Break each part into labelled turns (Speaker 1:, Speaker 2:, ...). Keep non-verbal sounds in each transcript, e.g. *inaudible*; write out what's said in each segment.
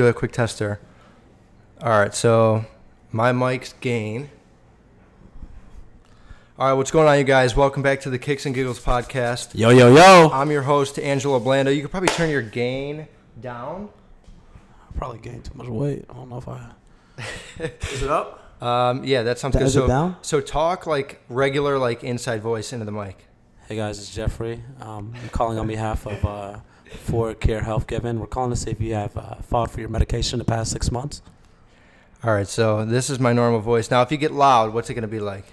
Speaker 1: do a quick tester. All right, so my mic's gain. All right, what's going on, you guys? Welcome back to the Kicks and Giggles podcast.
Speaker 2: Yo, yo, yo.
Speaker 1: I'm your host, Angelo Blanda. You could probably turn your gain down.
Speaker 2: probably gained too much weight. I don't know if I.
Speaker 3: Is it up?
Speaker 1: Um, yeah, that sounds
Speaker 2: Down-
Speaker 1: good.
Speaker 2: is it
Speaker 1: So,
Speaker 2: down?
Speaker 1: so talk like regular, like inside voice into the mic.
Speaker 2: Hey guys, it's Jeffrey. Um, I'm calling on behalf of uh, For Care Health Given. We're calling to see if you have uh, filed for your medication the past six months.
Speaker 1: All right, so this is my normal voice. Now, if you get loud, what's it gonna be like?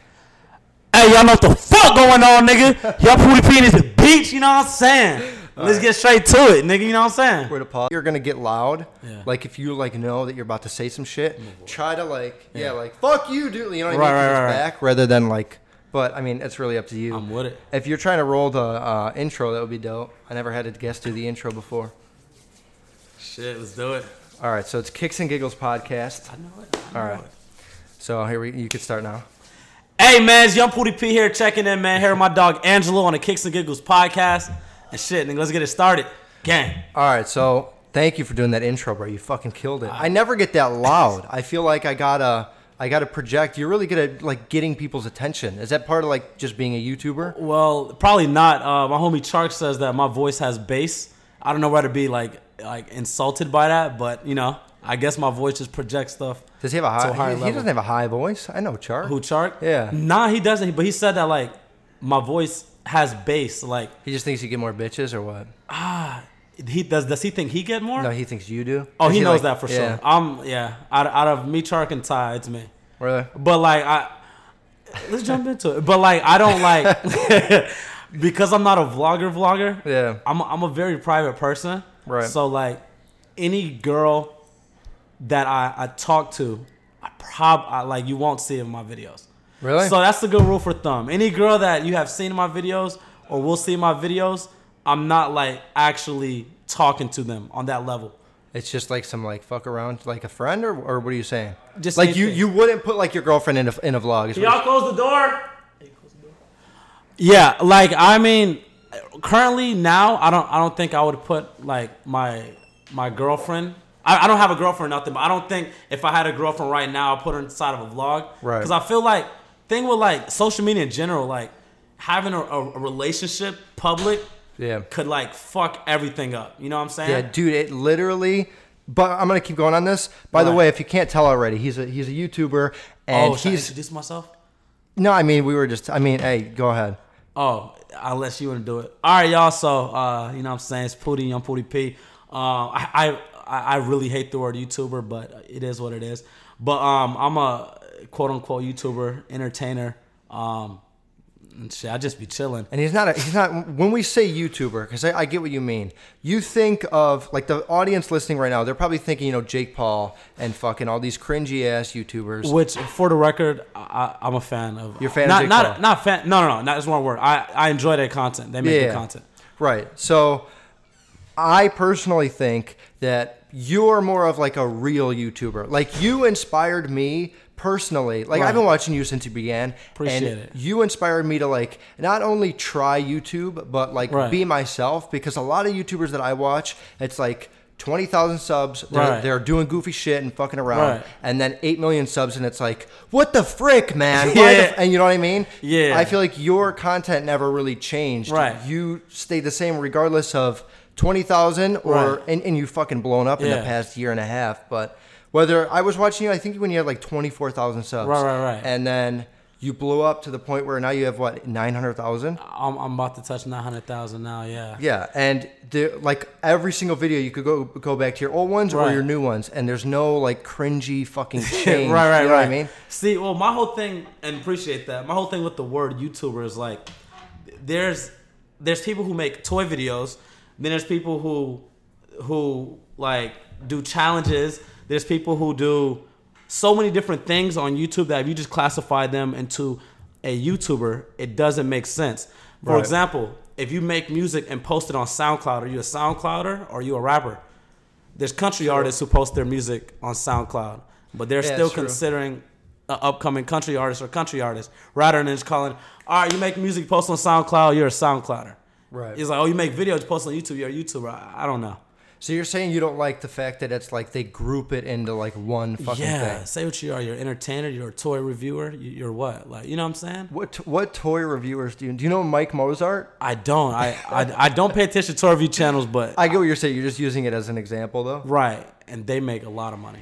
Speaker 2: Hey, y'all know what the fuck going on, nigga. Y'all pooty penis the beach. You know what I'm saying? Let's get straight to it, nigga. You know what I'm saying?
Speaker 1: Where to pause? You're gonna get loud.
Speaker 2: Yeah.
Speaker 1: Like if you like know that you're about to say some shit, try to like yeah, like fuck you, dude. You know what I mean?
Speaker 2: Right,
Speaker 1: 'Cause
Speaker 2: right,
Speaker 1: it's
Speaker 2: right, right.
Speaker 1: Back rather than like. But I mean, it's really up to you.
Speaker 2: I'm with it.
Speaker 1: if you're trying to roll the uh, intro, that would be dope. I never had a guest do the intro before.
Speaker 2: Shit, let's do it.
Speaker 1: All right, so it's Kicks and Giggles podcast.
Speaker 2: I know it. I know
Speaker 1: All right.
Speaker 2: it.
Speaker 1: So here we, you could start now.
Speaker 2: Hey man, it's Young Pooty P here checking in, man. Here with my dog Angelo on the Kicks and Giggles podcast. And shit, nigga, let's get it started. Gang.
Speaker 1: All right, so thank you for doing that intro, bro. You fucking killed
Speaker 2: Ah.
Speaker 1: it. I never get that loud. I feel like I gotta, I gotta project. You're really good at like getting people's attention. Is that part of like just being a YouTuber?
Speaker 2: Well, probably not. Uh, my homie Chark says that my voice has bass. I don't know whether to be like like insulted by that, but you know, I guess my voice just projects stuff.
Speaker 1: Does he have a high?
Speaker 2: a higher
Speaker 1: he, he
Speaker 2: level.
Speaker 1: doesn't have a high voice. I know Char.
Speaker 2: Who Chark?
Speaker 1: Yeah.
Speaker 2: Nah, he doesn't. But he said that like my voice has bass. Like
Speaker 1: He just thinks you get more bitches or what?
Speaker 2: he does. Does he think he get more?
Speaker 1: No, he thinks you do.
Speaker 2: oh,
Speaker 1: Is
Speaker 2: he, knows
Speaker 1: like-
Speaker 2: that for
Speaker 1: yeah.
Speaker 2: sure. I'm yeah. Out, out of me, Chark and Ty, it's me.
Speaker 1: Really?
Speaker 2: But like I let's jump into it. But like I
Speaker 1: *laughs*
Speaker 2: don't like because I'm not a vlogger vlogger.
Speaker 1: Yeah.
Speaker 2: I'm a, I'm a very private person.
Speaker 1: Right.
Speaker 2: So like any girl that I, I talk to, I prob I, like you won't see in my videos.
Speaker 1: Really?
Speaker 2: So that's the good rule for thumb. Any girl that you have seen in my videos or will see in my videos, I'm not like actually talking to them on that level.
Speaker 1: It's just like some like fuck around, like a friend, or, or what are you saying?
Speaker 2: Just
Speaker 1: like you,
Speaker 2: anything.
Speaker 1: you wouldn't put like your girlfriend in a in a vlog. is what
Speaker 2: Y'all close the door. Yeah, like I mean, currently now I don't I don't think I would put like my my girlfriend. I, I don't have a girlfriend or nothing, but I don't think if I had a girlfriend right now, I'd put her inside of a vlog.
Speaker 1: Right.
Speaker 2: Because I feel like thing with like social media in general, like having a, a, a relationship public
Speaker 1: you're- yeah.
Speaker 2: could like fuck everything up. You know what I'm saying?
Speaker 1: Yeah, dude, it literally. But I'm gonna keep going on this. By the
Speaker 2: Right.
Speaker 1: way, if you can't tell already, he's a he's a YouTuber, and
Speaker 2: oh, should I
Speaker 1: he's
Speaker 2: introduce myself?
Speaker 1: no. I mean, we were just. I mean, hey, go ahead.
Speaker 2: Oh, unless you want to do it. All right, y'all. So, uh, you know what I'm saying? It's Pooty, I'm Pooty P. Uh, I, I, I really hate the word YouTuber, but it is what it is. But um, I'm a quote unquote YouTuber, entertainer. Um, and shit, I just be chilling.
Speaker 1: And he's not. A, he's not. When we say YouTuber, because I, I get what you mean. You think of like the audience listening right now. They're probably thinking, you know, Jake Paul and fucking all these cringy ass YouTubers.
Speaker 2: Which, for the record, I, I- I'm a fan of.
Speaker 1: You're a fan of
Speaker 2: not,
Speaker 1: Jake
Speaker 2: not,
Speaker 1: Paul.
Speaker 2: not fan. No, no, no. That's one word. I, I enjoy their content. They make
Speaker 1: Yeah.
Speaker 2: good content.
Speaker 1: Right. So I personally think that you're more of like a real YouTuber. Like you inspired me personally. Like I've been
Speaker 2: Right.
Speaker 1: watching you since you began.
Speaker 2: Appreciate
Speaker 1: and
Speaker 2: it.
Speaker 1: You inspired me to like not only try YouTube, but like
Speaker 2: Right.
Speaker 1: be myself because a lot of YouTubers that I watch, it's like 20,000 subs, they're,
Speaker 2: Right.
Speaker 1: they're doing goofy shit and fucking around,
Speaker 2: Right.
Speaker 1: and then 8 million subs, and it's like, what the frick,
Speaker 2: *laughs*
Speaker 1: man? Why the
Speaker 2: Yeah.
Speaker 1: f-? And you know what I mean?
Speaker 2: Yeah.
Speaker 1: I feel like your content never really changed
Speaker 2: Right.
Speaker 1: you stayed the same regardless of 20,000 or
Speaker 2: Right.
Speaker 1: and, and you fucking blown up in the
Speaker 2: Yeah.
Speaker 1: past year and a half but whether I was watching you I think when you had like 24,000 subs
Speaker 2: Right, right, right.
Speaker 1: and then you blew up to the point where now you have what 900,000
Speaker 2: I'm, I'm about to touch 900,000 now. Yeah.
Speaker 1: yeah and the like every single video you could go go back to your old ones or
Speaker 2: Right.
Speaker 1: your new ones and there's no like cringy
Speaker 2: *laughs*
Speaker 1: fucking change
Speaker 2: right, right,
Speaker 1: you know
Speaker 2: right.
Speaker 1: what I mean
Speaker 2: See, well, my whole thing, and appreciate that. My whole thing with the word YouTuber is like, there's there's people who make toy videos, then there's people who who like do challenges. There's people who do so many different things on YouTube that if you just classify them into a YouTuber, it doesn't make sense. For
Speaker 1: Right.
Speaker 2: example, if you make music and post it on SoundCloud, are you a SoundClouder or are you a rapper? There's country artists who post their music on SoundCloud, but they're
Speaker 1: Yeah,
Speaker 2: still
Speaker 1: it's true.
Speaker 2: considering an upcoming country artist or country artist rather than just calling, all right, you make music, post on SoundCloud, you're a SoundClouder.
Speaker 1: Right.
Speaker 2: It's like, oh, you make videos, post on YouTube, you're a YouTuber. I, I don't know.
Speaker 1: So you're saying you don't like the fact that it's like they group it into like one fucking
Speaker 2: yeah,
Speaker 1: thing.
Speaker 2: say what you are. You're an entertainer. You're a toy reviewer. you- You're what? Like you know what I'm saying?
Speaker 1: What t- what toy reviewers do you do you know Mike Mozart?
Speaker 2: I don't. I I, I don't pay attention to toy review channels, but
Speaker 1: I get what you're saying. You're just using it as an example though.
Speaker 2: right, and they make a lot of money.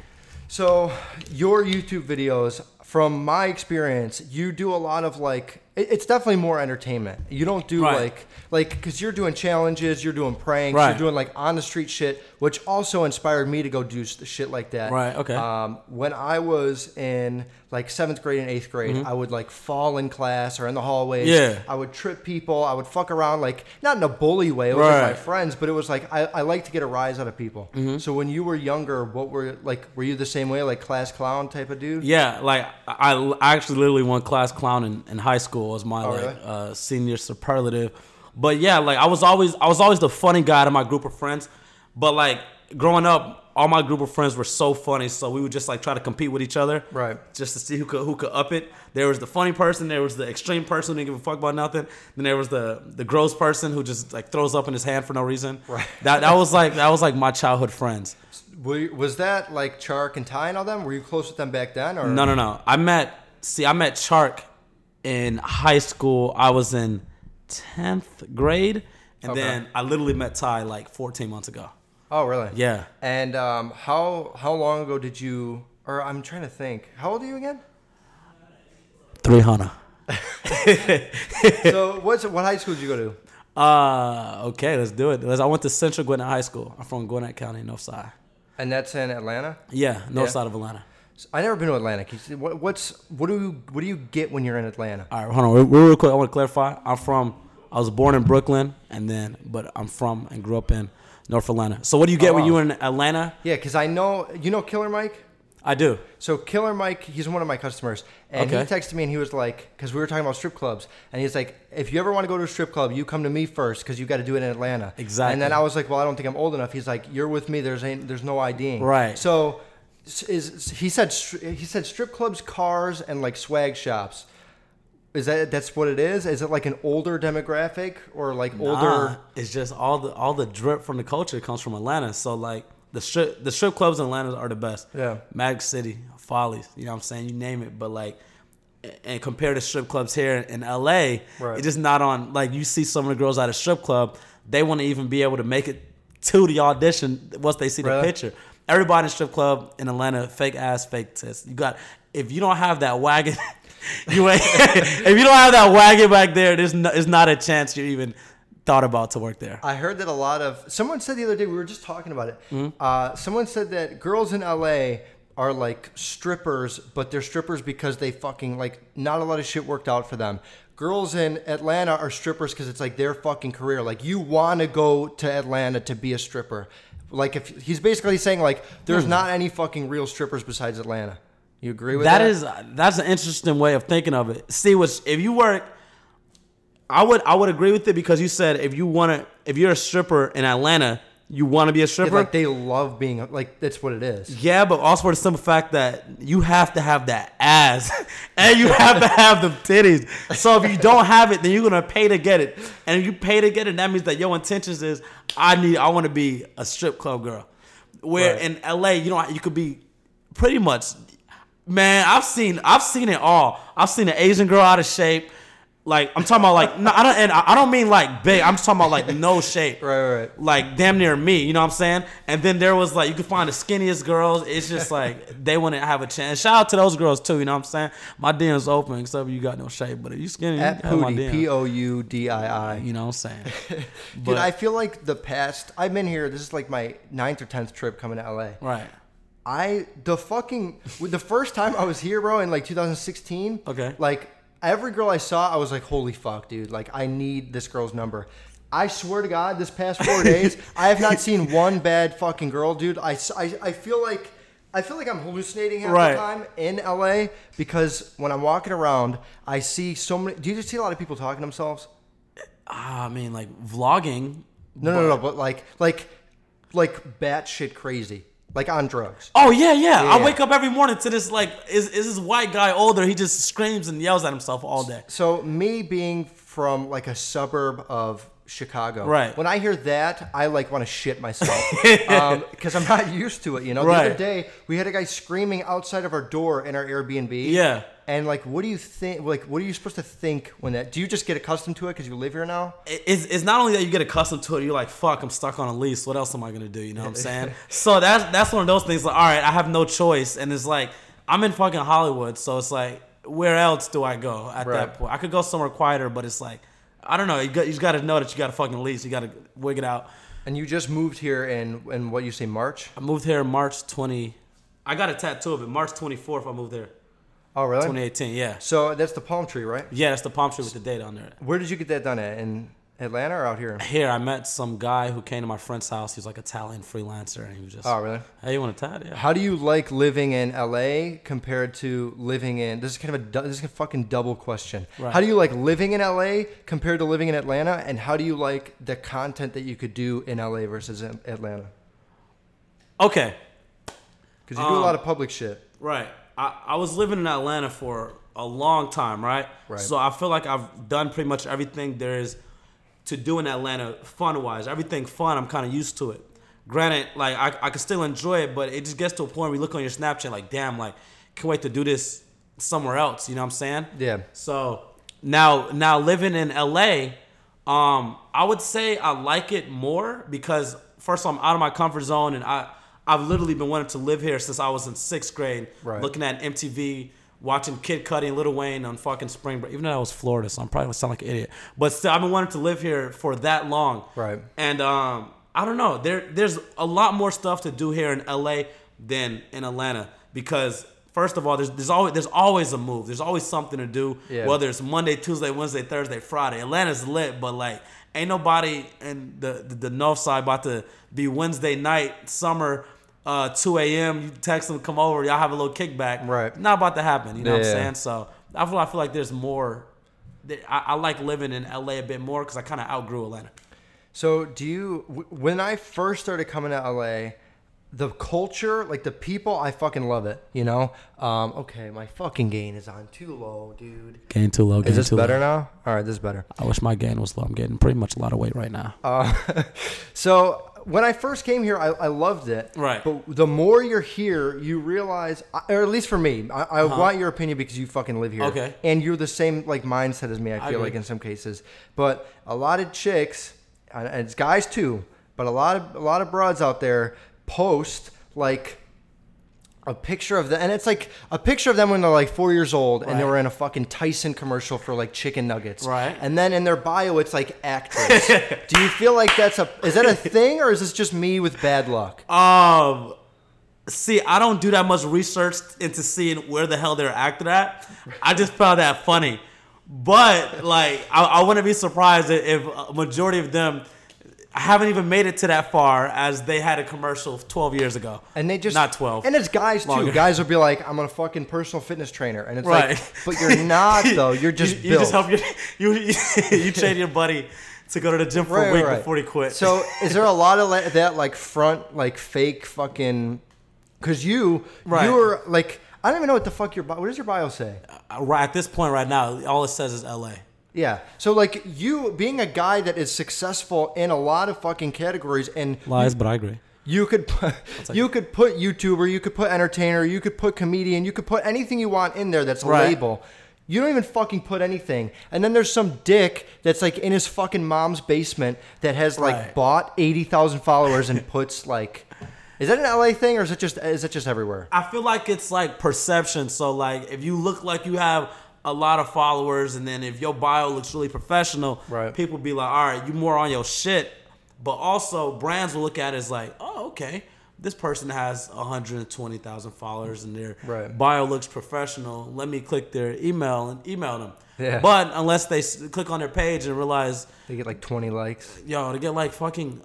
Speaker 1: So your YouTube videos, from my experience, you do a lot of like it- it's definitely more entertainment. You don't do
Speaker 2: Right.
Speaker 1: like like because you're doing challenges, you're doing pranks,
Speaker 2: Right.
Speaker 1: you're doing like on the street shit, which also inspired me to go do s- shit like that.
Speaker 2: Right, okay.
Speaker 1: Um, when I was in like seventh grade and eighth grade, I would like fall in class or in the hallways.
Speaker 2: Mm-hmm. Yeah.
Speaker 1: I would trip people. I would fuck around like not in a bully way. It was with my
Speaker 2: Right.
Speaker 1: friends, but it was like I, I like to get a rise out of people. So when you were younger, what were like? Were you the same way, like class clown type of dude?
Speaker 2: Yeah, like I, I actually literally won class clown in, in high school was my like
Speaker 1: Oh, really?
Speaker 2: uh, senior superlative. But yeah, like I was always I was always the funny guy to my group of friends. But like growing up, all my group of friends were so funny, so we would just like try to compete with each other,
Speaker 1: Right.
Speaker 2: Just to see who could who could up it. There was the funny person, there was the extreme person who didn't give a fuck about nothing. Then there was the the gross person who just like throws up in his hand for no reason.
Speaker 1: Right.
Speaker 2: That that was like that was like my childhood friends.
Speaker 1: Were you, was that like Chark and Ty and all them? Were you close with them back then? Or
Speaker 2: No, no, no. I met. See, I met Shark in high school. I was in tenth grade, and
Speaker 1: Okay.
Speaker 2: then I literally met Ty like fourteen months ago.
Speaker 1: Oh, really?
Speaker 2: Yeah,
Speaker 1: And um, how how long ago did you? Or I'm trying to think. How old are you again?
Speaker 2: three hundred.
Speaker 1: so what's what high school did you go to?
Speaker 2: Uh, okay, let's do it. Let's, I went to Central Gwinnett High School. I'm from Gwinnett County, North Side.
Speaker 1: And that's in Atlanta.
Speaker 2: Yeah, North
Speaker 1: Yeah.
Speaker 2: Side of Atlanta.
Speaker 1: I never been to Atlanta. Can you see- What, what's what do you what do you get when you're in Atlanta?
Speaker 2: All right, hold on. Real, real quick, I want to clarify. I'm from. I was born in Brooklyn, and then, but I'm from and grew up in North Atlanta. So, what do you get when
Speaker 1: Oh, wow.
Speaker 2: you were in Atlanta?
Speaker 1: Yeah, because I know you know Killer Mike.
Speaker 2: I do.
Speaker 1: So Killer Mike, he's one of my customers, and he
Speaker 2: Okay.
Speaker 1: texted me and he was like, because we were talking about strip clubs, and he's like, if you ever want to go to a strip club, you come to me first because you got to do it in Atlanta.
Speaker 2: Exactly.
Speaker 1: And then I was like, well, I don't think I'm old enough. He's like, you're with me. There's ain't, there's no IDing.
Speaker 2: Right.
Speaker 1: So s- is he said str- he said strip clubs, cars, and like swag shops. Is that that's what it is? Is it like an older demographic or like
Speaker 2: Nah,
Speaker 1: older?
Speaker 2: it's just all the all the drip from the culture comes from Atlanta. So like the strip the strip clubs in Atlanta are the best.
Speaker 1: Yeah.
Speaker 2: Magic City, Follies, you know what I'm saying? You name it. But like a- and compare to strip clubs here in LA,
Speaker 1: Right.
Speaker 2: it's just not on like you see some of the girls at a strip club, they want to even be able to make it to the audition once they see the
Speaker 1: Really?
Speaker 2: picture. Everybody in strip club in Atlanta, fake ass, fake tits. You got if you don't have that wagon, *laughs* you ain't, *laughs* if you don't have that wagon back there, there's no, it's not a chance you even thought about to work there.
Speaker 1: I heard that a lot of someone said the other day we were just talking about it. Uh, someone said that girls in LA are like strippers, but they're strippers because they fucking like not a lot of shit worked out for them. Girls in Atlanta are strippers because it's like their fucking career. Like you want to go to Atlanta to be a stripper. Like if he's basically saying like there's not any fucking real strippers besides Atlanta. You agree with that?
Speaker 2: That is that's an interesting way of thinking of it. See, which if you work, I would I would agree with it because you said if you want to if you're a stripper in Atlanta, you want to be a stripper.
Speaker 1: like they love being like that's what it is.
Speaker 2: yeah, but also for the simple fact that you have to have that ass *laughs* and you have to have the titties. So if you don't have it, then you're gonna pay to get it. And if you pay to get it, that means that your intentions is I need I want to be a strip club girl. Where
Speaker 1: Right.
Speaker 2: in LA, you know you could be pretty much Man, I've seen I've seen it all. I've seen an Asian girl out of shape. Like I'm talking about like no, I don't and I I don't mean like big. I'm just talking about like no
Speaker 1: *laughs*
Speaker 2: shape.
Speaker 1: Right, right, right.
Speaker 2: Like damn near me, you know what I'm saying? And then there was like you could find the skinniest girls. It's
Speaker 1: *laughs*
Speaker 2: just like they wouldn't have a chance. Shout out to those girls too, you know what I'm saying? My DM's open except if you got no shape, but if you skinny, you
Speaker 1: At
Speaker 2: can have my
Speaker 1: Pooty,
Speaker 2: DM.
Speaker 1: P O U D I I.
Speaker 2: You know
Speaker 1: *laughs*
Speaker 2: what I'm saying?
Speaker 1: Dude, I feel like the past. I've been here. This is like my ninth or tenth trip coming to LA.
Speaker 2: Right.
Speaker 1: I the fucking with the first time I was here, bro, in like 2016.
Speaker 2: Okay.
Speaker 1: Like every girl I saw, I was like, "Holy fuck, dude! Like I need this girl's number." I swear to God, this past
Speaker 2: *laughs*
Speaker 1: four days, I have not seen one bad fucking girl, dude. I, s- I- I feel like I feel like I'm hallucinating half
Speaker 2: Right.
Speaker 1: the time in LA because when I'm walking around, I see so many. Do you just see a lot of people talking to themselves?
Speaker 2: Ah, I mean like vlogging.
Speaker 1: No, no, no, but like, like, like batshit crazy, like on drugs.
Speaker 2: Oh yeah, yeah,
Speaker 1: Yeah.
Speaker 2: I wake up every morning to this like is is this white guy older? He just screams and yells at himself all day.
Speaker 1: So me being from like a suburb of Chicago.
Speaker 2: Right.
Speaker 1: When I hear that, I like want to shit myself
Speaker 2: *laughs*
Speaker 1: because I'm not used to it. You know, the other
Speaker 2: Right.
Speaker 1: day we had a guy screaming outside of our door in our Airbnb.
Speaker 2: Yeah.
Speaker 1: And like, what do you think? Like, what are you supposed to think when that? Do you just get accustomed to it because you live here now?
Speaker 2: it- it's, it's not only that you get accustomed to it, you're like, fuck, I'm stuck on a lease. What else am I gonna do? You know what I'm saying? so that's that's one of those things. Like, all right, I have no choice, and it's like I'm in fucking Hollywood, so it's like, where else do I go at
Speaker 1: Right.
Speaker 2: that point? I could go somewhere quieter, but it's like, I don't know. You got, you just got to know that you got a fucking lease. You got to wig it out.
Speaker 1: And you just moved here in in what you say March?
Speaker 2: I moved here March 20. I got a tattoo of it March 24th. I moved there
Speaker 1: Oh, really?
Speaker 2: 2018. Yeah,
Speaker 1: So that's the palm tree, right?
Speaker 2: yeah. That's the palm tree with the date on there.
Speaker 1: Where did you get that done at? In Atlanta or out here?
Speaker 2: Here, I met some guy who came to my friend's house. He was like a Italian freelancer, and he was just,
Speaker 1: Oh, really?
Speaker 2: "Hey, you want a tattoo?" Yeah.
Speaker 1: How do you like living in LA compared to living in? This is kind of a du- this is a fucking double question.
Speaker 2: Right.
Speaker 1: How do you like living in LA compared to living in Atlanta, and how do you like the content that you could do in LA versus in Atlanta?
Speaker 2: Okay,
Speaker 1: Because you do a lot of public shit.
Speaker 2: right. I, I was living in Atlanta for a long time, right?
Speaker 1: Right.
Speaker 2: So I feel like I've done pretty much everything there is to do in Atlanta, fun wise. Everything fun, I'm kind of used to it. Granted, like I, I can still enjoy it, but it just gets to a point where you look on your Snapchat, like, damn, like can't wait to do this somewhere else. You know what I'm saying?
Speaker 1: Yeah.
Speaker 2: So now, now living in LA, um, I would say I like it more because first of all, I'm out of my comfort zone, and I I've literally been wanting to live here since I was in sixth grade,
Speaker 1: Right.
Speaker 2: looking at MTV. Watching Kid Cudi and Lil Wayne on fucking spring break, even though I was Florida, so I'm probably gonna sound like an idiot. But still, I've been wanting to live here for that long,
Speaker 1: Right.
Speaker 2: And um, I don't know. There, there's a lot more stuff to do here in LA than in Atlanta because first of all, there's there's always there's always a move. There's always something to do.
Speaker 1: Yeah.
Speaker 2: Whether it's Monday, Tuesday, Wednesday, Thursday, Friday. Atlanta's lit, but like ain't nobody in the the, the north side about to be Wednesday night summer. Uh, 2 a.m. You text them, come over. Y'all have a little kickback.
Speaker 1: Right.
Speaker 2: Not about to happen. You know what
Speaker 1: Yeah.
Speaker 2: I'm saying? So I feel I feel like there's more. that- I, I like living in LA a bit more because I kind of outgrew Atlanta.
Speaker 1: So, do you, w- when I first started coming to LA, the culture, like the people, I fucking love it, you know? Um, okay, my fucking gain is on too low, dude.
Speaker 2: Gain too low. Gain
Speaker 1: Is this better now? All right, this is better.
Speaker 2: I wish my gain was low. I'm getting pretty much a lot of weight right now.
Speaker 1: Uh, *laughs* so, when I first came here, I, I loved it.
Speaker 2: Right.
Speaker 1: But the more you're here, you realize, I- or at least for me, I, I want your opinion because you fucking live here.
Speaker 2: Uh-huh. Okay.
Speaker 1: And you're the same, like, mindset as me, I feel
Speaker 2: agree.
Speaker 1: like, in some cases. But a lot of chicks, and and it's guys too, but a lot of, a lot of broads out there post, like, a picture of them, and it's like a picture of them when they're like four years old, and they
Speaker 2: Right.
Speaker 1: were in a fucking Tyson commercial for like chicken nuggets,
Speaker 2: Right.
Speaker 1: And then in their bio, it's like
Speaker 2: *laughs*
Speaker 1: actress. Do you feel like that's a is that a thing, or is this just me with bad luck?
Speaker 2: Um, see, I don't do that much research into seeing where the hell they're acting at. I just found that funny, but like, I, I wouldn't be surprised i- if a majority of them haven't even made it to that far as they had a commercial 12 years ago,
Speaker 1: And they just
Speaker 2: not 12.
Speaker 1: And it's guys too.
Speaker 2: Longer.
Speaker 1: Guys will be like, "I'm a fucking personal fitness trainer," and it's like,
Speaker 2: Right.
Speaker 1: "But you're
Speaker 2: *laughs*
Speaker 1: not though. You're just
Speaker 2: you, you
Speaker 1: built."
Speaker 2: just help your, *laughs* you you train your buddy to go to the gym for
Speaker 1: Right,
Speaker 2: a week
Speaker 1: right, right.
Speaker 2: before he quit.
Speaker 1: So is there a lot of like, that like front like fake fucking? Because you
Speaker 2: Right.
Speaker 1: you're like I don't even know what the fuck your bio. What does your bio say?
Speaker 2: Uh, right at this point, right now, all it says is L.A.
Speaker 1: Yeah. So like you being a guy that is successful in a lot of fucking categories and
Speaker 2: Lies, but I agree.
Speaker 1: you could *laughs* put, you could put YouTuber, you could put entertainer, you could put comedian, you could put anything you want in there that's a
Speaker 2: Right.
Speaker 1: label. You don't even fucking put anything. And then there's some dick that's like in his fucking mom's basement that has like
Speaker 2: Right.
Speaker 1: bought 80,000 followers and puts like Is that an LA thing or is it just is it just everywhere?
Speaker 2: I feel like it's like perception. So like if you look like you have a lot of followers and then if your bio looks really professional,
Speaker 1: Right.
Speaker 2: people be like, all right, you more on your shit. But also brands will look at it as like, oh, okay. This person has 120,000 followers and their
Speaker 1: Right.
Speaker 2: bio looks professional. Let me click their email and email them.
Speaker 1: Yeah.
Speaker 2: But unless they s- click on their page and realize,
Speaker 1: They get like 20 likes.
Speaker 2: yo, to get like fucking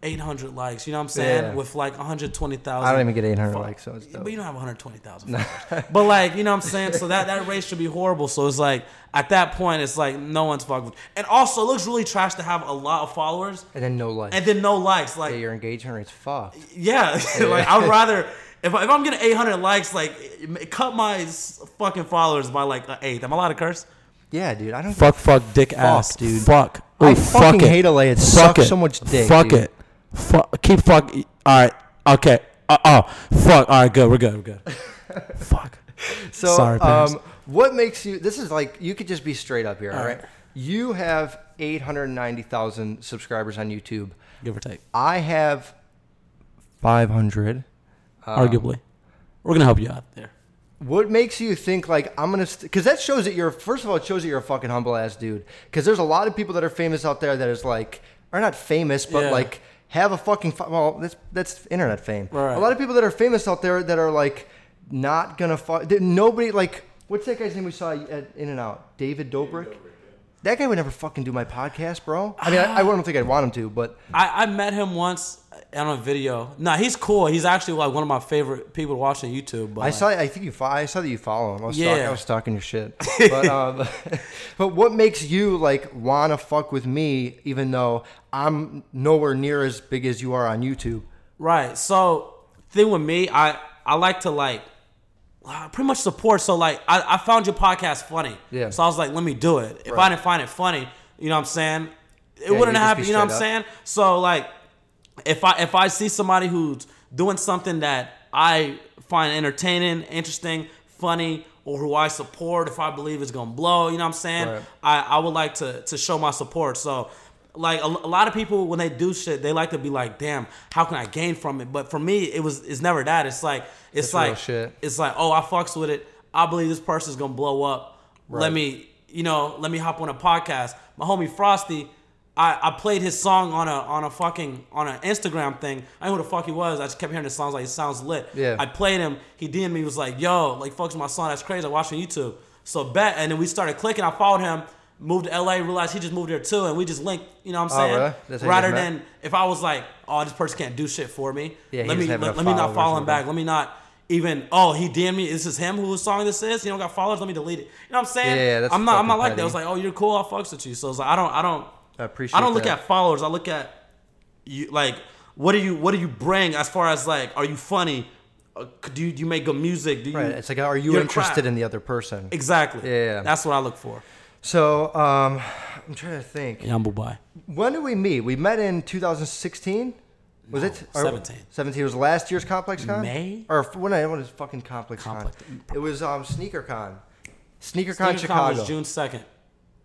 Speaker 2: 800 likes, you know what I'm saying?
Speaker 1: Yeah.
Speaker 2: With like 120,000.
Speaker 1: I don't even get 800
Speaker 2: Fuck.
Speaker 1: likes, so it's dope.
Speaker 2: But you don't
Speaker 1: *laughs*
Speaker 2: have 120,000. followers. but like, you know what I'm saying? So that, that race should be horrible. So it's like, at that point, it's like, no one's fucking with. And also, it looks really trash to have a lot of followers
Speaker 1: And then no likes.
Speaker 2: and then no likes. Like,
Speaker 1: Yeah, your engagement rate's fucked.
Speaker 2: yeah, *laughs* like
Speaker 1: *laughs*
Speaker 2: I'd rather if, I, if I'm getting 800 likes, like it- cut my s- fucking followers by like an eighth. I'm allowed to curse.
Speaker 1: Yeah, dude. I don't
Speaker 2: Fuck, fuck, dick
Speaker 1: ass, dude.
Speaker 2: Fuck,
Speaker 1: I
Speaker 4: Ooh,
Speaker 1: fucking
Speaker 4: fuck it.
Speaker 1: hate LA. It
Speaker 4: fuck
Speaker 1: sucks
Speaker 4: it.
Speaker 1: so much dick.
Speaker 4: Fuck
Speaker 1: dude.
Speaker 4: it. Fuck. Keep fuck. All right. Okay. Uh oh. Fuck. All right. Good. We're good. We're good. fuck.
Speaker 1: So,
Speaker 4: Sorry, parents.
Speaker 1: um, what makes you? This is like you could just be straight up here. all right. You have eight hundred ninety thousand subscribers on YouTube.
Speaker 4: Give or take.
Speaker 1: I have five hundred.
Speaker 4: Arguably, we're gonna help you out there.
Speaker 1: What makes you think like I'm gonna? St- Cause that shows that you're. First of all, it shows that you're a fucking humble ass dude. Cause there's a lot of people that are famous out there that is like are not famous, but
Speaker 4: Yeah.
Speaker 1: like have a fucking. Fu- well, that's that's internet fame.
Speaker 4: Right.
Speaker 1: A lot of people that are famous out there that are like not gonna fuck. Nobody like what's that guy's name we saw at In and Out? David Dobrik. That guy would never fucking do my podcast, bro. I mean,
Speaker 4: Ah.
Speaker 1: I, I don't think I'd want him to, but
Speaker 2: I, I met him once on a video. Nah, he's cool. He's actually like one of my favorite people to watch on YouTube. But
Speaker 1: I saw. I think you. fo- I saw that you follow him. I was, stalk,
Speaker 2: Yeah.
Speaker 1: I was stalking your
Speaker 2: *laughs*
Speaker 1: shit. But, um, *laughs* but what makes you like wanna fuck with me, even though I'm nowhere near as big as you are on YouTube?
Speaker 2: Right. So thing with me, I I like to like uh, pretty much support. So like I, I found your podcast funny.
Speaker 1: Yeah.
Speaker 2: So I was like, let me do it. If I
Speaker 1: Right.
Speaker 2: didn't find it funny, you know what I'm saying? It
Speaker 1: you
Speaker 2: wouldn't
Speaker 1: just
Speaker 2: happen.
Speaker 1: be
Speaker 2: You know what I'm
Speaker 1: straight
Speaker 2: saying? So like if I if I see somebody who's doing something that I find entertaining, interesting, funny, or who I support, if I believe it's gonna blow, you know what I'm saying?
Speaker 1: Right.
Speaker 2: I, I would like to to show my support. So like a, a lot of people when they do shit, they like to be like, damn, how can I gain from it? But for me, it was it's never that. It's like it's
Speaker 1: It's real
Speaker 2: like
Speaker 1: shit.
Speaker 2: it's like oh I fucks with it. I believe this person's gonna blow up. Let
Speaker 1: Right.
Speaker 2: me you know let me hop on a podcast. My homie Frosty. I, I played his song on a on a fucking on an Instagram thing. I didn't know who the fuck he was. I just kept hearing the songs like it sounds lit.
Speaker 1: Yeah.
Speaker 2: I played him. He DM'd me. He was like, "Yo, like fucks my song. That's crazy. I watched on YouTube." So bet. And then we started clicking. I followed him. Moved to LA. Realized he just moved there too. And we just linked. You know what I'm
Speaker 1: Oh,
Speaker 2: saying?
Speaker 1: really? That's how you
Speaker 2: Rather
Speaker 1: guys met?
Speaker 2: than if I was like, "Oh, this person can't do shit for me,"
Speaker 1: Yeah, he
Speaker 2: let me
Speaker 1: doesn't have
Speaker 2: let,
Speaker 1: enough
Speaker 2: let me not
Speaker 1: followers
Speaker 2: follow
Speaker 1: or
Speaker 2: him back. Let me not even. Oh, he DM'd me. This is him. Whose song this is? You don't got followers. Let me delete it. You know what I'm saying?
Speaker 1: Yeah, yeah, that's
Speaker 2: I'm not. I'm
Speaker 1: fucking
Speaker 2: not like
Speaker 1: petty.
Speaker 2: that. I was like, "Oh, you're cool. I fucks with you." So it's like, I don't. I don't.
Speaker 1: I appreciate
Speaker 2: I don't look
Speaker 1: that.
Speaker 2: at followers. I look at you like what do you what do you bring as far as like are you funny? Uh, Do you, do you make good music? Do you,
Speaker 1: Right. It's like, are you
Speaker 2: your
Speaker 1: interested
Speaker 2: craft.
Speaker 1: in the other person?
Speaker 2: Exactly.
Speaker 1: Yeah, yeah.
Speaker 2: That's what I look for.
Speaker 1: So um, I'm trying to think.
Speaker 2: Yambu Bai.
Speaker 1: When did we meet? We met in 2016. Was it or-
Speaker 2: 17.
Speaker 1: 17 was last year's Complex Con.
Speaker 2: May?
Speaker 1: or f- when I when was fucking Complex Con?
Speaker 2: Complex.
Speaker 1: It was um Sneaker Con. Sneaker Con
Speaker 2: Chicago
Speaker 1: Chicago.
Speaker 2: was June second,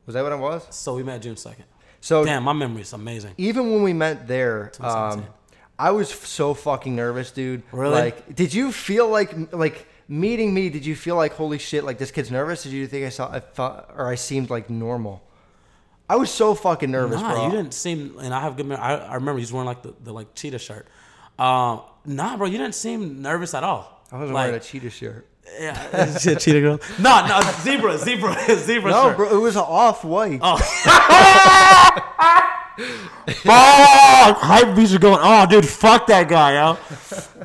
Speaker 1: was that what it was?
Speaker 2: so we met June second.
Speaker 1: So
Speaker 2: Damn, my memory is amazing.
Speaker 1: even when we met there, um,
Speaker 2: 2017.
Speaker 1: I was f- so fucking nervous, dude.
Speaker 2: Really?
Speaker 1: Like, did you feel like like meeting me? Did you feel like holy shit? Like this kid's nervous? Did you think I saw I felt or I seemed like normal? I was so fucking nervous,
Speaker 2: Nah,
Speaker 1: bro.
Speaker 2: you didn't seem, and I have good. mem- I, I remember you was wearing like the, the like cheetah shirt. Um, nah, bro, you didn't seem nervous at all.
Speaker 1: I was
Speaker 2: like,
Speaker 1: wearing a cheetah shirt.
Speaker 2: yeah, cheetah
Speaker 4: *laughs*
Speaker 2: girl. *laughs* No, no, zebra, zebra, *laughs* zebra.
Speaker 1: No,
Speaker 2: shirt.
Speaker 1: bro, it was off white.
Speaker 2: Oh,
Speaker 4: Fuck! Hype beats are going. Oh, dude, fuck that guy, yo.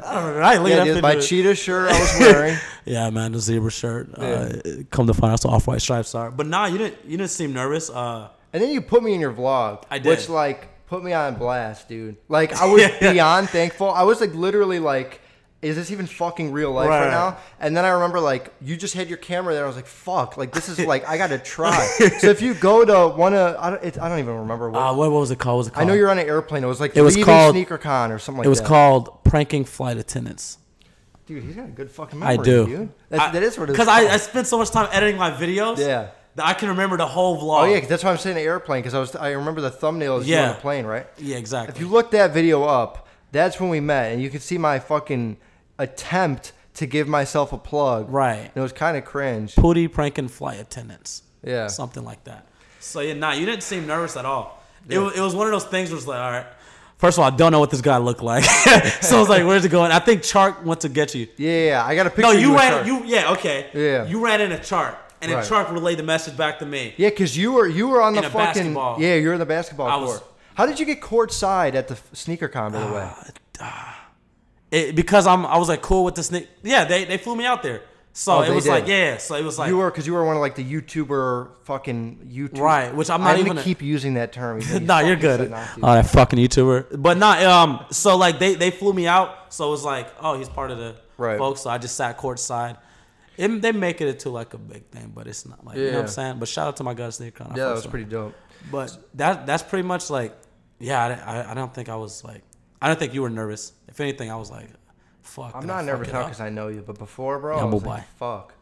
Speaker 4: I don't know. I ain't looking
Speaker 1: yeah,
Speaker 4: at
Speaker 1: dude,
Speaker 4: that
Speaker 1: my
Speaker 4: video.
Speaker 1: cheetah shirt I was
Speaker 2: *laughs*
Speaker 1: wearing.
Speaker 2: Yeah, man, the zebra shirt. Uh, come to find out, the off-white stripes are. But nah, you didn't. You didn't seem nervous. Uh,
Speaker 1: And then you put me in your vlog,
Speaker 2: I did.
Speaker 1: which like put me on blast, dude. Like I was
Speaker 2: *laughs* Yeah.
Speaker 1: beyond thankful. I was like literally like, is this even fucking real life right,
Speaker 2: Right.
Speaker 1: now? And then I remember like you just had your camera there. I was like, fuck, like this
Speaker 2: *laughs*
Speaker 1: is like I gotta try. so if you go to one of I don't, it, I don't even remember what.
Speaker 2: uh what, what was it called? What was it
Speaker 1: I
Speaker 2: called?
Speaker 1: know you're on an airplane. It was like
Speaker 2: It was
Speaker 1: leaving
Speaker 2: called-
Speaker 1: Sneaker Con or something like
Speaker 2: It was
Speaker 1: that.
Speaker 2: called pranking flight attendants.
Speaker 1: Dude, he's got a good fucking
Speaker 2: I
Speaker 1: memory.
Speaker 2: do.
Speaker 1: Dude. That's,
Speaker 2: I-
Speaker 1: that is what it is.
Speaker 2: Cause I, I spent so much time editing my videos.
Speaker 1: Yeah.
Speaker 2: That I can remember the whole vlog.
Speaker 1: oh yeah, 'cause that's why I'm saying an airplane because I was I remember the thumbnails. Yeah. You
Speaker 2: Yeah.
Speaker 1: on a plane, right?
Speaker 2: Yeah, exactly.
Speaker 1: If you look that video up, that's when we met, and you can see my fucking attempt to give myself a plug.
Speaker 2: Right.
Speaker 1: And it was kind of cringe.
Speaker 2: Pooty pranking flight attendants.
Speaker 1: Yeah.
Speaker 2: Something like that. So yeah, nah, you didn't seem nervous at all. It, wa- it was one of those things where it's like, all right. First of all, I don't know what this guy looked like. *laughs* so I was like, where's it going? I think Chark went to get you.
Speaker 1: Yeah, yeah, I got a picture.
Speaker 2: No,
Speaker 1: of
Speaker 2: you
Speaker 1: with
Speaker 2: ran
Speaker 1: Shark.
Speaker 2: you yeah, okay.
Speaker 1: Yeah.
Speaker 2: You ran in a chart. And
Speaker 1: Right.
Speaker 2: a chart relayed the message back to me.
Speaker 1: Yeah, because you were you were on
Speaker 2: In
Speaker 1: the
Speaker 2: a
Speaker 1: fucking
Speaker 2: basketball.
Speaker 1: yeah, you were in the basketball
Speaker 2: I was- Ah,
Speaker 1: court. How did you get court side at the f- sneaker con? By the way,
Speaker 2: Uh, It, because I'm I was like cool with this Nick. Yeah, they, they flew me out there. So
Speaker 1: Oh,
Speaker 2: it
Speaker 1: they
Speaker 2: was
Speaker 1: did.
Speaker 2: like, yeah. So it was like
Speaker 1: you were because you were one of like the YouTuber fucking YouTube.
Speaker 2: Right, which I'm not
Speaker 1: I'm
Speaker 2: even
Speaker 1: gonna
Speaker 2: a-
Speaker 1: keep using that
Speaker 2: *laughs*
Speaker 1: term. even though you
Speaker 2: nah, you're
Speaker 1: fucking
Speaker 2: good. Uh,
Speaker 1: said not to.
Speaker 4: Oh, that fucking *laughs* YouTuber.
Speaker 2: But not um. So like they they flew me out. So it was like, oh, he's part of the
Speaker 1: Right.
Speaker 2: folks. So I just sat courtside, It, they make it into like a big thing, but it's not like you know what
Speaker 1: Yeah.
Speaker 2: I'm saying. But shout out to my guy Snake Crown. I
Speaker 1: Yeah, that
Speaker 2: fucks
Speaker 1: was
Speaker 2: with
Speaker 1: pretty dope.
Speaker 2: him. But that that's pretty much like, yeah. I, I, I don't think I was like, I don't think you were nervous. If anything, I was like, fuck.
Speaker 1: I'm
Speaker 2: did I
Speaker 1: not
Speaker 2: fuck
Speaker 1: nervous
Speaker 2: it
Speaker 1: now
Speaker 2: up?
Speaker 1: because I know you, but before, bro,
Speaker 2: Yeah,
Speaker 1: I was
Speaker 2: mobile.
Speaker 1: like, fuck.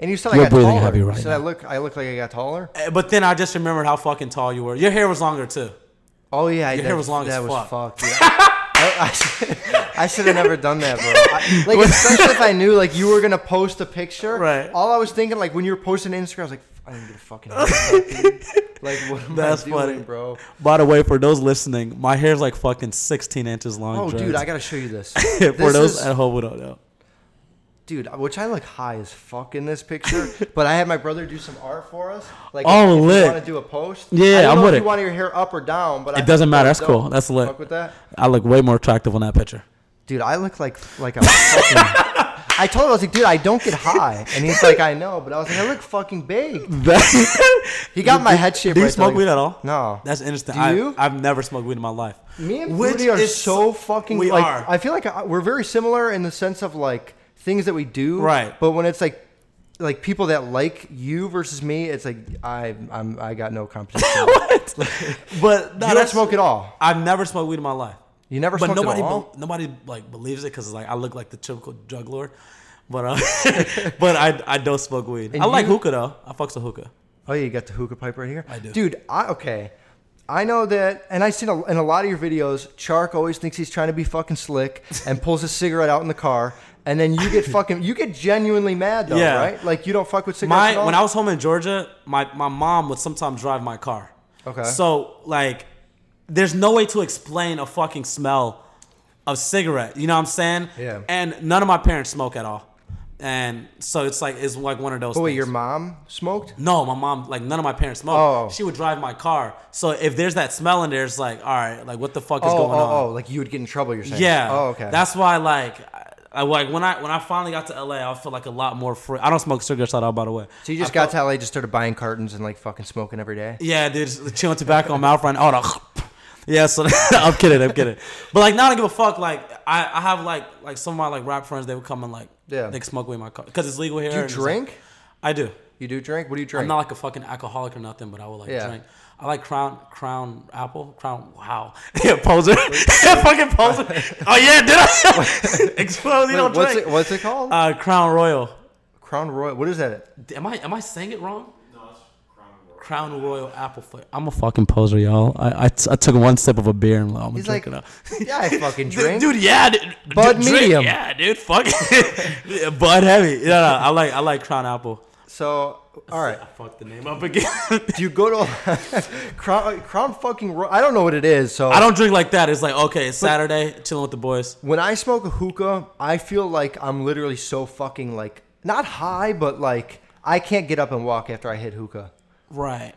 Speaker 1: And you said I
Speaker 4: You're
Speaker 1: got
Speaker 4: breathing
Speaker 1: taller.
Speaker 4: heavy right
Speaker 1: you said I
Speaker 4: now.
Speaker 1: look, I look like I got taller.
Speaker 2: Eh, But then I just remembered how fucking tall you were. Your hair was longer too.
Speaker 1: Oh yeah, I-
Speaker 2: Your hair
Speaker 1: that-
Speaker 2: was long
Speaker 1: That
Speaker 2: as
Speaker 1: was
Speaker 2: fuck.
Speaker 1: fucked. Yeah. *laughs* Oh, I, *laughs* should have never done that, bro.
Speaker 4: *laughs*
Speaker 1: I, like, especially if I knew like you were gonna post a picture.
Speaker 2: Right.
Speaker 1: All I was thinking, like when you were posting Instagram, I was like, I didn't get a
Speaker 2: *laughs*
Speaker 1: fucking. haircut, dude. like what am
Speaker 2: That's
Speaker 1: I doing,
Speaker 2: funny.
Speaker 1: bro?
Speaker 2: By the way, for those listening, my hair's like fucking 16 inches long.
Speaker 1: Oh, dude,
Speaker 2: dreads.
Speaker 1: I gotta show you
Speaker 4: *laughs*
Speaker 1: this.
Speaker 2: *laughs* for
Speaker 1: This
Speaker 2: those
Speaker 1: is-
Speaker 2: at home who don't know.
Speaker 1: dude, which I look high as fuck in this
Speaker 4: *laughs*
Speaker 1: picture, but I had my brother do some art for us. Like,
Speaker 4: Oh,
Speaker 1: if
Speaker 4: lit.
Speaker 1: You want to do a post?
Speaker 4: Yeah,
Speaker 1: I don't
Speaker 4: I'm
Speaker 1: know
Speaker 4: with
Speaker 1: if
Speaker 4: it.
Speaker 1: You want your hair up or down, but I
Speaker 4: It doesn't
Speaker 1: think
Speaker 4: matter.
Speaker 1: that's
Speaker 4: That's cool.
Speaker 1: dope.
Speaker 4: That's lit.
Speaker 1: Fuck with that,
Speaker 4: I look way more attractive on that picture.
Speaker 1: dude. I look like like a fucking.
Speaker 4: *laughs*
Speaker 1: I told him I was like, dude, I don't get high, and he's like, I know, but I was like, I look fucking
Speaker 4: *laughs*
Speaker 1: big. He got my head shape.
Speaker 2: Do you
Speaker 1: right
Speaker 2: smoke
Speaker 1: there.
Speaker 2: weed at all?
Speaker 1: No.
Speaker 2: That's interesting.
Speaker 1: Do
Speaker 2: I,
Speaker 1: you?
Speaker 2: I've never smoked weed in my life.
Speaker 1: Me and
Speaker 2: Which
Speaker 1: Woody are
Speaker 2: is
Speaker 1: so fucking.
Speaker 2: We
Speaker 1: like,
Speaker 2: are.
Speaker 1: I feel like I, we're very similar in the sense of like things that we do,
Speaker 2: Right.
Speaker 1: But when it's like like people that like you versus me, it's like I I'm I got no
Speaker 2: *laughs*
Speaker 1: competition.
Speaker 2: but no,
Speaker 1: you don't
Speaker 2: that's-
Speaker 1: smoke at all.
Speaker 2: I've never smoked weed in my life.
Speaker 1: You never
Speaker 2: but
Speaker 1: smoked
Speaker 2: nobody,
Speaker 1: at all.
Speaker 2: be- nobody like believes it because like I look like the typical drug lord. But uh, *laughs* but I I don't smoke weed.
Speaker 1: And
Speaker 2: I like
Speaker 1: you-
Speaker 2: hookah though. I fucks a hookah.
Speaker 1: Oh, yeah, you got the hookah pipe right here.
Speaker 2: I do.
Speaker 1: dude. I okay. I know that, and I seen a, in a lot of your videos. Chark always thinks he's trying to be fucking slick and pulls a cigarette out in the car, and then you
Speaker 2: *laughs*
Speaker 1: get fucking you get genuinely mad though,
Speaker 2: Yeah.
Speaker 1: right? Like you don't fuck with cigarettes. at
Speaker 2: My
Speaker 1: all?
Speaker 2: when I was home in Georgia, my my mom would sometimes drive my car.
Speaker 1: Okay.
Speaker 2: So like, there's no way to explain a fucking smell of cigarette. You know what I'm saying?
Speaker 1: Yeah.
Speaker 2: And none of my parents smoke at all, and so it's like it's like one of those.
Speaker 1: oh, wait,
Speaker 2: things.
Speaker 1: your mom smoked.
Speaker 2: No, my mom, like none of my parents smoked.
Speaker 1: Oh.
Speaker 2: She would drive my car. So if there's that smell in there, it's like, all right, like what the fuck is
Speaker 1: oh,
Speaker 2: going
Speaker 1: oh,
Speaker 2: on?
Speaker 1: oh, like you would get in trouble. You're saying,
Speaker 2: Yeah.
Speaker 1: Oh, okay.
Speaker 2: That's why, like, I, I- like when I when I finally got to LA, I feel like a lot more free. I don't smoke cigarettes at all, by the way.
Speaker 1: so you just
Speaker 2: I
Speaker 1: got
Speaker 2: felt-
Speaker 1: to LA, just started buying cartons and like fucking smoking every day.
Speaker 2: yeah, dude, just chewing tobacco, mouth running. Oh, no. *laughs* yeah. So I'm kidding, I'm kidding. But like, now I don't give a fuck. Like, I, I have like like some of my like rap friends. They would come and like
Speaker 1: Yeah.
Speaker 2: they smoke away my car because it's legal here.
Speaker 1: Do you
Speaker 2: and it's, like-
Speaker 1: drink?
Speaker 2: I do.
Speaker 1: You do drink? What do you drink?
Speaker 2: I'm not like a fucking alcoholic or nothing, but I would like
Speaker 1: Yeah.
Speaker 2: drink. I like Crown Crown Apple Crown. Wow, *laughs* yeah, poser, yeah, *laughs* fucking poser. Oh yeah, did I *laughs* explode?
Speaker 1: *laughs*
Speaker 2: You
Speaker 1: Wait,
Speaker 2: don't
Speaker 1: what's
Speaker 2: drink.
Speaker 1: it? What's it called?
Speaker 2: Uh, Crown Royal.
Speaker 1: Crown Royal. What is that?
Speaker 2: *laughs* Am I am I saying it wrong? Crown Royal apple flavor. I'm a fucking poser, y'all. I I, t- I took one sip of a beer and oh, I'm
Speaker 1: He's like,
Speaker 2: drinking up.
Speaker 1: *laughs* yeah, I fucking
Speaker 2: *laughs* Dude-
Speaker 1: drink.
Speaker 2: Dude, yeah, dude,
Speaker 1: Bud
Speaker 2: dude, drink,
Speaker 1: medium.
Speaker 2: Yeah, dude, fuck it. *laughs* Bud heavy. No, no, I like I like Crown Apple.
Speaker 1: So, all right.
Speaker 2: I fucked the name up again.
Speaker 1: Do you go to *laughs* Crown, Crown fucking Royal? I don't know what it is. So
Speaker 2: *laughs* I don't drink like that. It's like okay, it's Saturday, chilling with the boys.
Speaker 1: when I smoke a hookah, I feel like I'm literally so fucking like not high, but like I can't get up and walk after I hit hookah.
Speaker 2: Right.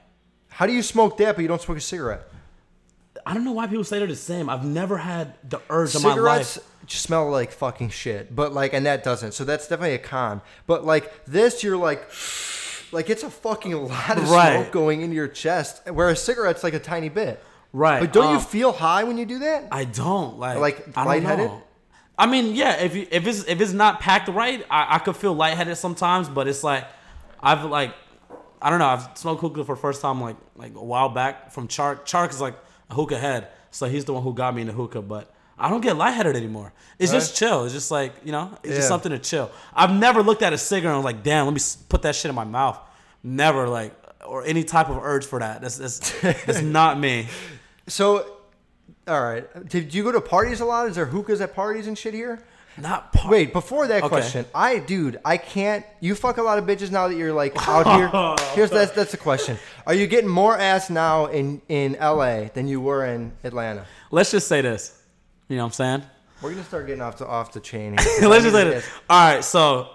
Speaker 1: How do you smoke that but you don't smoke a cigarette?
Speaker 2: I don't know why people say they're the same. I've never had the urge in my
Speaker 1: Cigarettes
Speaker 2: life.
Speaker 1: smell like fucking shit, but like, and that doesn't. So that's definitely a con. But like this, you're like, like it's a fucking lot of
Speaker 2: Right.
Speaker 1: smoke going into your chest, whereas cigarettes like a tiny bit.
Speaker 2: Right.
Speaker 1: But don't you
Speaker 2: um,
Speaker 1: feel high when you do that?
Speaker 2: I don't like
Speaker 1: Like,
Speaker 2: I don't
Speaker 1: lightheaded?
Speaker 2: know. I mean, yeah. If you, if it's if it's not packed right, I, I could feel lightheaded sometimes. But it's like I've like I don't know. I've smoked hookah for the first time like like a while back from Chark. Chark is like a hookah head, so he's the one who got me into hookah. But I don't get lightheaded anymore. It's just chill. It's just like you know, it's just
Speaker 1: Yeah.
Speaker 2: something to chill. I've never looked at a cigarette and was like, damn, let me s- put that shit in my mouth. Never like or any type of urge for that. That's that's,
Speaker 1: *laughs*
Speaker 2: that's not me.
Speaker 1: So, all right. Did you go to parties a lot? Is there hookahs at parties and shit here?
Speaker 2: Not part.
Speaker 1: Wait, before that
Speaker 2: Okay.
Speaker 1: question, I dude, I can't. You fuck a lot of bitches now that you're like out
Speaker 2: *laughs*
Speaker 1: here. Here's that's that's the question. Are you getting more ass now in in LA than you were in Atlanta?
Speaker 2: Let's just say this. You know what I'm saying?
Speaker 1: We're gonna start getting off the off the
Speaker 2: *laughs*
Speaker 1: chain. Here.
Speaker 2: let's just
Speaker 1: I
Speaker 2: say
Speaker 1: need
Speaker 2: this. All right, so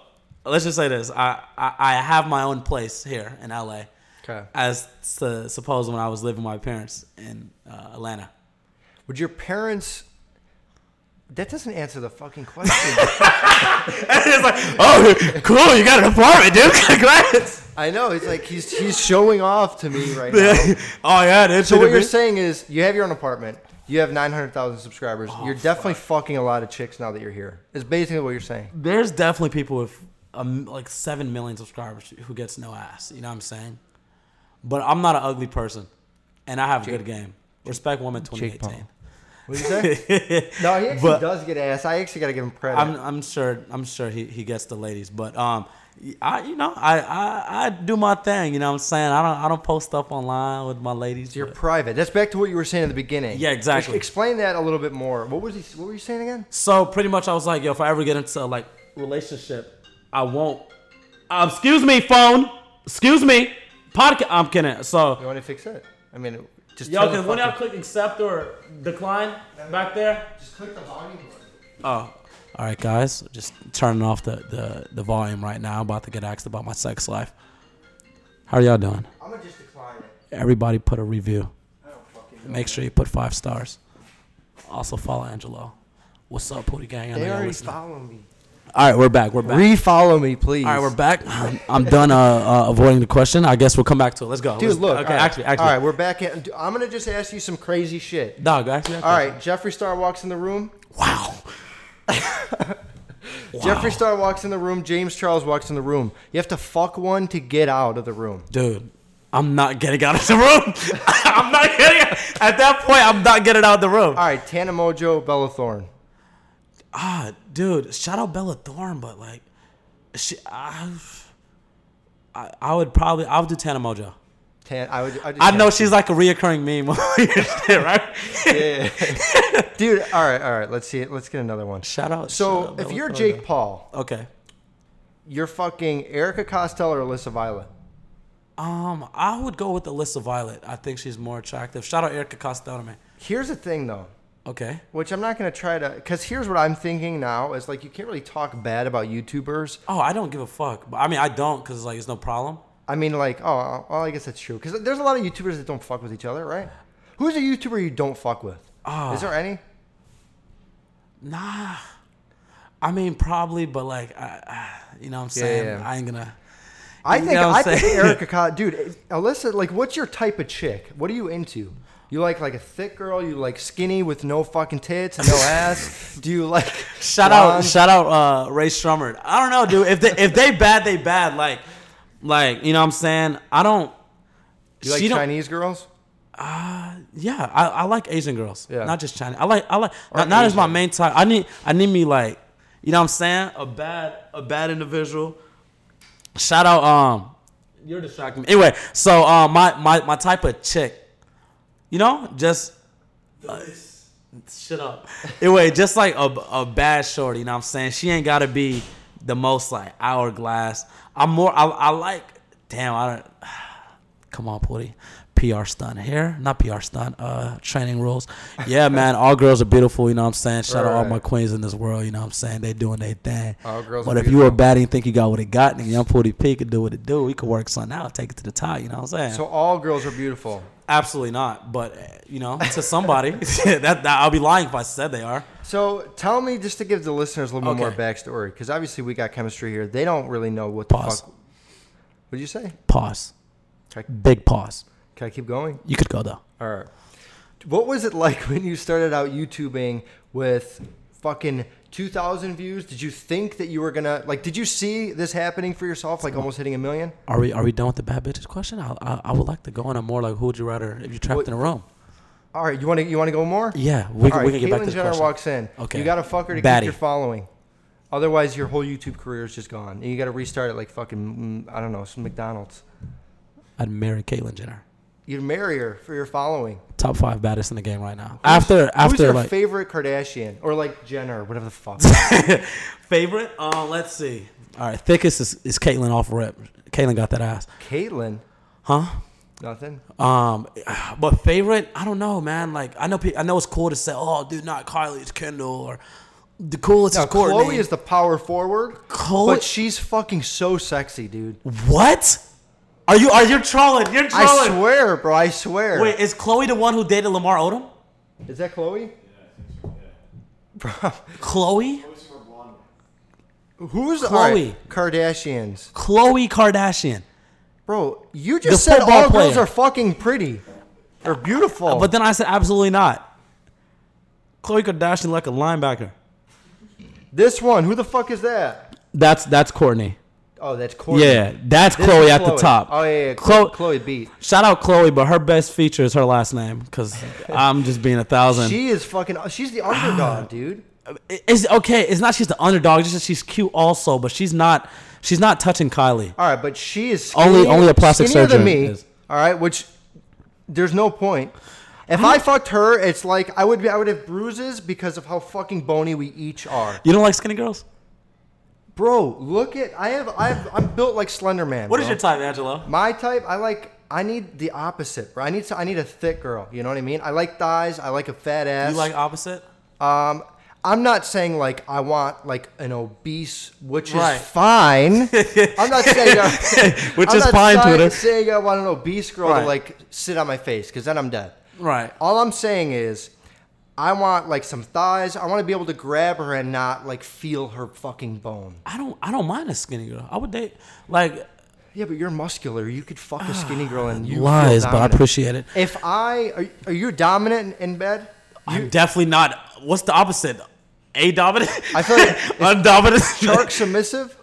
Speaker 2: let's just say this. I, I I have my own place here in LA.
Speaker 1: Okay.
Speaker 2: As to suppose when I was living with my parents in uh, Atlanta.
Speaker 1: Would your parents? That doesn't answer the fucking question.
Speaker 2: *laughs* it's like, oh, cool, you got an
Speaker 4: *laughs*
Speaker 2: apartment, dude.
Speaker 1: *laughs*
Speaker 2: Congrats.
Speaker 1: I know. It's like he's he's showing off to me
Speaker 2: *laughs*
Speaker 1: right now.
Speaker 2: oh yeah, dude.
Speaker 1: So what you're saying is you have your own apartment. You have 900,000
Speaker 2: Oh,
Speaker 1: subscribers. you're definitely fucking a lot of chicks now that you're here. Is basically what you're saying.
Speaker 2: There's definitely people with um, like seven million subscribers who gets no ass. You know what I'm saying? But I'm not an ugly person, and I have a good game. Respect woman
Speaker 4: Jake Paul.
Speaker 2: 2018.
Speaker 1: What you say?
Speaker 2: *laughs*
Speaker 1: no, he actually
Speaker 2: But-
Speaker 1: does get ass. I actually got to give him credit.
Speaker 2: I'm I'm sure I'm sure he, he gets the ladies, but um, I you know I, I I do my thing. You know what I'm saying? I don't I don't post stuff online with my ladies.
Speaker 1: You're
Speaker 2: but-
Speaker 1: private. That's back to what you were saying in the beginning.
Speaker 2: Yeah, exactly.
Speaker 1: Ex- Explain that a little bit more. What was he? What were you saying again?
Speaker 2: So pretty much, I was like, yo, if I ever get into like relationship, I won't. Um, excuse me, phone. Excuse me, podcast. I'm kidding.
Speaker 1: You
Speaker 2: So
Speaker 1: want to fix it? I mean, just
Speaker 2: yo,
Speaker 1: tell the
Speaker 2: can when y'all
Speaker 1: fucking-
Speaker 2: click accept or decline back there?
Speaker 1: just click the volume. button.
Speaker 2: Oh. All right, guys, just turning off the, the, the volume right now. I'm about to get asked about my sex life. How are y'all doing?
Speaker 1: I'm gonna just decline it.
Speaker 2: Everybody put a review.
Speaker 1: I don't fucking. know.
Speaker 2: Make sure you put five stars. Also follow Angelo. What's up, Pooty Gang? I know
Speaker 1: They
Speaker 2: y'all
Speaker 1: already
Speaker 2: listening.
Speaker 1: follow me.
Speaker 2: All right, we're back. We're back.
Speaker 1: Re-follow me, please.
Speaker 2: All right, we're back. *laughs* I'm, I'm done uh, uh, avoiding the question. I guess we'll come back to it. Let's go.
Speaker 1: Dude,
Speaker 2: Let's-
Speaker 1: look. all
Speaker 2: Okay,
Speaker 1: right.
Speaker 2: actually, actually.
Speaker 1: all right, we're back at. I'm gonna just ask you some crazy shit.
Speaker 2: Dog, actually.
Speaker 1: All right, Jeffree Star walks in the room.
Speaker 2: Wow.
Speaker 1: Jeffree Star walks in the room. James Charles walks in the room. You have to fuck one to get out of the room.
Speaker 2: Dude, I'm not getting out of the room. *laughs* I'm not getting out. At that point, I'm not getting out of the room.
Speaker 1: All right, Tana Mojo, Bella Thorne.
Speaker 2: Ah, dude, shout out Bella Thorne, but like, she, I, I, I would probably, I would do Tana Mojo.
Speaker 1: Tan, I would. I'd do
Speaker 2: I know
Speaker 1: Tana.
Speaker 2: she's like a reoccurring meme, *laughs* on your shit, right?
Speaker 1: Yeah. Dude, all right, all right. Let's see it. Let's get another one.
Speaker 2: Shout out. shout
Speaker 1: So
Speaker 2: out
Speaker 1: if
Speaker 2: Bella
Speaker 1: you're
Speaker 2: Thorne,
Speaker 1: Jake
Speaker 2: though.
Speaker 1: Paul,
Speaker 2: okay.
Speaker 1: you're fucking Erica Costello or Alyssa Violet.
Speaker 2: Um, I would go with Alyssa Violet. I think she's more attractive. Shout out Erica Costello, man.
Speaker 1: Here's the thing though,
Speaker 2: Okay.
Speaker 1: which I'm not gonna try to, because here's what I'm thinking now is like you can't really talk bad about YouTubers.
Speaker 2: Oh, I don't give a fuck. But I mean, I don't because like it's no problem.
Speaker 1: I mean, like, oh, well, I guess that's true. Because there's a lot of YouTubers that don't fuck with each other, right? Who's a YouTuber you don't fuck with?
Speaker 2: Ah.
Speaker 1: Is there any?
Speaker 2: Nah. I mean, probably, but like, I, I- you know what I'm saying?
Speaker 1: yeah.
Speaker 2: I ain't gonna.
Speaker 1: I
Speaker 2: You
Speaker 1: think
Speaker 2: know what
Speaker 1: I
Speaker 2: I'm
Speaker 1: think
Speaker 2: saying? *laughs*
Speaker 1: Erica, Co- dude, Alyssa, like, what's your type of chick? What are you into? You like like a thick girl? You like skinny with no fucking tits,
Speaker 2: *laughs*
Speaker 1: and no ass? Do you like
Speaker 2: Shout out,
Speaker 1: blonde?
Speaker 2: shout out, uh, Ray Strummerd. I don't know, dude. If they if they bad, they bad. Like, like you know what I'm saying? I don't.
Speaker 1: Do you like
Speaker 2: she don't-
Speaker 1: Chinese girls?
Speaker 2: Yeah, I, I like Asian girls.
Speaker 1: Yeah.
Speaker 2: Not just Chinese. I like I like not, not as my
Speaker 1: Asian.
Speaker 2: main type. I need I need me like you know what I'm saying? A bad a bad individual. Shout out um you're distracting me. Anyway, so um my my, my type of chick, you know, just uh, shut up. Anyway, just like a a bad shorty, you know what I'm saying? She ain't gotta be the most like hourglass. I'm more I, I like damn, I don't *sighs* Come on, Putty. PR stunt here, not PR stunt. Uh, training rules.
Speaker 1: *laughs*
Speaker 2: Yeah, man. All girls are beautiful. You know what I'm saying. Shout out all
Speaker 1: Right.
Speaker 2: my queens in this world. You know what I'm saying. They doing their thing.
Speaker 1: All girls
Speaker 2: But
Speaker 1: are
Speaker 2: if you were bad and you think you got what it got, then young Putty P could do what it do. He could work something out, take it to the top. You know what I'm saying.
Speaker 1: So all girls are beautiful.
Speaker 2: Absolutely not. But uh, you know, to somebody, *laughs* that, that I'll be lying if I said they are.
Speaker 1: So tell me, just to give the listeners a little bit more
Speaker 2: Okay.
Speaker 1: backstory, because obviously we got chemistry here. They don't really know what the
Speaker 2: Pause.
Speaker 1: fuck. What did you say?
Speaker 2: Pause.
Speaker 1: Can I,
Speaker 2: Big pause.
Speaker 1: can I keep going?
Speaker 2: You could go though.
Speaker 1: All right. What was it *laughs* like when you started out YouTubing with fucking 2,000 views? Did you think that you were gonna like? Did you see this happening for yourself, like almost hitting a million?
Speaker 2: Are we are we done with the bad bitches question? I I, I would like to go on a more like who would you rather if you trapped
Speaker 1: What-
Speaker 2: in a room.
Speaker 1: All right, you want to you want to go more?
Speaker 2: Yeah, we,
Speaker 1: All
Speaker 2: can
Speaker 1: right,
Speaker 2: we can get back
Speaker 1: Caitlyn
Speaker 2: to the
Speaker 1: Jenner
Speaker 2: question.
Speaker 1: walks in.
Speaker 2: Okay.
Speaker 1: You got to fuck her to keep
Speaker 2: Baddie.
Speaker 1: your following. Otherwise, your whole YouTube career is just gone. And you got to restart at like fucking, mm, I don't know, some McDonald's.
Speaker 2: I'd marry Caitlyn Jenner.
Speaker 1: You'd marry her for your following.
Speaker 2: Top five baddest in the game right now. after
Speaker 1: Who's your
Speaker 2: Uh, after like
Speaker 1: favorite Kardashian? Or like Jenner, whatever the
Speaker 2: *laughs*
Speaker 1: fuck.
Speaker 2: favorite. Uh, let's see. All right, thickest is, is Caitlyn off rip. Caitlyn got that ass,
Speaker 1: Caitlyn?
Speaker 2: huh?
Speaker 1: Nothing.
Speaker 2: Um, *sighs* but favorite, I don't know, man. Like I know pe- I know it's cool to say, oh, dude, not Kylie, it's Kendall, or the coolest
Speaker 1: Now,
Speaker 2: is Courtney.
Speaker 1: Chloe is the power forward,
Speaker 2: Chloe-
Speaker 1: but she's fucking so sexy, dude.
Speaker 2: what? Are you are you trolling? You're
Speaker 1: I
Speaker 2: trolling.
Speaker 1: swear, bro. I swear.
Speaker 2: Wait, is Chloe the one who dated Lamar Odom?
Speaker 1: Is that Chloe?
Speaker 2: Chloe,
Speaker 1: Bro, who's Chloe?
Speaker 2: Chloe.
Speaker 1: Kardashians.
Speaker 2: Chloe Kardashian.
Speaker 1: Bro, you just
Speaker 2: The
Speaker 1: said all
Speaker 2: football
Speaker 1: girls
Speaker 2: player.
Speaker 1: are fucking pretty or beautiful.
Speaker 2: But then I said absolutely not. Chloe Kardashian like a linebacker.
Speaker 1: this one, who the fuck is that?
Speaker 2: That's that's Courtney.
Speaker 1: Oh, that's Corey.
Speaker 4: Yeah, that's
Speaker 1: This
Speaker 4: Chloe
Speaker 1: is
Speaker 4: at the top.
Speaker 1: Oh yeah, yeah.
Speaker 4: Chloe-
Speaker 1: Chloe, Chloe beat.
Speaker 4: Uh, Shout out Chloe, but her best feature is her last name because I'm just being a thousand.
Speaker 1: She is fucking. She's the
Speaker 2: *sighs*
Speaker 1: underdog, dude.
Speaker 4: it's okay. It's not she's the underdog. It's just that she's cute also, but she's not. She's not touching Kylie.
Speaker 1: All right, but she is
Speaker 4: Only-
Speaker 1: skinnier-
Speaker 4: only a plastic
Speaker 1: skinnier than
Speaker 4: surgeon
Speaker 1: me.
Speaker 4: is.
Speaker 1: All right, which there's no point. If I, fucked her, it's like I would be. I would have bruises because of how fucking bony we each are.
Speaker 4: You don't like skinny girls?
Speaker 1: Bro, look at I have I have I'm built like Slender Man.
Speaker 2: What is
Speaker 1: bro.
Speaker 2: your type, Angelo?
Speaker 1: My type, I like. I need the opposite, bro. I need. so- I need a thick girl. You know what I mean? I like thighs. I like a fat ass.
Speaker 2: You like opposite?
Speaker 1: Um, I'm not saying like I want like an obese, which
Speaker 2: Right.
Speaker 1: is
Speaker 4: *laughs*
Speaker 1: fine. I'm not saying I,
Speaker 4: Which
Speaker 1: I'm
Speaker 4: is
Speaker 1: not
Speaker 4: fine,
Speaker 1: si-
Speaker 4: Twitter.
Speaker 1: Saying I want an obese girl
Speaker 2: Right.
Speaker 1: to like sit on my face because then I'm dead.
Speaker 2: Right.
Speaker 1: All I'm saying is, I want like some thighs. I want to be able to grab her and not like feel her fucking bone.
Speaker 4: I don't. I don't mind a skinny girl. I would date like
Speaker 1: Yeah, but you're muscular. You could fuck a skinny girl and you feel
Speaker 4: lies, but I
Speaker 1: dominant.
Speaker 4: appreciate it.
Speaker 1: If I are, are you dominant in in bed?
Speaker 2: I'm definitely not. What's the opposite? A dominant?
Speaker 1: I feel
Speaker 2: *laughs*
Speaker 1: like it's *laughs*
Speaker 2: A dominant?
Speaker 1: dark submissive.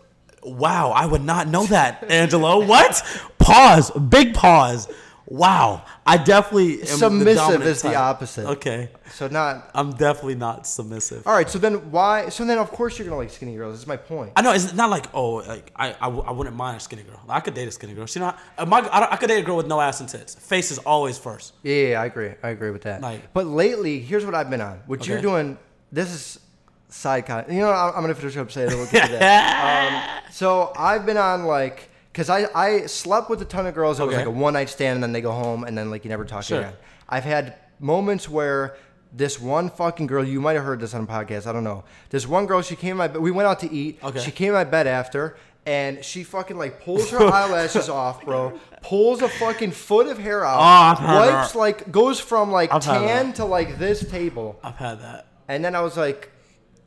Speaker 2: Wow, I would not know that, Angelo. What? Pause. Big pause. Wow. I definitely am the
Speaker 1: Submissive
Speaker 2: dominant
Speaker 1: is the
Speaker 2: type.
Speaker 1: opposite.
Speaker 2: Okay.
Speaker 1: So not.
Speaker 2: I'm definitely not submissive.
Speaker 1: All right. So then why? So then of course you're gonna like skinny girls. That's my point.
Speaker 2: I know it's not like oh like I, I, w- I wouldn't mind a skinny girl. I could date a skinny girl. She not uh, my, I, don't- I could date a girl with no ass and tits. Face is always first.
Speaker 1: Yeah, yeah, yeah, I agree. I agree with that.
Speaker 2: Like-
Speaker 1: but lately, here's what I've been on. What you're
Speaker 2: Okay.
Speaker 1: doing. This is side con. You know, what, I'm, I'm gonna finish up saying it. We'll get to
Speaker 2: *laughs*
Speaker 1: that. Um, so I've been on like. Cause I, I slept with a ton of girls. It was
Speaker 2: Okay.
Speaker 1: like a one night stand, and then they go home, and then like you never talk
Speaker 2: Sure.
Speaker 1: again. I've had moments where this one fucking girl, you might have heard this on a podcast, I don't know. This one girl, she came in my bed. We went out to eat.
Speaker 2: Okay.
Speaker 1: She came in my bed after, and she fucking like pulls
Speaker 2: *laughs*
Speaker 1: her eyelashes off, bro. Pulls a fucking foot of hair out.
Speaker 2: I've heard her.
Speaker 1: wipes like goes from like
Speaker 2: I've heard
Speaker 1: tan to like this table,
Speaker 2: I've had that.
Speaker 1: and then I was like,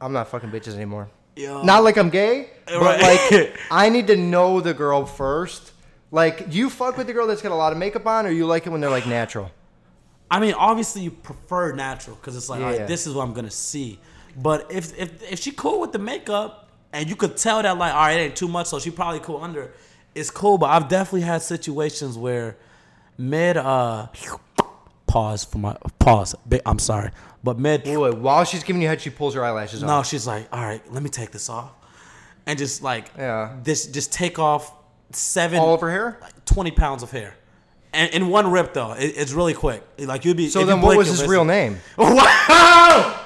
Speaker 1: I'm not fucking bitches anymore.
Speaker 2: Yo.
Speaker 1: Not like I'm
Speaker 2: *laughs*
Speaker 1: gay, but
Speaker 2: Right. *laughs*
Speaker 1: like I need to know the girl first. Like you fuck with the girl that's got a lot of makeup on, or you like it when they're like natural.
Speaker 2: I mean, obviously you prefer natural because it's like, all
Speaker 1: Yeah.
Speaker 2: right, this is what I'm gonna see. But if if if she cool with the makeup and you could tell that like, all right, it ain't too much, so she probably cool under. it, It's cool, but I've definitely had situations where mid uh pause for my pause. Bi- I'm sorry, but mid
Speaker 1: Boy, while she's giving you head, she pulls her eyelashes
Speaker 2: no,
Speaker 1: off.
Speaker 2: she's like, all right, let me take this off, and just like
Speaker 1: Yeah.
Speaker 2: this just take off seven
Speaker 1: All over hair.
Speaker 2: like, twenty pounds of hair. And in one rip though, it, it's really quick. Like you'd be.
Speaker 1: So
Speaker 2: if you
Speaker 1: then, what
Speaker 2: blink,
Speaker 1: was
Speaker 2: you'll
Speaker 1: his
Speaker 2: miss
Speaker 1: real
Speaker 2: it.
Speaker 1: name?
Speaker 2: *laughs* Wow!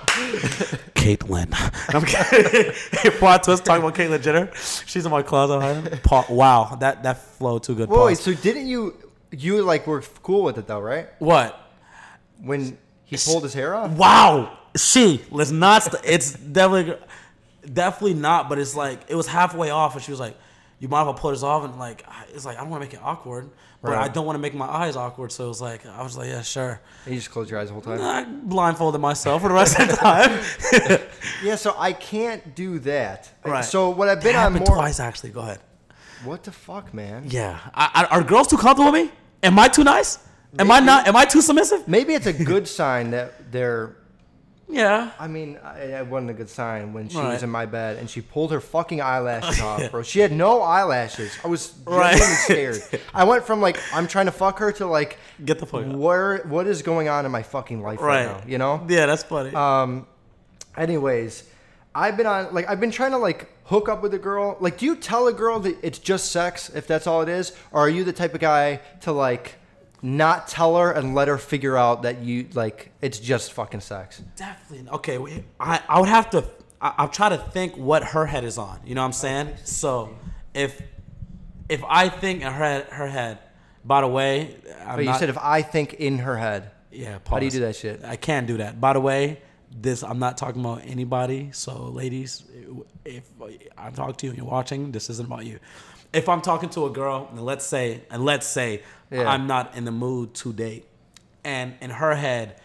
Speaker 2: Caitlyn. *laughs* I'm kidding. *laughs* Plot twist talking about Caitlyn Jenner. She's in my closet. hiding. Pa- wow, that that flow too good.
Speaker 1: Whoa, wait,
Speaker 2: Pause.
Speaker 1: so didn't you? You like were cool with it though, right?
Speaker 2: What?
Speaker 1: When he pulled his hair off.
Speaker 2: Wow. She. Let's not. St- it's definitely, definitely not. But it's like it was halfway off, and she was like, "You mind if I pull this off?" And like, I- it's like I don't want to make it awkward, but
Speaker 1: Right.
Speaker 2: I don't want to make my eyes awkward. So it was like I was like, "Yeah, sure."
Speaker 1: And you just closed your eyes the whole time.
Speaker 2: I blindfolded myself for the rest
Speaker 1: *laughs*
Speaker 2: of the time.
Speaker 1: Yeah, so I can't do that.
Speaker 2: Right.
Speaker 1: So what I've
Speaker 2: That
Speaker 1: been on
Speaker 2: happened
Speaker 1: more.
Speaker 2: twice actually. Go ahead.
Speaker 1: What the fuck, man?
Speaker 2: Yeah. I, I, are girls too comfortable with me? Am I too nice? Am I not? Am I too submissive?
Speaker 1: Maybe
Speaker 2: *laughs*
Speaker 1: it's a good sign that they're.
Speaker 2: Yeah.
Speaker 1: I mean, I- it wasn't a good sign when she
Speaker 2: Right.
Speaker 1: was in my bed and she pulled her fucking
Speaker 2: *laughs*
Speaker 1: eyelashes off, bro. She had no eyelashes. I was
Speaker 2: Right.
Speaker 1: right. scared.
Speaker 2: *laughs*
Speaker 1: I went from like I'm trying to fuck her to like
Speaker 2: Get the fuck out.
Speaker 1: where what is going on in my fucking life right, now? You know.
Speaker 2: Yeah, that's funny.
Speaker 1: Um. Anyways, I've been on like I've been trying to like hook up with a girl. Like, do you tell a girl that it's just sex if that's all it is, or are you the type of guy to like not tell her and let her figure out that you like it's just fucking sex?
Speaker 2: Definitely. Okay. wait, I I would have to. I, I'll try to think what her head is on. You know what I'm saying? So if if I think in her head, her head. By the way, I'm
Speaker 1: But you
Speaker 2: not-
Speaker 1: said if I think in her head,
Speaker 2: yeah.
Speaker 1: how do you
Speaker 2: pause.
Speaker 1: do that shit?
Speaker 2: I can do that. By the way, this I'm not talking about anybody. So, ladies, if I'm talking to you and you're watching, this isn't about you. If I'm talking to a girl, and let's say, and let's say
Speaker 1: Yeah.
Speaker 2: I'm not in the mood to date, and in her head,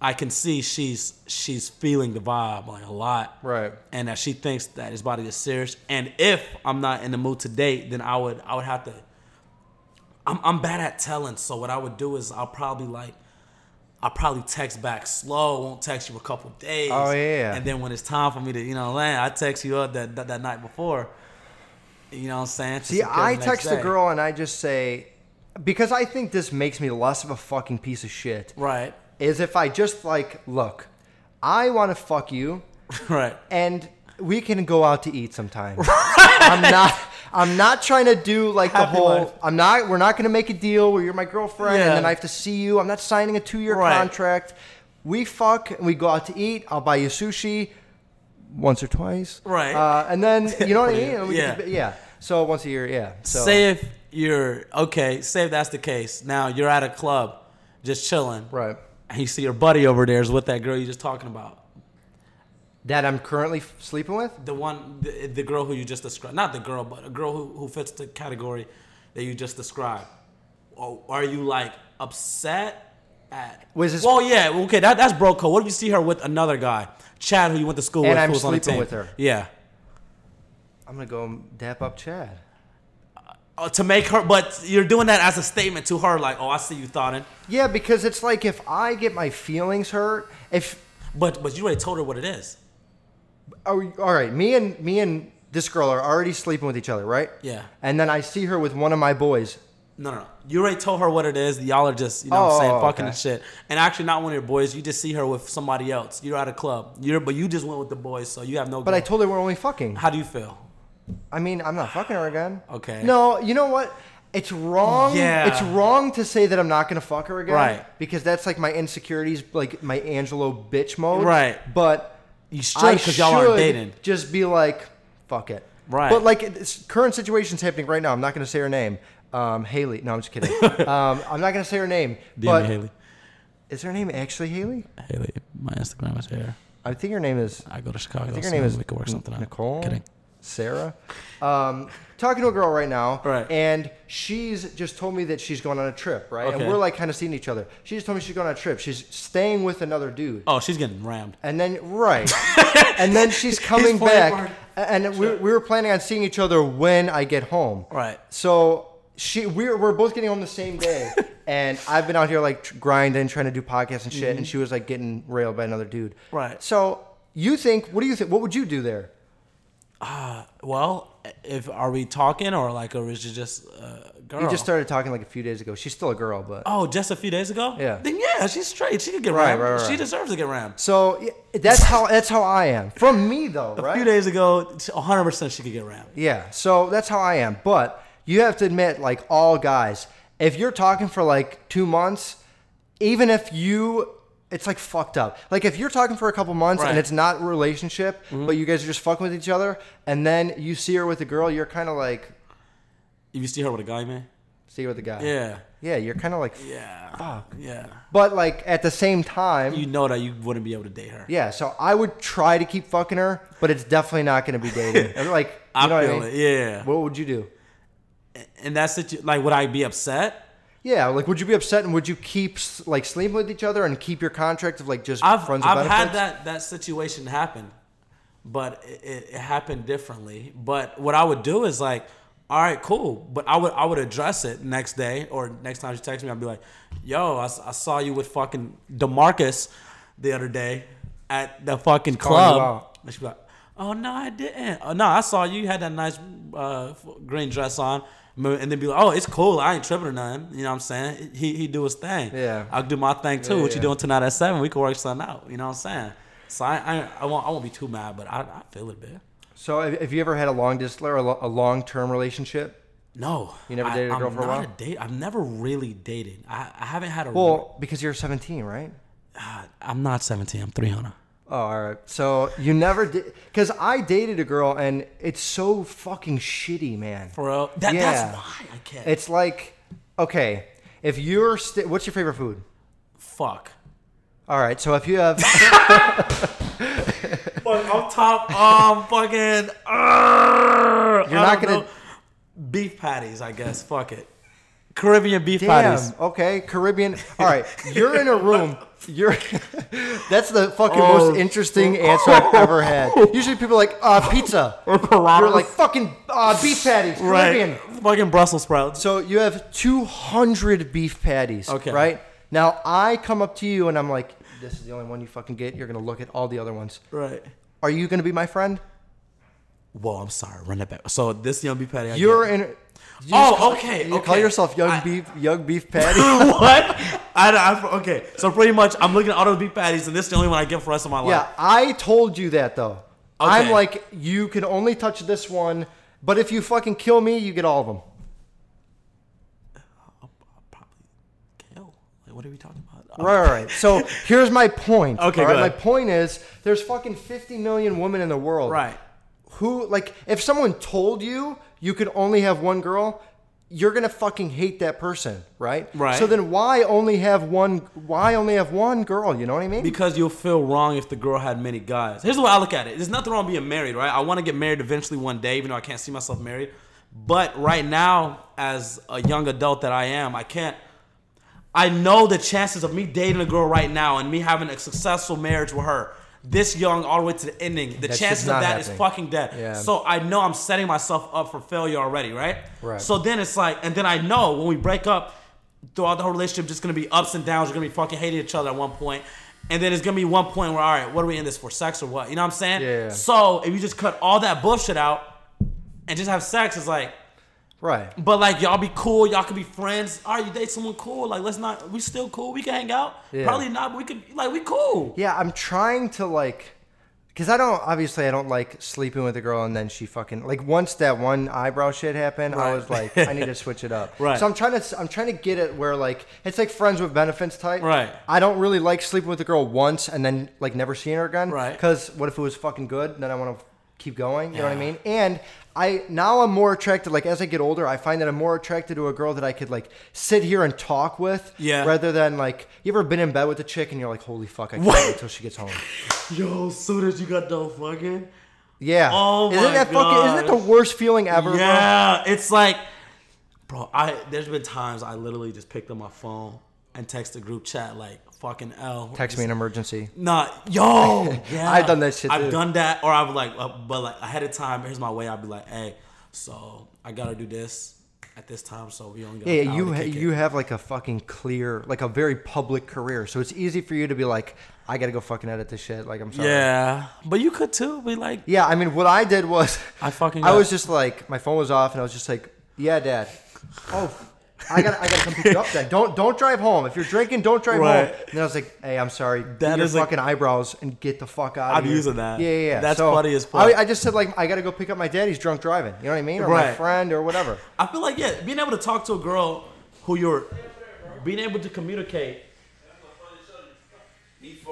Speaker 2: I can see she's she's feeling the vibe like a lot,
Speaker 1: Right.
Speaker 2: And that she thinks that his body is serious. And if I'm not in the mood to date, then I would I would have to I'm, I'm bad at telling. So what I would do is I'll probably like, I'll probably text back slow. Won't text you a couple days.
Speaker 1: Oh, yeah.
Speaker 2: And then when it's time for me to, you know, land, I text you up that that, that night before. You know what I'm saying? To
Speaker 1: See,
Speaker 2: secure
Speaker 1: I
Speaker 2: next
Speaker 1: text the
Speaker 2: day.
Speaker 1: girl and I just say, because I think this makes me less of a fucking piece of shit,
Speaker 2: Right. *laughs*
Speaker 1: is if I just like, look, I want to fuck you
Speaker 2: Right.
Speaker 1: and we can go out to eat sometime. *laughs* I'm not. I'm not trying to do like the
Speaker 2: Happy
Speaker 1: whole.
Speaker 2: life.
Speaker 1: I'm not. We're not going to make a deal where you're my girlfriend
Speaker 2: Yeah.
Speaker 1: and then I have to see you. I'm not signing a two-year
Speaker 2: Right.
Speaker 1: contract. We fuck and we go out to eat. I'll buy you sushi once or twice.
Speaker 2: Right.
Speaker 1: Uh, and then you know what I mean. *laughs* And we
Speaker 2: Yeah.
Speaker 1: can- yeah. So once a year. Yeah. So
Speaker 2: Say if you're okay. Say if that's the case. Now you're at a club, just chilling,
Speaker 1: right.
Speaker 2: and you see your buddy over there is with that girl you just talking about.
Speaker 1: That I'm currently f- sleeping with.
Speaker 2: The one, the, the girl who you just described. Not the girl, but a girl who, who fits the category that you just described. Oh, are you like upset at?
Speaker 1: Was this-
Speaker 2: well, yeah. Okay, that that's bro code. What if you see her with another guy, Chad, who you went to school
Speaker 1: And
Speaker 2: with,
Speaker 1: I'm
Speaker 2: who was on the
Speaker 1: sleeping
Speaker 2: team?
Speaker 1: with her.
Speaker 2: Yeah.
Speaker 1: I'm gonna go dap up Chad.
Speaker 2: Oh, to make her, but you're doing that as a statement to her, like, "Oh, I see you thoughting,"
Speaker 1: Yeah, because it's like if I get my feelings hurt, if
Speaker 2: but but you already told her what it is.
Speaker 1: Oh, all right. Me and me and this girl are already sleeping with each other, right?
Speaker 2: Yeah.
Speaker 1: And then I see her with one of my boys.
Speaker 2: No, no, no. You already told her what it is. Y'all are just, you know what I'm
Speaker 1: Oh,
Speaker 2: saying, fucking
Speaker 1: okay.
Speaker 2: and shit. And actually, not one of your boys. You just see her with somebody else. You're at a club. You're, but you just went with the boys, so you have no.
Speaker 1: But I
Speaker 2: guilt.
Speaker 1: told her we're only fucking.
Speaker 2: How do you feel?
Speaker 1: I mean, I'm not fucking her again.
Speaker 2: Okay.
Speaker 1: No, you know what? It's wrong.
Speaker 2: Yeah.
Speaker 1: It's wrong to say that I'm not gonna fuck her again.
Speaker 2: Right.
Speaker 1: Because that's like my insecurities, like my Angelo bitch mode.
Speaker 2: Right.
Speaker 1: But
Speaker 2: You should,
Speaker 1: I
Speaker 2: because y'all aren't
Speaker 1: should
Speaker 2: dating.
Speaker 1: Just be like, fuck it.
Speaker 2: Right.
Speaker 1: But like, it's, current situation's happening right now. I'm not gonna say her name. Um, Haley. No, I'm just
Speaker 2: *laughs*
Speaker 1: kidding. um, I'm not gonna say her name. but is her name actually Haley?
Speaker 2: Haley, my Instagram is here.
Speaker 1: I think her name is.
Speaker 2: I go to Chicago.
Speaker 1: I think her name is Nicole. Sarah. Um, talking to a girl right now,
Speaker 2: Right.
Speaker 1: and she's just told me that she's going on a trip, right?
Speaker 2: Okay.
Speaker 1: And we're like kind of seeing each other. She just told me she's going on a trip. She's staying with another dude,
Speaker 2: Oh, she's getting rammed.
Speaker 1: and then right,
Speaker 2: *laughs*
Speaker 1: and then she's coming back,
Speaker 2: playing hard.
Speaker 1: and we, we were planning on seeing each other when I get home,
Speaker 2: Right.
Speaker 1: So she, we're we're both getting home the same day,
Speaker 2: *laughs*
Speaker 1: and I've been out here like tr- grinding, trying to do podcasts and shit, and she was like getting railed by another dude,
Speaker 2: Mm-hmm. Right.
Speaker 1: So you think? What do you think? What would you do there?
Speaker 2: Well, if are we talking or like, or is it just a girl?
Speaker 1: You just started talking like a few days ago. She's still a girl, but
Speaker 2: Oh, just a few days ago?
Speaker 1: Yeah.
Speaker 2: Then yeah, she's straight. She could get
Speaker 1: Right,
Speaker 2: rammed.
Speaker 1: right, right,
Speaker 2: She
Speaker 1: right.
Speaker 2: deserves to get rammed.
Speaker 1: so yeah, that's how that's how I am. From me though,
Speaker 2: A
Speaker 1: right?
Speaker 2: few days ago, 100% she could get rammed.
Speaker 1: Yeah. So that's how I am. But you have to admit, like all guys, if you're talking for like two months, even if you it's like fucked up. Like if you're talking for a couple months
Speaker 2: Right.
Speaker 1: and
Speaker 2: Mm-hmm.
Speaker 1: it's not a relationship, but you guys are just fucking with each other, and then you see her with a girl, you're kind of like
Speaker 2: If you see her with a guy, man.
Speaker 1: see her with a guy.
Speaker 2: Yeah.
Speaker 1: Yeah, you're kind of like,
Speaker 2: Yeah.
Speaker 1: Fuck.
Speaker 2: Yeah.
Speaker 1: but like at the same time,
Speaker 2: You know that you wouldn't be able to date her.
Speaker 1: Yeah, so I would try to keep fucking her, but it's definitely not going to be
Speaker 2: *laughs*
Speaker 1: dating. I'm like, you
Speaker 2: I
Speaker 1: know
Speaker 2: feel
Speaker 1: what I mean?
Speaker 2: it. Yeah.
Speaker 1: What would you do?
Speaker 2: And that's it. Like, would I be upset?
Speaker 1: Yeah, like, would you be upset and would you keep s- like sleeping with each other and keep your contract of like just
Speaker 2: I've,
Speaker 1: friends?
Speaker 2: I've
Speaker 1: with
Speaker 2: had
Speaker 1: benefits?
Speaker 2: that, that situation happen, but it, it, it happened differently. But what I would do is like, all right, cool. But I would I would address it next day or next time she texts me. I'd be like, yo, I, s- I saw you with fucking Demarcus the other day at the fucking
Speaker 1: calling you
Speaker 2: club.
Speaker 1: out.
Speaker 2: And she'd be like, oh, no, I didn't. Oh, no, I saw you. You had that nice uh, f- green dress on. And then be like, oh, it's cool. I ain't tripping or nothing. You know what I'm saying? He, he do his thing.
Speaker 1: Yeah.
Speaker 2: I'll do my thing too.
Speaker 1: Yeah,
Speaker 2: what you
Speaker 1: yeah.
Speaker 2: doing tonight at seven? We can work something out. You know what I'm saying? So I I, I won't I won't be too mad, but I, I feel it, man.
Speaker 1: So, have have you ever had a long distance or a lo- a long term relationship?
Speaker 2: No,
Speaker 1: You never
Speaker 2: I-
Speaker 1: dated a
Speaker 2: I'm
Speaker 1: girl for a
Speaker 2: not
Speaker 1: while?
Speaker 2: date- I've never really dated. I, I haven't had a.
Speaker 1: Well, because you're 17, right?
Speaker 2: I, am not 17. I'm 300.
Speaker 1: Oh, all right. So you never did because I dated a girl and it's so fucking shitty, man.
Speaker 2: For real? That,
Speaker 1: Yeah.
Speaker 2: That's why I can't.
Speaker 1: It's like, okay, if you're st- what's your favorite food?
Speaker 2: Fuck.
Speaker 1: All right, so if you
Speaker 2: *laughs*
Speaker 1: have
Speaker 2: Fuck. I'm top. Um. Fucking. Uh,
Speaker 1: You're not gonna-
Speaker 2: beef patties. I guess. Fuck it. Caribbean beef patties.
Speaker 1: Damn. Okay, Caribbean. All right, you're in a room. You're. *laughs* That's the fucking
Speaker 2: Oh.
Speaker 1: most interesting answer I've ever had. Usually people are like uh, pizza. You're like fucking uh, beef patties, Caribbean.
Speaker 2: Right. Fucking Brussels sprouts.
Speaker 1: So you have 200 beef patties.
Speaker 2: Okay.
Speaker 1: Right now, I come up to you and I'm like, "This is the only one you fucking get. You're gonna look at all the other ones.
Speaker 2: Right.
Speaker 1: Are you gonna be my friend?"
Speaker 2: Whoa, I'm sorry. Run that back. So this young beef patty. I
Speaker 1: You're *laughs*
Speaker 2: get-
Speaker 1: in. you just
Speaker 2: Oh,
Speaker 1: call-
Speaker 2: okay,
Speaker 1: You call
Speaker 2: okay.
Speaker 1: yourself young
Speaker 2: I-
Speaker 1: beef, young beef patty.
Speaker 2: what? *laughs* I, I okay. So pretty much, I'm looking at all those beef patties, and this is the only one I get for the rest of my life.
Speaker 1: yeah, I told you that though. I'm
Speaker 2: Okay.
Speaker 1: like, you can only touch this one, but if you fucking kill me, you get all of them.
Speaker 2: Probably kale. Like, what are we talking about?
Speaker 1: Right, right, right. *laughs* So here's my point.
Speaker 2: Okay,
Speaker 1: all
Speaker 2: go
Speaker 1: My
Speaker 2: ahead.
Speaker 1: point is, there's fucking 50 million women in the world.
Speaker 2: Right.
Speaker 1: Who, like, if someone told you you could only have one girl, you're gonna fucking hate that person, right?
Speaker 2: Right.
Speaker 1: So then, why only have one? Why only have one girl? You know what I mean?
Speaker 2: Because you'll feel wrong if the girl had many guys. Here's the way I look at it. There's nothing wrong with being married, right? I want to get married eventually one day, even though I can't see myself married. But right now, as a young adult that I am, I can't. I know the chances of me dating a girl right now and me having a successful marriage with her, this young all the way to the ending, the
Speaker 1: That's
Speaker 2: chances
Speaker 1: just
Speaker 2: of
Speaker 1: not
Speaker 2: that is
Speaker 1: happening.
Speaker 2: fucking dead.
Speaker 1: Yeah.
Speaker 2: So I know I'm setting myself up for failure already, right?
Speaker 1: Right.
Speaker 2: So then it's like, and then I know when we break up, throughout the whole relationship, just gonna be ups and downs. We're gonna be fucking hating each other at one point, and then it's gonna be one point where, all right, what are we in this for? Sex or what? You know what I'm saying?
Speaker 1: Yeah.
Speaker 2: So if you just cut all that bullshit out and just have sex, it's like,
Speaker 1: right.
Speaker 2: but like y'all be cool, y'all could be friends. All right, you date someone cool. Like let's not. We still cool. We can hang out.
Speaker 1: Yeah.
Speaker 2: Probably not. But we could like we cool.
Speaker 1: Yeah, I'm trying to like, because I don't obviously I don't like sleeping with a girl and then she fucking like once that one eyebrow shit happened, I
Speaker 2: Right.
Speaker 1: was like, I
Speaker 2: *laughs*
Speaker 1: need to switch it up.
Speaker 2: Right.
Speaker 1: So I'm trying to I'm trying to get it where like it's like friends with benefits type.
Speaker 2: Right.
Speaker 1: I don't really like sleeping with a girl once and then like never seeing her again.
Speaker 2: Right.
Speaker 1: Because what if it was fucking good? Then I want to keep going. You know what I
Speaker 2: Yeah.
Speaker 1: mean? And I now I'm more attracted. Like as I get older, I find that I'm more attracted to a girl that I could like sit here and talk with.
Speaker 2: Yeah.
Speaker 1: Rather than like you ever been in bed with a chick and you're like, holy fuck, I can't
Speaker 2: What?
Speaker 1: wait till she gets home.
Speaker 2: Yo, soon as you got done fucking.
Speaker 1: Yeah.
Speaker 2: Oh
Speaker 1: isn't
Speaker 2: my
Speaker 1: that fucking isn't that the
Speaker 2: gosh.
Speaker 1: worst feeling ever? bro?
Speaker 2: Yeah, it's like, bro. I there's been times I literally just picked up my phone and text the group chat like fucking L.
Speaker 1: Text me an emergency.
Speaker 2: Nah, yo, yeah.
Speaker 1: *laughs* I've done that shit,
Speaker 2: I've
Speaker 1: too.
Speaker 2: done that, or I would like, uh, but like ahead of time. Here's my way. I'd be like, hey, so I gotta do this at this time, so we only got.
Speaker 1: Yeah,
Speaker 2: an hour
Speaker 1: you
Speaker 2: to
Speaker 1: ha-
Speaker 2: kick it.
Speaker 1: you have like a fucking clear, like a very public career, so it's easy for you to be like, I gotta go fucking edit this shit. Like I'm sorry.
Speaker 2: Yeah, but you could too. Be like,
Speaker 1: Yeah, I mean, what I did was,
Speaker 2: I
Speaker 1: *laughs*
Speaker 2: fucking
Speaker 1: I
Speaker 2: got-
Speaker 1: was just like, my phone was off, and I was just like, yeah, dad. Oh, I got, I got to come pick you up. Then don't, don't drive home. If you're drinking, don't drive
Speaker 2: Right.
Speaker 1: home. And then I was like, hey, I'm sorry. That
Speaker 2: That
Speaker 1: your
Speaker 2: is a-
Speaker 1: fucking eyebrows and get the fuck out.
Speaker 2: I'm
Speaker 1: of here.
Speaker 2: using that.
Speaker 1: Yeah, yeah. yeah.
Speaker 2: That's
Speaker 1: so
Speaker 2: funny as fuck.
Speaker 1: I, I just said like, I got to go pick up my dad. He's drunk driving. You know what I mean? Or my
Speaker 2: Right.
Speaker 1: friend or whatever.
Speaker 2: I feel like yeah, being able to talk to a girl who you're, being able to communicate.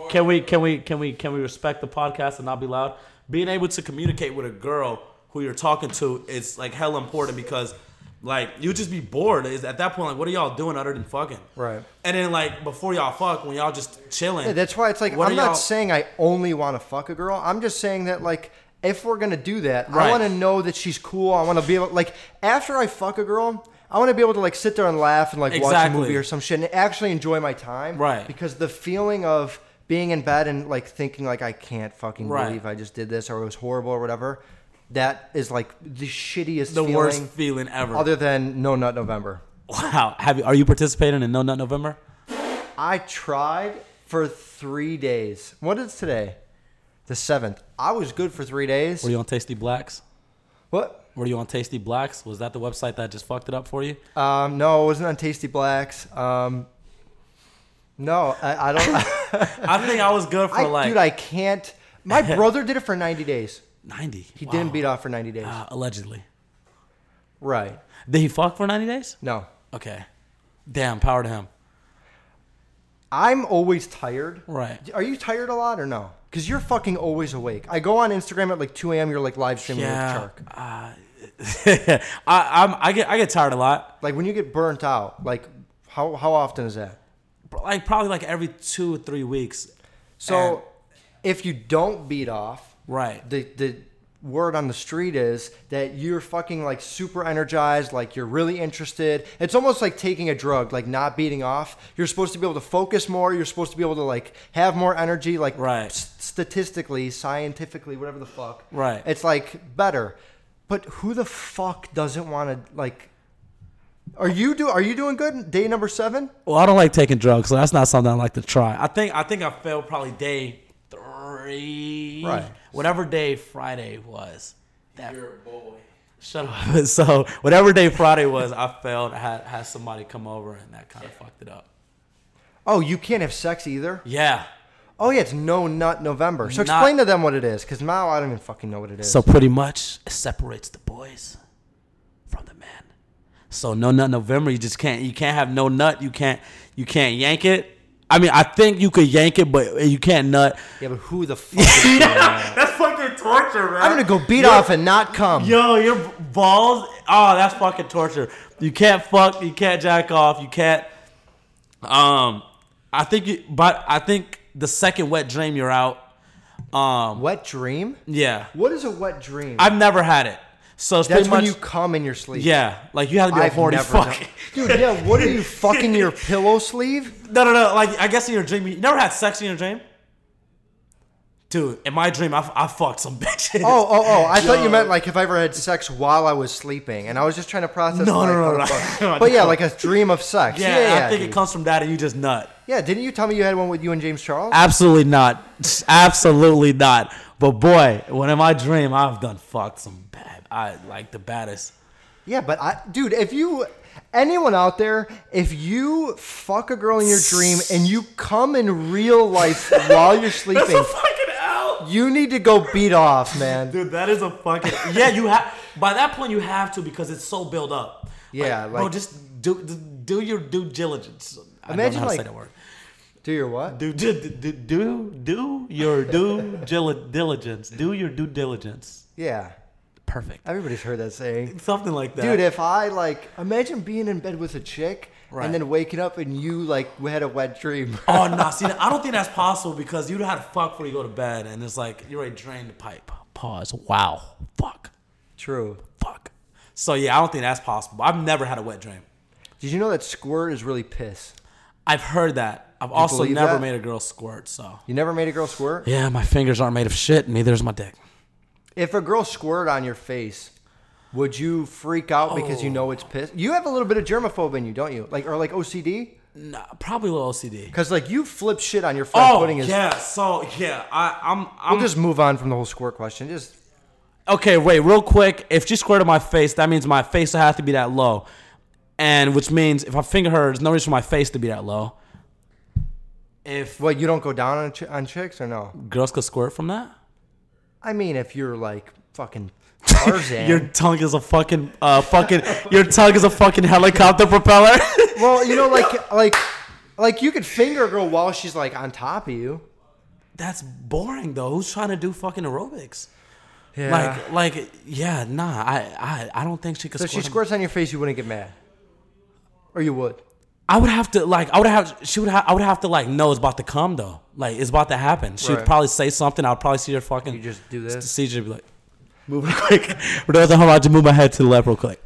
Speaker 2: Can we can we can we can we respect the podcast and not be loud? Being able to communicate with a girl who you're talking to is like hella important because, like, you just be bored. Is at that point like, what are y'all doing other than fucking?
Speaker 1: Right.
Speaker 2: And then like before y'all fuck, when y'all just chilling.
Speaker 1: Yeah, that's why it's like
Speaker 2: What
Speaker 1: I'm
Speaker 2: are
Speaker 1: not
Speaker 2: y'all-
Speaker 1: saying I only want to fuck a girl. I'm just saying that like if we're gonna do that, I
Speaker 2: Right.
Speaker 1: want to know that she's cool. I want to be able like after I fuck a girl. I want to be able to like sit there and laugh and like watch a
Speaker 2: Exactly.
Speaker 1: movie or some shit and actually enjoy my time.
Speaker 2: Right.
Speaker 1: Because the feeling of being in bed and like thinking like I can't fucking
Speaker 2: Right.
Speaker 1: believe I just did this or it was horrible or whatever, that is like the shittiest
Speaker 2: the
Speaker 1: feeling
Speaker 2: worst feeling ever.
Speaker 1: other than no nut November.
Speaker 2: wow. Have you, are you participating in No Nut November?
Speaker 1: I tried for three days. What is today? The seventh. I was good for three days.
Speaker 2: Were you on Tasty Blacks?
Speaker 1: What?
Speaker 2: Were you on Tasty Blacks? Was that the website that just fucked it up for you?
Speaker 1: Um, no, it wasn't on Tasty Blacks. Um, no, I, I
Speaker 2: *laughs*
Speaker 1: don't.
Speaker 2: I think I was good for
Speaker 1: I,
Speaker 2: like
Speaker 1: dude, I can't.
Speaker 2: *laughs*
Speaker 1: My brother did it for 90 days.
Speaker 2: 90.
Speaker 1: He didn't beat off for 90 days.
Speaker 2: Uh, allegedly.
Speaker 1: Right.
Speaker 2: Did he fuck for 90 days?
Speaker 1: No.
Speaker 2: Okay. Damn, power to him.
Speaker 1: I'm always tired.
Speaker 2: Right.
Speaker 1: Are you tired a lot or no? Because you're fucking always awake. I go on Instagram at like 2 a.m. You're like live streaming with
Speaker 2: Yeah.
Speaker 1: Shark.
Speaker 2: Uh, I, I'm, *laughs* I, get, I get tired a lot.
Speaker 1: Like when you get burnt out, like how, how often is that?
Speaker 2: Like probably like every two or three weeks.
Speaker 1: So
Speaker 2: And-
Speaker 1: if you don't beat off,
Speaker 2: Right.
Speaker 1: the the word on the street is that you're fucking like super energized, like you're really interested. It's almost like taking a drug, like not beating off. You're supposed to be able to focus more, you're supposed to be able to like have more energy, like
Speaker 2: Right.
Speaker 1: s- statistically, scientifically, whatever the fuck.
Speaker 2: Right.
Speaker 1: It's like better. But who the fuck doesn't want to like are you do are you doing good day number 7?
Speaker 4: Well, I don't like taking drugs, so that's not something I like to try.
Speaker 2: I think I think I failed probably day three.
Speaker 1: Right.
Speaker 2: Whatever day Friday was. that.
Speaker 3: You're a boy.
Speaker 2: Shut up. *laughs* So whatever day Friday was, I failed. I had had somebody come over, and that kind of fucked it up.
Speaker 1: Oh, you can't have sex either.
Speaker 2: Yeah.
Speaker 1: Oh yeah, it's no nut November. So
Speaker 2: Not-
Speaker 1: explain to them what it is, because now I don't even fucking know what it is.
Speaker 4: So
Speaker 1: So
Speaker 4: pretty much,
Speaker 2: It separates the boys from the men. So no nut November. You just can't. You can't have no nut. You can't. You can't yank it. I mean, I think you could yank it, but you can't nut.
Speaker 1: yeah, but who the fuck? is doing that?
Speaker 2: *laughs* That's fucking torture, man.
Speaker 1: *laughs* I'm gonna go beat
Speaker 2: Yo-
Speaker 1: off and not come.
Speaker 2: Yo, your balls. Oh, that's fucking torture. You can't fuck. You can't jack off. You can't. Um, I think. You, but I think the second wet dream, you're out. Um,
Speaker 1: Wet dream?
Speaker 2: yeah.
Speaker 1: What is a wet dream?
Speaker 2: I've never had it, so it's
Speaker 1: That's
Speaker 2: pretty
Speaker 1: when
Speaker 2: much.
Speaker 1: you come in your sleep.
Speaker 2: yeah, like you have to be a
Speaker 1: I've
Speaker 2: horny
Speaker 1: never
Speaker 2: fuck. *laughs*
Speaker 1: done- Dude, yeah, what are you fucking your pillow sleeve?
Speaker 2: No, no, no. Like I guess in your dream, you never had sex in your dream. Dude, in my dream, I, I fucked some *laughs* bitches.
Speaker 1: Oh, oh, oh! I thought you meant like if I ever had sex while I was sleeping, and I was just trying to process.
Speaker 2: No,
Speaker 1: like,
Speaker 2: no, no,
Speaker 1: how the
Speaker 2: no.
Speaker 1: fuck-
Speaker 2: No,
Speaker 1: But yeah,
Speaker 2: no.
Speaker 1: like a dream of sex.
Speaker 2: yeah,
Speaker 1: Yeah, yeah.
Speaker 2: I think
Speaker 1: dude.
Speaker 2: it comes from that, and you just nut.
Speaker 1: yeah, didn't you tell me you had one with you and James Charles?
Speaker 2: Absolutely not. Absolutely not. But boy, when in my dream, I've done fucked some bad. I like the baddest.
Speaker 1: Yeah, but I, dude, if you, anyone out there, if you fuck a girl in your dream and you come in real life while you're
Speaker 2: *laughs*
Speaker 1: sleeping,
Speaker 2: fucking out,
Speaker 1: you need to go beat off, man.
Speaker 2: dude. That is a fucking *laughs* yeah. You have by that point you have to because it's so built up.
Speaker 1: Yeah,
Speaker 2: like, bro,
Speaker 1: like-
Speaker 2: just do do your due diligence. I
Speaker 1: Imagine,
Speaker 2: don't know how
Speaker 1: like-
Speaker 2: to say that word.
Speaker 1: Do your what?
Speaker 2: Do do do do, do your *laughs* due gil- diligence. Do your due diligence.
Speaker 1: Yeah,
Speaker 2: Perfect.
Speaker 1: everybody's heard that saying.
Speaker 2: Something like that,
Speaker 1: Dude, if I like, imagine being in bed with a chick
Speaker 2: Right.
Speaker 1: and then waking up and you like had a wet dream.
Speaker 2: *laughs*
Speaker 1: *laughs*
Speaker 2: Oh no! See, I don't think that's possible because you had to fuck before you go to bed, and it's like you already drained the pipe. Pause. Wow. Fuck.
Speaker 1: True.
Speaker 2: Fuck. So yeah, I don't think that's possible. I've never had a wet dream.
Speaker 1: Did you know that squirt is really piss?
Speaker 2: I've heard that. I've also
Speaker 1: believe
Speaker 2: never
Speaker 1: that?
Speaker 2: made a girl squirt. So
Speaker 1: You never made a girl squirt?
Speaker 2: yeah, my fingers aren't made of shit. Neither is my dick.
Speaker 1: If a girl squirted on your face, would you freak out because you know it's piss? You have a little bit of germaphobe in you, don't you? Like or like OCD?
Speaker 2: Nah, Uh, probably a little OCD.
Speaker 1: Because like you flip shit on your friend
Speaker 2: Oh
Speaker 1: putting his.
Speaker 2: yeah. So yeah, I, I'm. I'm
Speaker 1: We'll just move on from the whole squirt question. Just
Speaker 2: okay, wait, real quick. If she squirted my face, that means my face will have to be that low. And which means if I finger her, there's no reason for my face to be that low. If
Speaker 1: what you don't go down on, chi- on chicks or no?
Speaker 2: girls could squirt from that,
Speaker 1: I mean, if you're like fucking
Speaker 2: *laughs*
Speaker 1: Tarzan,
Speaker 2: your tongue is a fucking, uh, fucking, your tongue is a fucking helicopter propeller. *laughs*
Speaker 1: Well, you know, like like like you could finger a girl while she's like on top of you.
Speaker 2: That's boring though. Who's trying to do fucking aerobics?
Speaker 1: Yeah.
Speaker 2: Like, like, yeah, nah. I, I, I don't think she could.
Speaker 1: so if she
Speaker 2: squirt on-
Speaker 1: squirts on your face, you wouldn't get mad, or you would.
Speaker 2: I would have to like I would have she would have I would have to like know it's about to come though like it's about to happen. She would
Speaker 1: Right.
Speaker 2: probably say something. I'd probably see her fucking.
Speaker 1: You just do this?
Speaker 2: See her be like, move real quick. *laughs* When I was at home, I just move my head to the left real quick.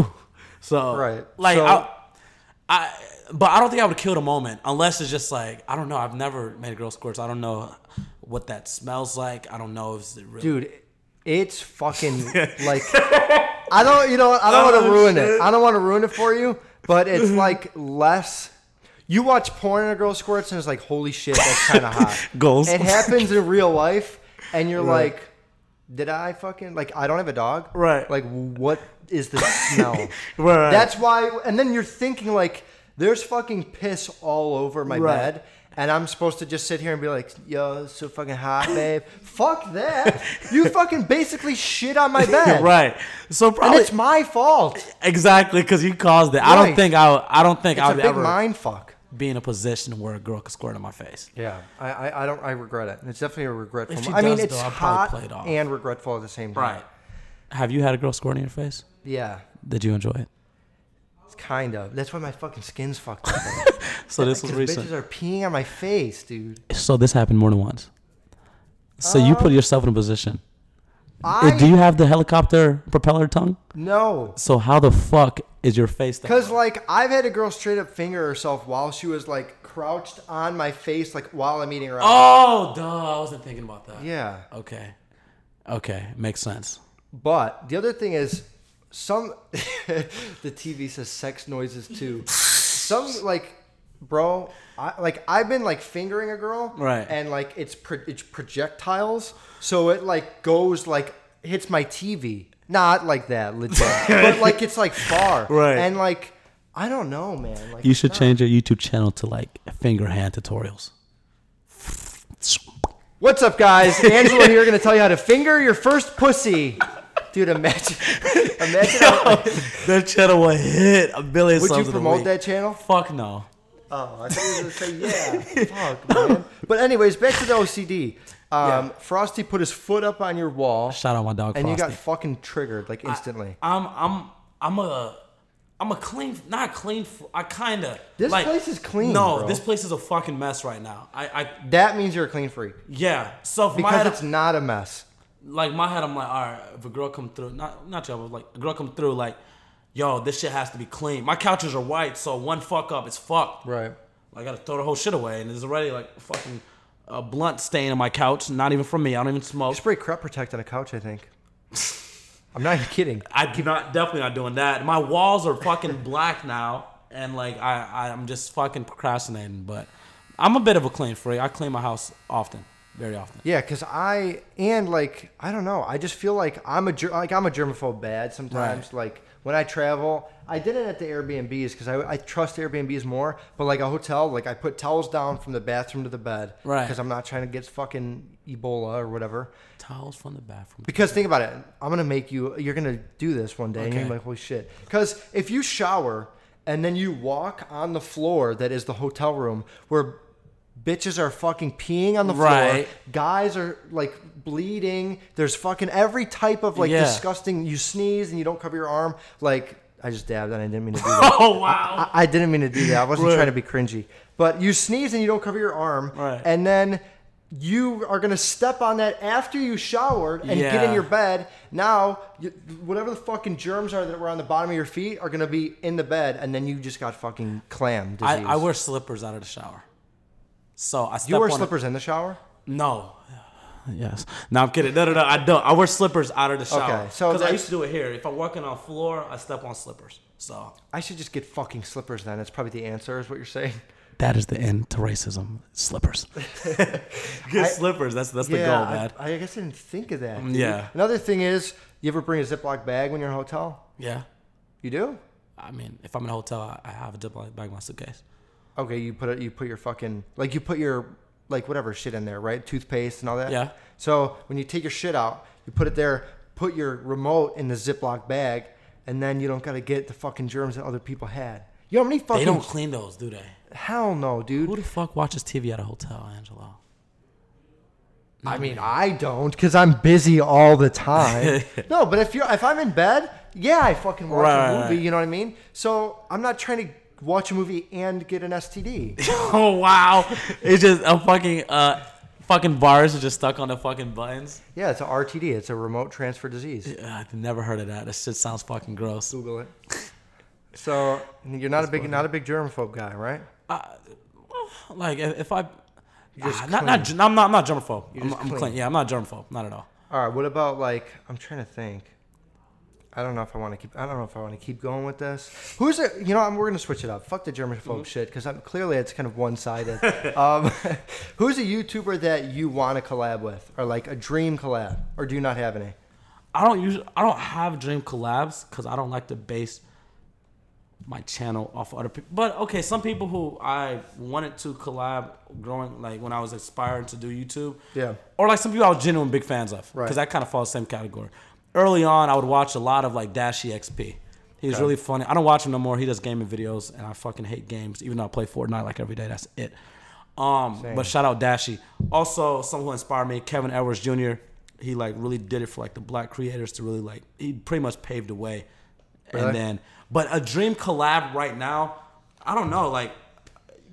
Speaker 2: So
Speaker 1: Right.
Speaker 2: *laughs* like
Speaker 1: So-
Speaker 2: I, I, but I don't think I would kill the moment unless it's just like I don't know. I've never made a girl squirt. So I don't know what that smells like. I don't know if it really.
Speaker 1: Dude, it's
Speaker 2: *laughs*
Speaker 1: fucking like I don't you know what, I don't
Speaker 2: Oh,
Speaker 1: want to ruin it. I don't want to ruin it for you, but
Speaker 2: *laughs*
Speaker 1: it's like less you watch porn and a girl squirts and it's like holy shit that's kind of hot.
Speaker 2: *laughs* Goals.
Speaker 1: It happens in real life and you're like did I fucking like I don't have a dog?
Speaker 2: Right.
Speaker 1: Like what is the smell?
Speaker 2: *laughs* Right.
Speaker 1: That's why and then you're thinking like there's fucking piss all over my
Speaker 2: Right.
Speaker 1: bed and I'm supposed to just sit here and be like, yo, it's so fucking hot, babe. Fuck
Speaker 2: *laughs*
Speaker 1: that. You fucking basically shit on my bed.
Speaker 2: right. So
Speaker 1: And
Speaker 2: probably
Speaker 1: it's my fault. It's
Speaker 2: exactly because you caused it. I don't
Speaker 1: Right.
Speaker 2: think I. would- I don't think I
Speaker 1: a
Speaker 2: would
Speaker 1: big
Speaker 2: ever
Speaker 1: mind fuck.
Speaker 2: be in a position where a girl could squirt in my face.
Speaker 1: Yeah, I, I, I don't. I regret it. It's definitely a regretful.
Speaker 2: If she
Speaker 1: I mean,
Speaker 2: does,
Speaker 1: it's
Speaker 2: though, I'll probably
Speaker 1: hot
Speaker 2: play it off.
Speaker 1: and regretful at the same time.
Speaker 2: Have you had a girl squirt in your face?
Speaker 1: Yeah,
Speaker 2: Did you enjoy it?
Speaker 1: it's kind of. That's why my fucking skin's fucked up.
Speaker 2: So *laughs* this was
Speaker 1: Because bitches
Speaker 2: recent.
Speaker 1: are peeing on my face, dude.
Speaker 2: so this happened more than once. So you put yourself in a position. Uh,
Speaker 1: I
Speaker 2: Do you have the helicopter propeller tongue?
Speaker 1: no.
Speaker 2: So how the fuck is your face? that-
Speaker 1: Cause like I've had a girl straight up finger herself while she was like crouched on my face, like while I'm eating her. out.
Speaker 2: oh, duh! I wasn't thinking about that.
Speaker 1: Yeah.
Speaker 2: Okay. Okay, makes sense.
Speaker 1: But the other thing is, some *laughs* the TV says sex noises too. Some like, bro, I, like I've been like fingering a girl,
Speaker 2: Right.
Speaker 1: And like it's pro- it's projectiles, so it like goes like hits my TV. Not like that,
Speaker 5: *laughs*
Speaker 1: legit. but like it's like far.
Speaker 5: Right.
Speaker 1: And like I don't know, man. Like
Speaker 5: You
Speaker 1: it's
Speaker 5: should
Speaker 1: not-
Speaker 5: change your YouTube channel to like finger hand tutorials.
Speaker 1: What's up guys? Angela here gonna tell you how to finger your first pussy. Dude, imagine *laughs* imagine how,
Speaker 5: *laughs* That channel will hit a billion
Speaker 1: would you promote that channel?
Speaker 4: Fuck no.
Speaker 1: Oh, I thought you were gonna say yeah. Fuck, man. But anyways, back to the OCD. Um, Frosty put his foot up on your wall,
Speaker 5: Shout out my dog
Speaker 1: and you got
Speaker 5: Frosty.
Speaker 1: fucking triggered like instantly.
Speaker 4: I'm I'm I'm a I'm a clean, not clean. f- I kinda.
Speaker 1: This place is clean,
Speaker 4: No,
Speaker 1: bro.
Speaker 4: this place is a fucking mess right now. I, I
Speaker 1: that means you're a clean freak
Speaker 4: yeah. So if my
Speaker 1: because
Speaker 4: head,
Speaker 1: it's not a mess.
Speaker 4: like my head, I'm like, all right, if a girl come through, not not y'all, but like a girl come through, like, yo, this shit has to be clean. My couches are white, so one fuck up, it's fucked.
Speaker 1: Right.
Speaker 4: I gotta throw the whole shit away, and there's already like fucking a blunt stain on my couch. Not even from me. I don't even smoke.
Speaker 1: Spray crap protect on a couch, I think. I'm not even kidding.
Speaker 4: I do not definitely not doing that. My walls are *laughs* fucking black now, and like I, I I'm just fucking procrastinating. But I'm a bit of a clean freak. I clean my house often, very often.
Speaker 1: Yeah, because I and like I don't know. I just feel like I'm a ger- like I'm a germaphobe bad sometimes. Like when I travel, I did it at the Airbnbs because I, I trust Airbnbs more. But like a hotel, like I put towels down from the bathroom to the bed,
Speaker 4: Right.
Speaker 1: Because I'm not trying to get fucking Ebola or whatever.
Speaker 4: Towels from the bathroom.
Speaker 1: Because think about it, I'm gonna make you. You're gonna do this one day, and you're
Speaker 4: Okay.
Speaker 1: gonna be like, "Holy shit!" Because if you shower and then you walk on the floor that is the hotel room where bitches are fucking peeing on the floor,
Speaker 4: Right.
Speaker 1: guys are like bleeding. There's fucking every type of like
Speaker 4: Yeah.
Speaker 1: disgusting. You sneeze and you don't cover your arm. Like I just dabbed and I didn't mean
Speaker 4: *laughs*
Speaker 1: to do that.
Speaker 4: Oh wow.
Speaker 1: I, I didn't mean to do that. I wasn't trying to be cringy. But you sneeze and you don't cover your arm,
Speaker 4: Right.
Speaker 1: and then you are gonna step on that after you showered and get in
Speaker 4: Yeah.
Speaker 1: your bed. Now, you, whatever the fucking germs are that were on the bottom of your feet are gonna be in the bed, and then you just got fucking clam disease.
Speaker 4: I, I wear slippers out of the shower. So I step
Speaker 1: you wear
Speaker 4: on a-
Speaker 1: slippers in the shower.
Speaker 4: no. Yes. No, I'm kidding. No, no, no. I don't. I wear slippers out of the shower.
Speaker 1: Okay, so
Speaker 4: because I
Speaker 1: that's-
Speaker 4: used to do it here. If I'm walking on floor, I step on slippers. So
Speaker 1: I should just get fucking slippers then. That's probably the answer. Is what you're saying?
Speaker 5: That is the end to racism.
Speaker 4: *laughs*
Speaker 5: Slippers.
Speaker 4: get slippers. That's that's *laughs* the goal, man.
Speaker 1: I, I guess I didn't think of that. dude.
Speaker 4: yeah.
Speaker 1: Another thing is, you ever bring a Ziploc bag when you're in a hotel?
Speaker 4: yeah.
Speaker 1: You do?
Speaker 4: I mean, if I'm in a hotel, I, I have a Ziploc bag in my suitcase.
Speaker 1: Okay, you put it. You put your fucking like you put your like whatever shit in there, right? Toothpaste and all that.
Speaker 4: Yeah.
Speaker 1: So when you take your shit out, you put it there. Put your remote in the Ziploc bag, and then you don't gotta get the fucking germs that other people had. You know how many fucking
Speaker 4: They don't clean those, do they?
Speaker 1: hell no,
Speaker 4: Who
Speaker 1: dude.
Speaker 4: the fuck watches TV at a hotel, Angelo?
Speaker 1: I mean, I don't because I'm busy all the time.
Speaker 4: *laughs*
Speaker 1: no, but if you're if I'm in bed, yeah, I fucking watch
Speaker 4: Right,
Speaker 1: a
Speaker 4: right,
Speaker 1: movie.
Speaker 4: right.
Speaker 1: You know what I mean? So I'm not trying to watch a movie and get an
Speaker 4: *laughs*
Speaker 1: STD.
Speaker 4: *laughs* oh wow! It's just a fucking uh, fucking virus is just stuck on the fucking buttons.
Speaker 1: yeah, it's a RTD. It's a remote transfer disease.
Speaker 4: Uh, I've never heard of that. That shit sounds fucking gross.
Speaker 1: Google it. So you're not a big not a big germaphobe guy, right?
Speaker 4: Like if, if I,
Speaker 1: just
Speaker 4: Ah, not, not, I'm not I'm not germaphobe. I'm,
Speaker 1: just
Speaker 4: I'm
Speaker 1: clean.
Speaker 4: clean. Yeah, I'm not germaphobe. Not at all.
Speaker 1: All right. What about like I'm trying to think. I don't know if I want to keep. I don't know if I want to keep going with this. Who's it? You know, I'm, we're gonna switch it up. Fuck the germaphobe shit because I'm clearly it's kind of one sided. *laughs* um, who's a YouTuber that you want to collab with, or like a dream collab, or do you not have any?
Speaker 4: I don't usually I don't have dream collabs because I don't like to base my channel off of other people. But okay, some people who I wanted to collab growing like when I was aspiring to do YouTube.
Speaker 1: Yeah.
Speaker 4: Or like some people I was genuine big fans of. Because
Speaker 1: Right.
Speaker 4: that kind of falls same category. Early on, I would watch a lot of like Dashy XP. He's really funny. I don't watch him no more. He does gaming videos, and I fucking hate games. Even though I play Fortnite like every day, that's it. Um, but shout out Dashy. Also, someone who inspired me, Kevin Edwards Jr. He like really did it for like the black creators to really like he pretty much paved the way.
Speaker 1: Really?
Speaker 4: And then, but a dream collab right now, I don't know. Like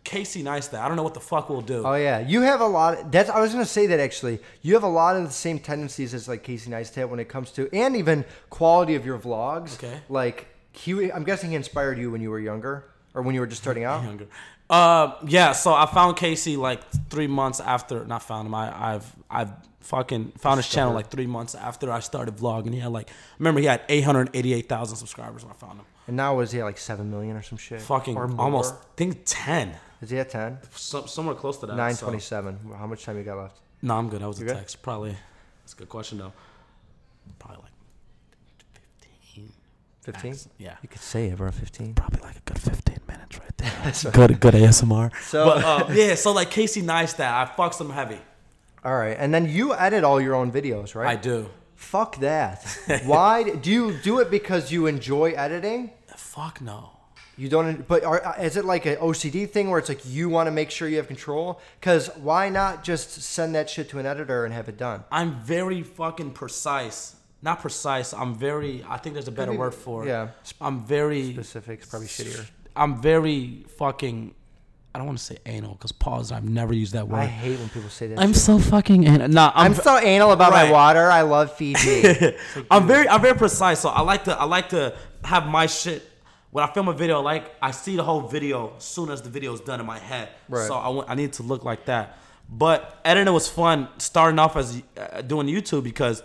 Speaker 4: Casey Neistat, I don't know what the fuck we'll do.
Speaker 1: Oh yeah, you have a lot. That's I was gonna say that actually. You have a lot of the same tendencies as like Casey Neistat when it comes to and even quality of your vlogs.
Speaker 4: Okay.
Speaker 1: Like he, I'm guessing he inspired you when you were younger or when you were just starting out.
Speaker 4: younger. Uh, yeah. So I found Casey like three months after. Not found him. I, I've I've fucking found his channel like three months after I started vlogging. He had like remember he had eight hundred eighty-eight thousand subscribers when I found him.
Speaker 1: And now was he at like seven million or some shit?
Speaker 4: Fucking
Speaker 1: or more?
Speaker 4: almost think ten,
Speaker 1: Is he at ten?
Speaker 4: some, somewhere close to that.
Speaker 1: Nine
Speaker 4: so-
Speaker 1: twenty-seven. How much time you got left?
Speaker 4: No, I'm good. That was a
Speaker 1: good?
Speaker 4: text. Probably. That's a good question though. Probably like
Speaker 1: 15?
Speaker 4: Yeah.
Speaker 1: You could say it, bro. 15.
Speaker 6: Probably like a good 15 minutes right there.
Speaker 1: *laughs* That's right.
Speaker 6: good, good ASMR.
Speaker 1: So,
Speaker 4: But uh, yeah, so like Casey Neistat, I fucks him heavy.
Speaker 1: all right. And then you edit all your own videos, right?
Speaker 4: I do.
Speaker 1: Fuck
Speaker 4: *laughs*
Speaker 1: that. Why d- do you do it because you enjoy editing?
Speaker 4: Fuck no.
Speaker 1: You don't, but are, is it like an OCD thing where it's like you want to make sure you have control? Because why not just send that shit to an editor and have it done?
Speaker 4: I'm very fucking precise. Not precise. I'm very. I think there's a better
Speaker 1: be-
Speaker 4: word for it.
Speaker 1: yeah.
Speaker 4: I'm very.
Speaker 1: Specifics probably shittier.
Speaker 4: I'm very fucking. I don't want to say anal because pause. I've never used that
Speaker 1: I
Speaker 4: word.
Speaker 1: hate when people say that.
Speaker 6: I'm
Speaker 1: shit.
Speaker 6: so fucking anal. Nah, I'm,
Speaker 1: I'm so anal about my
Speaker 4: Right.
Speaker 1: water. I love
Speaker 4: *laughs*
Speaker 1: Fiji.
Speaker 4: I'm very. I'm very precise. So I like to. I like to have my shit. When I film a video, like I see the whole video as soon as the video is done in my head.
Speaker 1: Right.
Speaker 4: So I, want- I need to look like that. But editing was fun. Starting off as uh, doing YouTube because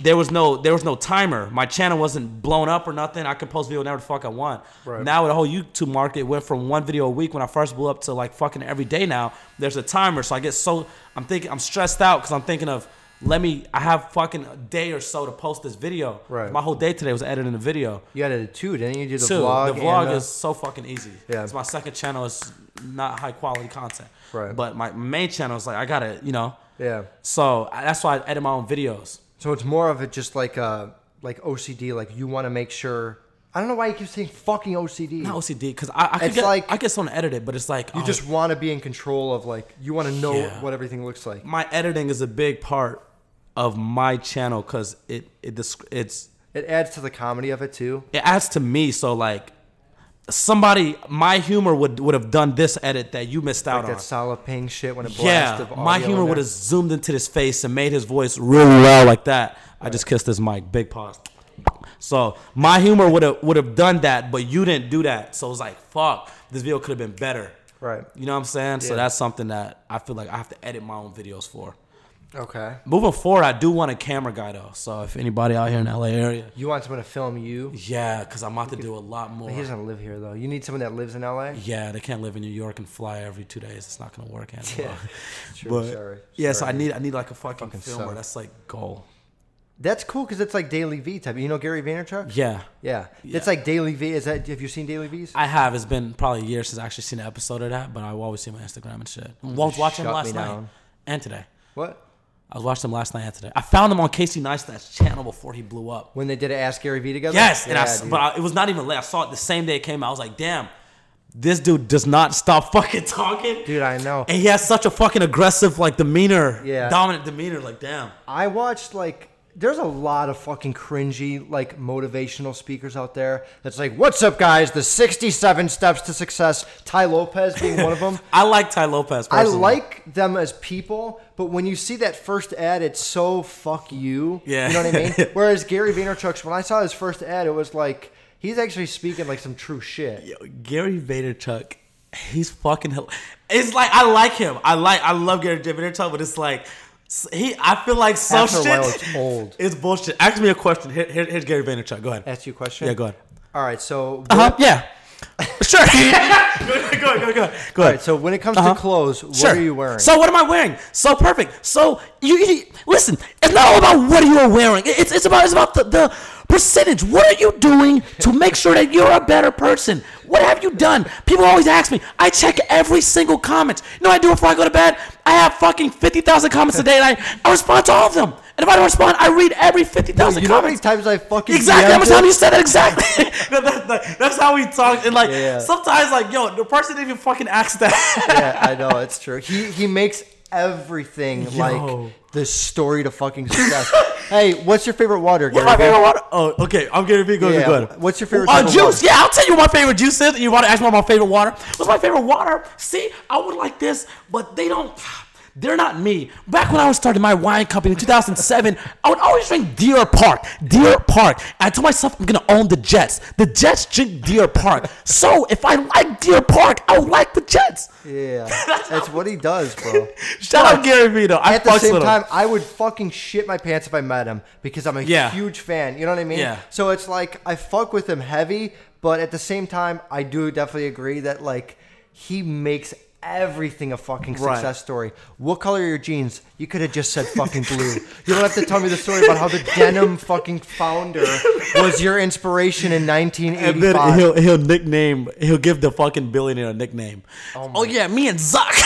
Speaker 4: there was no there was no timer. My channel wasn't blown up or nothing. I could post video whenever the fuck I want.
Speaker 1: Right.
Speaker 4: Now the whole YouTube market went from one video a week when I first blew up to like fucking every day now. There's a timer, so I get so I'm thinking I'm stressed out because I'm thinking of let me I have fucking a day or so to post this video.
Speaker 1: Right.
Speaker 4: My whole day today was editing the video.
Speaker 1: you edited two, didn't you? Do the
Speaker 4: Two,
Speaker 1: vlog.
Speaker 4: the vlog
Speaker 1: and uh, the-
Speaker 4: is so fucking easy.
Speaker 1: Yeah.
Speaker 4: It's my second channel. It's not high quality content.
Speaker 1: Right.
Speaker 4: But my main channel is like I gotta you know.
Speaker 1: Yeah.
Speaker 4: So I, that's why I edit my own videos.
Speaker 1: So it's more of it just like uh like OCD. Like you want to make sure. I don't know why you keep saying fucking OCD.
Speaker 4: Not OCD because I, I could
Speaker 1: It's
Speaker 4: get
Speaker 1: like-
Speaker 4: I get someone to edit it, but it's like
Speaker 1: you
Speaker 4: oh,
Speaker 1: just want to be in control of like you want to know
Speaker 4: Yeah.
Speaker 1: what everything looks like.
Speaker 4: my editing is a big part of my channel because it it desc- it's
Speaker 1: It adds to the comedy of it too.
Speaker 4: it adds to me. So like somebody my humor would would have done this edit that you missed out
Speaker 1: Like that
Speaker 4: on.
Speaker 1: solid ping shit when it blasts.
Speaker 4: Yeah,
Speaker 1: of audio
Speaker 4: my
Speaker 1: in
Speaker 4: humor
Speaker 1: there.
Speaker 4: would have zoomed into his face and made his voice really well like that. I just kissed his mic. Big pause. So my humor would have would have done that, but you didn't do that. So it's like fuck. This video could have been better.
Speaker 1: Right.
Speaker 4: You know what I'm saying? So
Speaker 1: Yeah.
Speaker 4: that's something that I feel like I have to edit my own videos for.
Speaker 1: Okay.
Speaker 4: Moving forward, I do want a camera guy though. So if anybody out here in LA area,
Speaker 1: You want someone to film you?
Speaker 4: yeah, because I'm about to do a lot more.
Speaker 1: He doesn't live here though. You need someone that lives in
Speaker 4: *laughs*
Speaker 1: LA.
Speaker 4: Yeah, they can't live in New York and fly every two days. It's not gonna work anymore. *laughs*
Speaker 1: Yeah. *laughs* True,
Speaker 4: But
Speaker 1: sorry.
Speaker 4: yeah, so I
Speaker 1: Sorry.
Speaker 4: need I need like a fucking,
Speaker 1: Fucking
Speaker 4: filmer.
Speaker 1: suck.
Speaker 4: That's like goal.
Speaker 1: That's cool because it's like Daily V type. You know Gary Vaynerchuk?
Speaker 4: Yeah,
Speaker 1: Yeah.
Speaker 4: Yeah.
Speaker 1: It's like Daily V. Is that? Have you seen Daily V's?
Speaker 4: I have. It's been probably a year since I actually seen an episode of that, but I always see my Instagram and shit. I was watching
Speaker 1: shut
Speaker 4: him
Speaker 1: me
Speaker 4: last night
Speaker 1: down.
Speaker 4: and today.
Speaker 1: what?
Speaker 4: I was watching him last night and today. I found him on Casey Neistat's channel before he blew up.
Speaker 1: When they did an Ask Gary V together?
Speaker 4: Yes, and I,
Speaker 1: Yeah,
Speaker 4: s-
Speaker 1: dude.
Speaker 4: but I, it was not even late. I saw it the same day it came out. I was like, damn, this dude does not stop *laughs* fucking talking.
Speaker 1: Dude, I know.
Speaker 4: And he has such a fucking aggressive like demeanor,
Speaker 1: Yeah.
Speaker 4: dominant demeanor. Like, damn,
Speaker 1: I watched like there's a lot of fucking cringy like motivational speakers out there that's like, "What's up, guys? The 67 steps to success." Ty Lopez being one
Speaker 4: *laughs*
Speaker 1: of them.
Speaker 4: I like Ty Lopez.
Speaker 1: I
Speaker 4: Personally.
Speaker 1: like them as people, but when you see that first ad, it's so fuck you.
Speaker 4: *laughs* Yeah.
Speaker 1: you know what I mean. Whereas Gary Vaynerchuk's, when I saw his first ad, it was like he's actually speaking like some true shit.
Speaker 4: Yo, Gary Vaynerchuk. He's fucking. hel- It's like I like him. I like. I love Gary Vaynerchuk, but it's like s- he. I feel like some
Speaker 1: After a
Speaker 4: shit.
Speaker 1: while, it's old.
Speaker 4: It's bullshit. Ask me a question. Here, here- here's Gary Vaynerchuk. Go ahead.
Speaker 1: Ask you a question.
Speaker 4: Yeah, go ahead.
Speaker 1: All right, so
Speaker 4: Uh huh. Yeah. *laughs* Sure. go ahead. Go ahead. Go ahead. Go
Speaker 1: all
Speaker 4: ahead.
Speaker 1: right, so when it comes
Speaker 4: Uh-huh.
Speaker 1: to clothes, what
Speaker 4: Sure.
Speaker 1: are you wearing?
Speaker 6: So what am I wearing? So perfect. So you, you listen. It's not all about what you're wearing. It- It's it's about it's about the, the percentage. What are you doing to make sure that you're a better person? What have you done? People always ask me. I check every single comment. You know what I do before I go to bed? I have fucking fifty thousand comments a day, and I, I respond to all of them. And if I don't respond, I read every fifty thousand
Speaker 1: you know how many
Speaker 6: comments.
Speaker 1: times I fucking
Speaker 6: Exactly. How
Speaker 1: DM'd
Speaker 6: much
Speaker 1: you?
Speaker 6: time you said that
Speaker 1: *laughs*
Speaker 6: exactly? *laughs*
Speaker 4: That- *laughs* that- that- that's how we talk. And like
Speaker 1: Yeah.
Speaker 4: sometimes, like yo, the person didn't even fucking
Speaker 1: *laughs*
Speaker 4: ask that.
Speaker 1: yeah, I know it's true. He he makes everything like the story to fucking success. *laughs* hey, what's your favorite water?
Speaker 4: What's
Speaker 1: Gary
Speaker 4: my
Speaker 1: Vee?
Speaker 4: favorite water? Oh, okay. I'm Gary Vee. Go
Speaker 1: Yeah,
Speaker 4: ahead. Go ahead.
Speaker 1: what's your favorite
Speaker 4: Uh,
Speaker 1: type of
Speaker 4: juice.
Speaker 1: water?
Speaker 4: Yeah, I'll tell you what my favorite juice is. You want to ask me about my favorite water? What's my favorite water? See, I would like this, but they don't. *sighs* They're not me. Back when I was starting my wine company in 2007, I would always drink Deer Park. Deer Park. I told myself I'm gonna own the Jets. The Jets drink Deer Park. So if I like Deer Park, I would like the Jets.
Speaker 1: Yeah, that's what he does, bro.
Speaker 4: Shout out Gary Vee though. I
Speaker 1: At the
Speaker 4: fucks
Speaker 1: same
Speaker 4: with
Speaker 1: time,
Speaker 4: him.
Speaker 1: I would fucking shit my pants if I met him because I'm a
Speaker 4: Yeah.
Speaker 1: huge fan. You know what I mean?
Speaker 4: Yeah.
Speaker 1: So it's like I fuck with him heavy, but at the same time, I do definitely agree that like he makes everything a fucking success story. What color are your jeans? You could have just said fucking blue. *laughs* you don't have to tell me the story about how the denim fucking founder was your inspiration in
Speaker 4: And then
Speaker 1: 1985.
Speaker 4: he'll he'll nickname he'll give the fucking billionaire a nickname.
Speaker 7: Oh, yeah, me and
Speaker 1: *laughs*
Speaker 7: Zuck.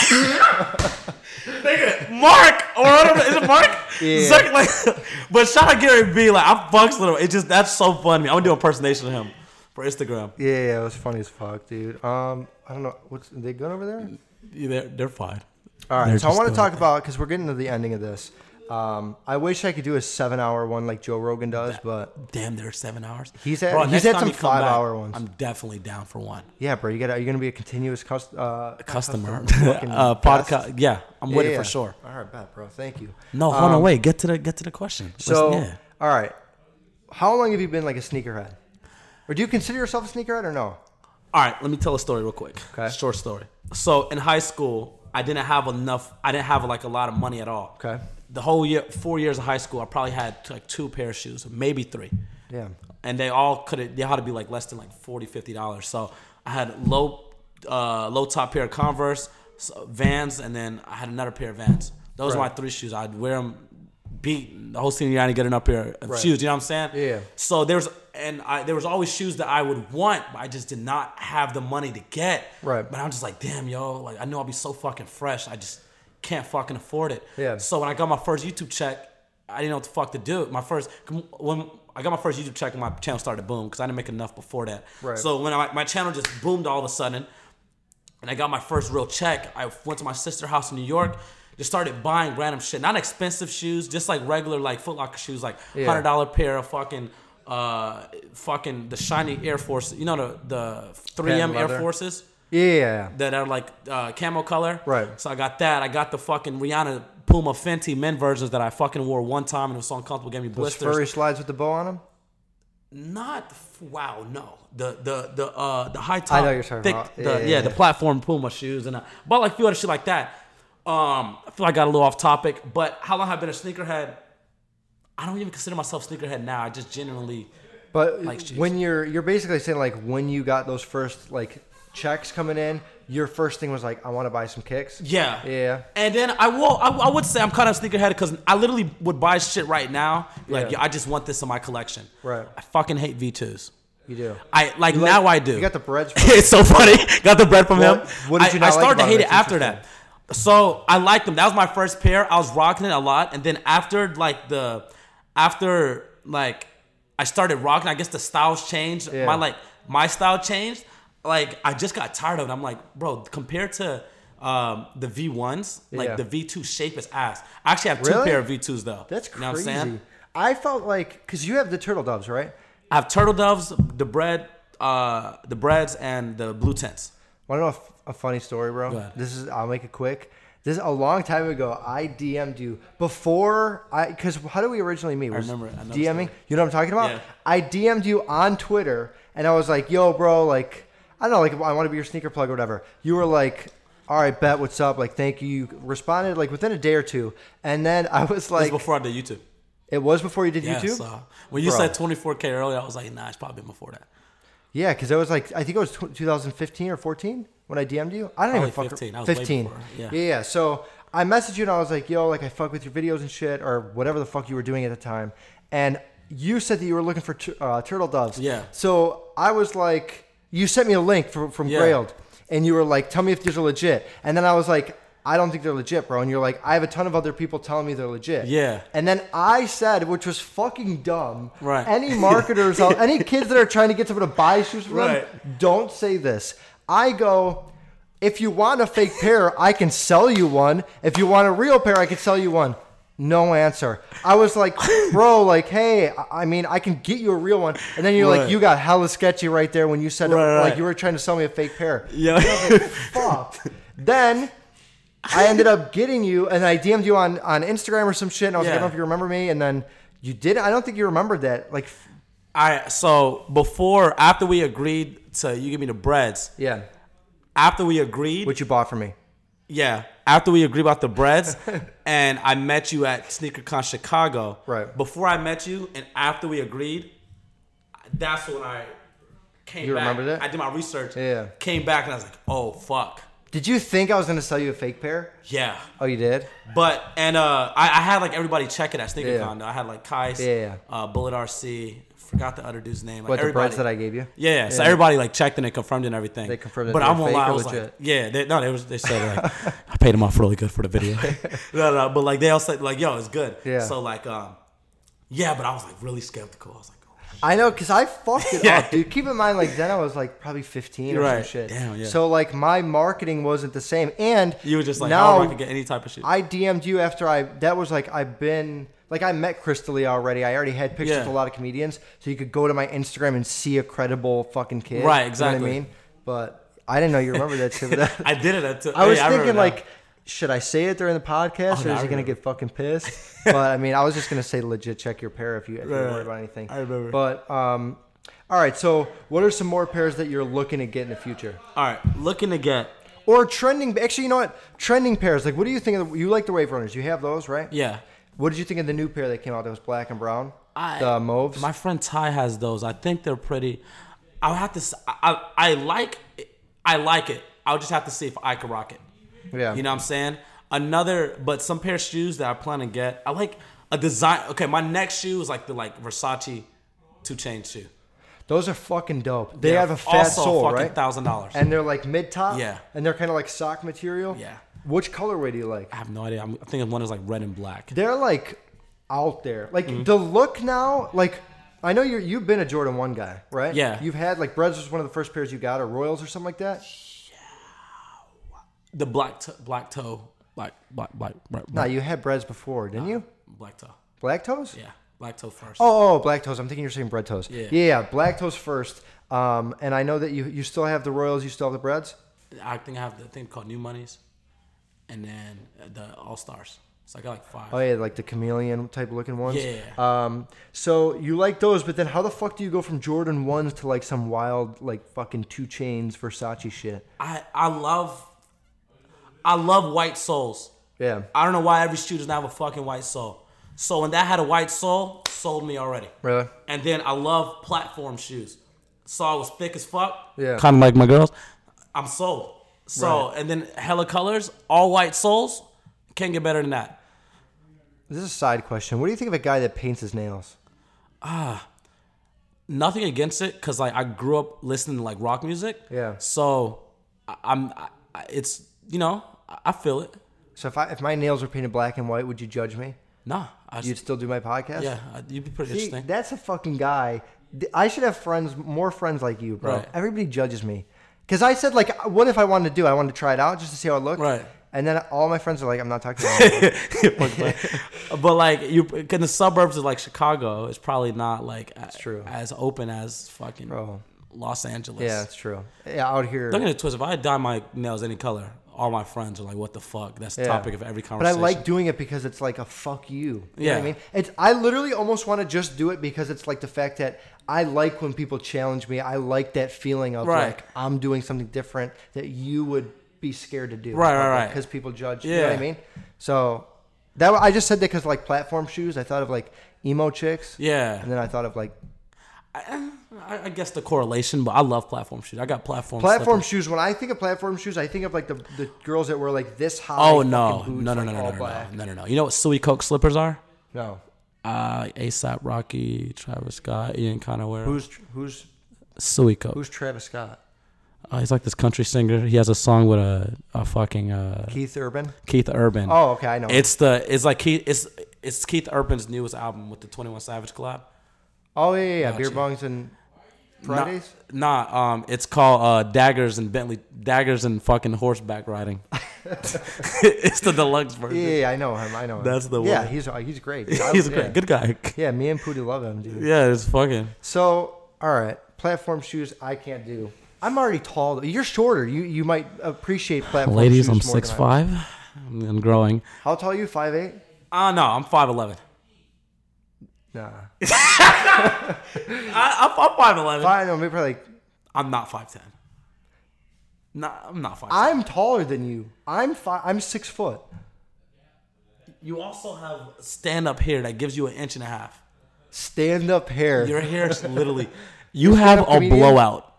Speaker 4: Mark or I don't know, is it Mark?
Speaker 1: Yeah.
Speaker 4: Zuck, like, *laughs* but shout out Gary B. Like I fucks with him. It just that's so funny. I'm gonna do an impersonation of him for Instagram.
Speaker 1: yeah, yeah, it was funny as fuck, dude. Um, I don't know. What's are they good over there?
Speaker 4: Yeah, they're, they're fine.
Speaker 1: All right,
Speaker 4: They're
Speaker 1: so I
Speaker 4: just
Speaker 1: want to
Speaker 4: doing
Speaker 1: talk about because we're getting to the ending of this. Um, I wish I could do a seven-hour one like Joe Rogan does, but
Speaker 4: Damn, they're seven hours.
Speaker 1: He's had- he's
Speaker 4: next
Speaker 1: had
Speaker 4: time
Speaker 1: some
Speaker 4: you come
Speaker 1: five-hour ones.
Speaker 4: I'm definitely down for one.
Speaker 1: yeah, bro, you got to you're gonna be a continuous cust- uh,
Speaker 4: Customer,
Speaker 1: fucking
Speaker 4: *laughs* uh,
Speaker 1: guest.
Speaker 4: podcast. Yeah, I'm with it
Speaker 1: Yeah.
Speaker 4: for sure. Mm,
Speaker 1: All right, bet, bro. Thank you.
Speaker 4: No, hold on, wait. Get to the get to the question. Let's-
Speaker 1: So,
Speaker 4: yeah.
Speaker 1: all right, how long have you been like a sneakerhead, or do you consider yourself a sneakerhead or no?
Speaker 4: All right, let me tell a story real quick.
Speaker 1: Okay.
Speaker 4: Short story. So in high school, I didn't have enough. I didn't have like a lot of money at all.
Speaker 1: Okay.
Speaker 4: The whole year, four years of high school, I probably had like two pair of shoes, maybe three.
Speaker 1: Yeah.
Speaker 4: And they all could they had to be like less than like 40 dollars. So I had low, uh, low top pair of Converse, so Vans, and then I had another pair of Vans. Those were
Speaker 1: Right.
Speaker 4: my three shoes. I'd wear them. Beat the whole senior year, I didn't get enough pair of shoes. You know what I'm saying?
Speaker 1: Yeah.
Speaker 4: So there's and I there was always shoes that I would want, but I just did not have the money to get.
Speaker 1: Right.
Speaker 4: But I'm just like, damn, yo, like I know I'll be so fucking fresh. I just can't fucking afford it.
Speaker 1: Yeah.
Speaker 4: So when I got my first YouTube check, I didn't know what the fuck to do. My first when I got my first YouTube check, my channel started to boom because I didn't make enough before that.
Speaker 1: Right.
Speaker 4: So when I, my channel just boomed all of a sudden, and I got my first real check. I went to my sister's house in New York, just started buying random shit, not expensive shoes, just like regular like Foot Locker shoes, like
Speaker 1: Yeah.
Speaker 4: hundred dollar pair of fucking, uh, fucking the shiny Air Force, you know the the three M
Speaker 1: Patent
Speaker 4: Air
Speaker 1: leather.
Speaker 4: Forces
Speaker 1: Yeah.
Speaker 4: that are like uh, camo color.
Speaker 1: Right.
Speaker 4: So I got that. I got the fucking Rihanna Puma Fenty men versions that I fucking wore one time and it was so uncomfortable, gave me
Speaker 1: Those
Speaker 4: blisters.
Speaker 1: furry slides with the bow on them.
Speaker 4: Not f- wow, no. The the the uh the high top,
Speaker 1: I know you're talking
Speaker 4: thick,
Speaker 1: about.
Speaker 4: the,
Speaker 1: Yeah,
Speaker 4: yeah,
Speaker 1: yeah,
Speaker 4: the
Speaker 1: yeah.
Speaker 4: platform Puma shoes, and I bought like a few other shit like that. Um, I feel like I got a little off topic, but how long I've been a sneakerhead? I don't even consider myself sneakerhead now. I just genuinely
Speaker 1: But
Speaker 4: shoes.
Speaker 1: when you're you're basically saying like when you got those first like checks coming in, your first thing was like I want to buy some kicks.
Speaker 4: Yeah.
Speaker 1: Yeah.
Speaker 4: And then I will. I, I would say I'm kind of sneakerhead because I literally would buy shit right now. Like
Speaker 1: Yeah.
Speaker 4: yeah, I just want this in my collection.
Speaker 1: Right.
Speaker 4: I fucking hate V2s.
Speaker 1: You do.
Speaker 4: I
Speaker 1: like-
Speaker 4: like now. I do.
Speaker 1: You got the
Speaker 4: *laughs*
Speaker 1: breads. From
Speaker 4: it's so funny. Got the bread from
Speaker 1: What-
Speaker 4: him.
Speaker 1: what did you
Speaker 4: I, I
Speaker 1: not like
Speaker 4: started
Speaker 1: about
Speaker 4: to hate
Speaker 1: it?
Speaker 4: it after that.
Speaker 1: That's
Speaker 4: So I liked them. That was my first pair. I was rocking it a lot, and then after like the, after like, I started rocking. I guess the styles changed.
Speaker 1: Yeah.
Speaker 4: My like my style changed. Like I just got tired of it. I'm like, bro, compared to um, the V ones, like
Speaker 1: Yeah.
Speaker 4: the V two shape is ass. I actually have two
Speaker 1: Really?
Speaker 4: pair of V twos though.
Speaker 1: That's
Speaker 4: You know what I'm
Speaker 1: crazy.
Speaker 4: saying?
Speaker 1: I felt like because you have the turtle doves, right?
Speaker 4: I have turtle doves, the bread, uh, the breads, and the blue tents.
Speaker 1: Want to know a f- a, funny story, bro?
Speaker 4: Go ahead.
Speaker 1: This is I'll make it quick. This a long time ago. I DM'd you before I because how did we originally meet? Was
Speaker 4: remember it. I know the
Speaker 1: DMing. You know what I'm talking about?
Speaker 4: Yeah.
Speaker 1: I DM'd you on Twitter and I was like, "Yo, bro, like I don't know, like I want to be your sneaker plug or whatever." You were like. All right, bet. What's up? Like, thank you. You responded like within a day or two, and then I was like,
Speaker 4: This was before I did YouTube.
Speaker 1: "It was before you did
Speaker 4: Yeah,
Speaker 1: YouTube."
Speaker 4: so when you
Speaker 1: Bro.
Speaker 4: said 24K earlier, I was like, nah, it's probably been before that.
Speaker 1: Yeah, because it was like I think it was tw 2015 or 14 when I DM'd you. I don't even
Speaker 4: Probably
Speaker 1: fuck
Speaker 4: 15. That was way
Speaker 1: 15.
Speaker 4: before, yeah.
Speaker 1: yeah, yeah. So I messaged you and I was like, "Yo, like I fuck with your videos and shit, or whatever the fuck you were doing at the time." And you said that you were looking for tu- uh, turtle doves.
Speaker 4: Yeah.
Speaker 1: So I was like, you sent me a link from from
Speaker 4: Yeah.
Speaker 1: Grailed, and you were like, "Tell me if these are legit." And then I was like. I don't think they're legit, bro. And you're like, I have a ton of other people telling me they're legit.
Speaker 4: Yeah.
Speaker 1: And then I said, which was fucking dumb.
Speaker 4: Right.
Speaker 1: Any marketers, out, any
Speaker 4: *laughs*
Speaker 1: kids that are trying to get someone to buy shoes from them,
Speaker 4: Right.
Speaker 1: don't say this. I go, if you want a fake pair, I can sell you one. If you want a real pair, I can sell you one. No answer. I was like,
Speaker 4: *laughs*
Speaker 1: bro, like, hey, I- I mean, I can get you a real one. And then you're like,
Speaker 4: Right.
Speaker 1: you got hella sketchy right there when you said,
Speaker 4: Right,
Speaker 1: like,
Speaker 4: right.
Speaker 1: you were trying to sell me a fake pair.
Speaker 4: Yeah.
Speaker 1: Fuck. then I ended up getting you, and I DM'd you on, on Instagram or some shit, and I was like, I
Speaker 4: Yeah.
Speaker 1: don't know if you remember me. And then you did. I don't think you remembered that. Like, f-
Speaker 4: *laughs* All right. So before, after we agreed to, you give me the breads.
Speaker 1: yeah,
Speaker 4: After we agreed,
Speaker 1: what you bought for me.
Speaker 4: yeah. After we agreed about
Speaker 1: *laughs*
Speaker 4: the breads, and I met you at SneakerCon Chicago.
Speaker 1: Right.
Speaker 4: Before I met you, and after we agreed, that's when I came.
Speaker 1: You
Speaker 4: back.
Speaker 1: remembered it?
Speaker 4: I did my research.
Speaker 1: Yeah.
Speaker 4: Came back and I was like, oh fuck.
Speaker 1: Did you think I was gonna sell you a fake pair?
Speaker 4: Yeah.
Speaker 1: Oh, you did.
Speaker 4: But and uh, I, I had like everybody check it at SneakerCon.
Speaker 1: Yeah.
Speaker 4: though. I had like Kais,
Speaker 1: Yeah, yeah.
Speaker 4: Uh, Bullet RC, forgot the other dude's name. Like
Speaker 1: But the
Speaker 4: everybody,
Speaker 1: breads that I gave you.
Speaker 4: Yeah, yeah. So everybody like checked and they confirmed and everything.
Speaker 1: They confirmed that
Speaker 4: But
Speaker 1: they
Speaker 4: I'm
Speaker 1: were
Speaker 4: gonna
Speaker 1: fake
Speaker 4: lie, I
Speaker 1: or
Speaker 4: was like,
Speaker 1: legit?
Speaker 4: yeah, they, no, they was they said
Speaker 1: *laughs*
Speaker 4: like I paid them off really good for the video. no, no, but like they all said like, yo, it's good.
Speaker 1: Yeah.
Speaker 4: So like, um, yeah, but I was like really skeptical. I was like, oh,
Speaker 1: I know, cause I fucked it
Speaker 4: *laughs* Yeah.
Speaker 1: up, dude. Keep in mind, like then I was like probably fifteen or
Speaker 4: Right.
Speaker 1: some shit.
Speaker 4: Damn, yeah.
Speaker 1: So like my marketing wasn't the same, and
Speaker 4: you were just like, "Oh
Speaker 1: now
Speaker 4: how am I could get any type of shit?
Speaker 1: I DM'd you after I. That was like I've been like I met Crystalia already. I already had pictures
Speaker 4: Yeah.
Speaker 1: of a lot of comedians, so you could go to my Instagram and see a credible fucking kid.
Speaker 4: Right,
Speaker 1: You know what
Speaker 4: exactly.
Speaker 1: I mean, but I didn't know you remember that shit. But *laughs* that,
Speaker 4: *laughs* I did it. At t-
Speaker 1: I was
Speaker 4: yeah,
Speaker 1: thinking
Speaker 4: remember now.
Speaker 1: like, should I say it during the podcast,
Speaker 4: no,
Speaker 1: or
Speaker 4: I
Speaker 1: is he gonna
Speaker 4: remember.
Speaker 1: get fucking pissed?
Speaker 4: *laughs*
Speaker 1: but I mean, I was just gonna say legit check your pair if you if you're
Speaker 4: Right,
Speaker 1: worried
Speaker 4: right.
Speaker 1: about anything.
Speaker 4: I remember.
Speaker 1: But um, all right. So what are some more pairs that you're looking to get in the future?
Speaker 4: all right, looking to get
Speaker 1: Or trending, actually, you know what? Trending pairs. Like, what do you think of the, you like the Wave Runners? You have those, right?
Speaker 4: yeah.
Speaker 1: What did you think of the new pair that came out that was black and brown?
Speaker 4: I-
Speaker 1: the mauves.
Speaker 4: My friend Ty has those. I think they're pretty. I would have to. s- I, I I like. it- I like it. I'll just have to see if I can rock it.
Speaker 1: yeah.
Speaker 4: You know what I'm saying? Another, but some pair of shoes that I plan to get. I like a design. Okay, my next shoe is like the like Versace two chain shoe.
Speaker 1: those are fucking dope. They
Speaker 4: They're
Speaker 1: have a fat
Speaker 4: also
Speaker 1: sole,
Speaker 4: fucking
Speaker 1: right?
Speaker 4: Thousand dollars.
Speaker 1: and they're like mid top.
Speaker 4: Yeah.
Speaker 1: And they're kind of like sock material.
Speaker 4: Yeah.
Speaker 1: Which colorway do you like?
Speaker 4: I have no idea. I'm, I think one is like red and black.
Speaker 1: They're like out there. Like the look now. Like I know you're you've been a Jordan One guy, right?
Speaker 4: Yeah.
Speaker 1: You've had like Breads was one of the first pairs you got, or Royals or something like that.
Speaker 4: The black t- black toe, black black black black,
Speaker 1: No, you had Breads before, didn't you?
Speaker 4: black toe.
Speaker 1: Black toes.
Speaker 4: Yeah, black toe first.
Speaker 1: Oh, oh, black toes. I'm thinking you're saying bread toes.
Speaker 4: Yeah.
Speaker 1: Yeah, yeah, black toes first. Um, and I know that you you still have the Royals. You still have the breads.
Speaker 4: I think I have the thing called New Monies, and then uh, the All Stars. So I got like five.
Speaker 1: Oh yeah, like the chameleon type looking ones.
Speaker 4: Yeah.
Speaker 1: Um, so you like those, but then how the fuck do you go from Jordan ones to like some wild like fucking two chains Versace shit?
Speaker 4: I I love, I love white soles.
Speaker 1: Yeah.
Speaker 4: I don't know why every shoe does not have a fucking white sole. So when that had a white sole, sold me already.
Speaker 1: Really?
Speaker 4: And then I love platform shoes. Saw it was thick as fuck.
Speaker 1: Yeah.
Speaker 8: Kind of like my girls.
Speaker 4: I'm sold. So and then hella colors, all white soles. Can't get better than that.
Speaker 1: This is a side question. What do you think of a guy that paints his nails?
Speaker 4: nothing against it because like I grew up listening to like rock music.
Speaker 1: Yeah.
Speaker 4: So I, I'm, I, I- it's you know I, I feel it.
Speaker 1: So if I if my nails were painted black and white, would you judge me?
Speaker 4: Nah, I
Speaker 1: You'd
Speaker 4: just,
Speaker 1: still do my podcast?
Speaker 4: yeah, I, you'd be pretty
Speaker 1: See,
Speaker 4: interesting.
Speaker 1: that's a fucking guy. Th- I should have friends, more friends like you, bro.
Speaker 4: Right.
Speaker 1: Everybody judges me. Because I said, like, what if I wanted to do? it? I wanted to try it out just to see how it looked.
Speaker 4: Right.
Speaker 1: And then all my friends are like, I'm not
Speaker 4: *laughs*
Speaker 1: talking about it. *laughs*
Speaker 4: but like you in the suburbs of like Chicago, it's probably not like it's
Speaker 1: true.
Speaker 4: as open as fucking
Speaker 1: Bro.
Speaker 4: Los Angeles.
Speaker 1: yeah, it's true. Yeah, out here.
Speaker 4: Don't get it twisted. If I dye my nails any color, all my friends are like, "What the fuck?" That's the
Speaker 1: Yeah.
Speaker 4: topic of every
Speaker 1: But I
Speaker 4: conversation.
Speaker 1: like doing it because it's like a fuck you. You know what
Speaker 4: Yeah.
Speaker 1: I mean? It's I literally almost want to just do it because it's like the fact that I like when people challenge me. I like that feeling of
Speaker 4: Right.
Speaker 1: like I'm doing something different that you would be scared to do.
Speaker 4: Right, right, right.
Speaker 1: Because people judge. You know what
Speaker 4: Yeah.
Speaker 1: I mean? So that I just said that because like platform shoes, I thought of like emo chicks.
Speaker 4: Yeah.
Speaker 1: And then I thought of like
Speaker 4: I, I guess the correlation, but I love platform shoes. I got platform
Speaker 1: platform
Speaker 4: slippers.
Speaker 1: shoes. When I think of platform shoes, I think of like the, the girls that wear like this high.
Speaker 4: Oh
Speaker 1: fucking
Speaker 4: no,
Speaker 1: boots,
Speaker 4: no, no,
Speaker 1: like,
Speaker 4: no, no,
Speaker 1: all
Speaker 4: no, no, no,
Speaker 1: black.
Speaker 4: no, no, no. You know what Suey Coke slippers are?
Speaker 1: No.
Speaker 4: Uh, ASAP Rocky, Travis Scott, Ian Conaway.
Speaker 1: Who's who's
Speaker 4: Suey Coke.
Speaker 1: who's Travis Scott?
Speaker 4: Uh, he's like this country singer. He has a song with a, a fucking uh,
Speaker 1: Keith Urban.
Speaker 4: Keith Urban.
Speaker 1: Oh, okay, I know.
Speaker 4: It's the it's like Keith it's it's Keith Urban's newest album with the Twenty One Savage collab.
Speaker 1: oh yeah, yeah, yeah. beer
Speaker 4: Gotcha.
Speaker 1: bongs and
Speaker 4: Nah-
Speaker 1: Fridays.
Speaker 4: Nah, um, it's called uh, Daggers and Bentley Daggers and fucking horseback
Speaker 1: *laughs*
Speaker 4: riding. *laughs* it's the deluxe version.
Speaker 1: Yeah, yeah, I know him. I know him.
Speaker 4: That's the
Speaker 1: yeah,
Speaker 4: one.
Speaker 1: he's uh, he's
Speaker 4: *laughs*
Speaker 1: great.
Speaker 4: He's a
Speaker 1: Yeah.
Speaker 4: great, good guy.
Speaker 1: Yeah, me and Pooty love him, dude.
Speaker 4: Yeah, it's fucking.
Speaker 1: So, all right, platform shoes I can't do. I'm already tall. though. You're shorter. You you might appreciate platform
Speaker 4: Ladies,
Speaker 1: shoes
Speaker 4: I'm
Speaker 1: more than I-
Speaker 4: six five. I'm growing.
Speaker 1: How tall are you? Five eight?
Speaker 4: Ah, no, I'm five eleven.
Speaker 1: Nah.
Speaker 4: I, I'm, I'm five eleven.
Speaker 1: Five, no, maybe probably like,
Speaker 4: I'm not five ten. Not, I'm not five.
Speaker 1: I'm taller than you. I'm five. I'm six foot.
Speaker 4: you also have stand up hair that gives you an inch and a half.
Speaker 1: Stand up hair. *laughs*
Speaker 4: Your hair is literally. You have
Speaker 1: stand-up
Speaker 4: a
Speaker 1: comedian?
Speaker 4: blowout.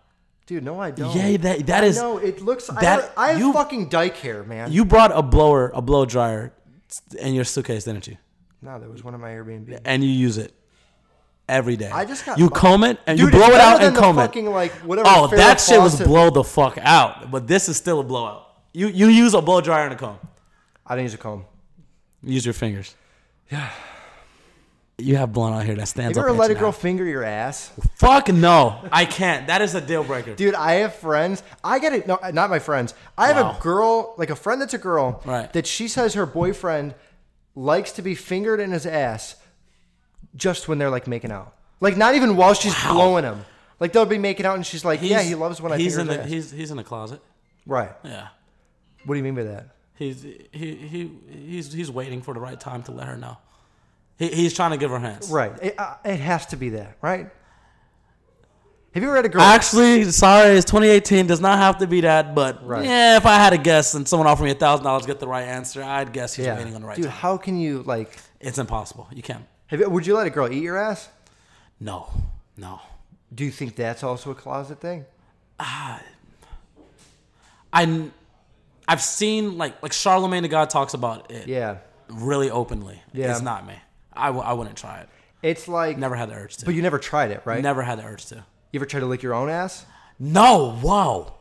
Speaker 1: Dude, no, I don't.
Speaker 4: Yeah, that- that is-
Speaker 1: No, it looks. I,
Speaker 4: that-
Speaker 1: have- I have
Speaker 4: you-
Speaker 1: fucking dyke hair, man.
Speaker 4: You brought a blower, a blow dryer, in your suitcase, didn't you?
Speaker 1: no, that was one of my Airbnb.
Speaker 4: And you use it every day.
Speaker 1: I just got
Speaker 4: you
Speaker 1: bu-
Speaker 4: comb it and
Speaker 1: Dude,
Speaker 4: you blow
Speaker 1: it's
Speaker 4: it out
Speaker 1: better than
Speaker 4: and
Speaker 1: the
Speaker 4: comb
Speaker 1: fucking,
Speaker 4: it.
Speaker 1: like, whatever
Speaker 4: oh,
Speaker 1: Farrah
Speaker 4: that shit was
Speaker 1: Fawcett-
Speaker 4: blow the fuck out. But this is still a blowout. You you use a blow dryer and a comb.
Speaker 1: I didn't use a comb.
Speaker 4: Use your fingers. Yeah. You have blonde out here that stands
Speaker 1: You
Speaker 4: up.
Speaker 1: ever
Speaker 4: at
Speaker 1: let a
Speaker 4: you
Speaker 1: girl
Speaker 4: now.
Speaker 1: finger your ass?
Speaker 4: Fuck no.
Speaker 2: I can't. That is a deal breaker.
Speaker 1: Dude, I have friends. I get it. No, not my friends. I have
Speaker 4: Wow.
Speaker 1: a girl, like a friend that's a girl,
Speaker 4: Right.
Speaker 1: that she says her boyfriend likes to be fingered in his ass just when they're like making out. Like not even while she's blowing him. Like they'll be making out and she's like, yeah,
Speaker 4: He's-
Speaker 1: he loves when I
Speaker 4: he's
Speaker 1: finger
Speaker 4: in
Speaker 1: his
Speaker 4: the
Speaker 1: ass.
Speaker 4: he's he's in the closet.
Speaker 1: right.
Speaker 4: Yeah.
Speaker 1: What do you mean by that?
Speaker 4: He's he, he he's he's waiting for the right time to let her know. He, he's trying to give her hands.
Speaker 1: Right. It, uh, it has to be that, right? Have you ever had a girl?
Speaker 4: Actually, sorry, it's 2018. Does not have to be that, but
Speaker 1: Right.
Speaker 4: yeah, if I had a guess and someone offered me a thousand dollars to get the right answer, I'd guess he's
Speaker 1: yeah.
Speaker 4: waiting on the right
Speaker 1: Dude,
Speaker 4: time.
Speaker 1: how can you like?
Speaker 4: It's impossible. You can't.
Speaker 1: Have you, would you let a girl eat your ass?
Speaker 4: No, no.
Speaker 1: Do you think that's also a closet thing?
Speaker 4: I I've seen like like Charlemagne the God talks about it
Speaker 1: Yeah.
Speaker 4: really openly.
Speaker 1: Yeah.
Speaker 4: it's not me. I w- I wouldn't try it.
Speaker 1: It's like
Speaker 4: Never had the urge to.
Speaker 1: But you never tried it, right?
Speaker 4: Never had the urge to.
Speaker 1: You ever tried to lick your own ass?
Speaker 4: No.
Speaker 1: *laughs*
Speaker 4: Wow.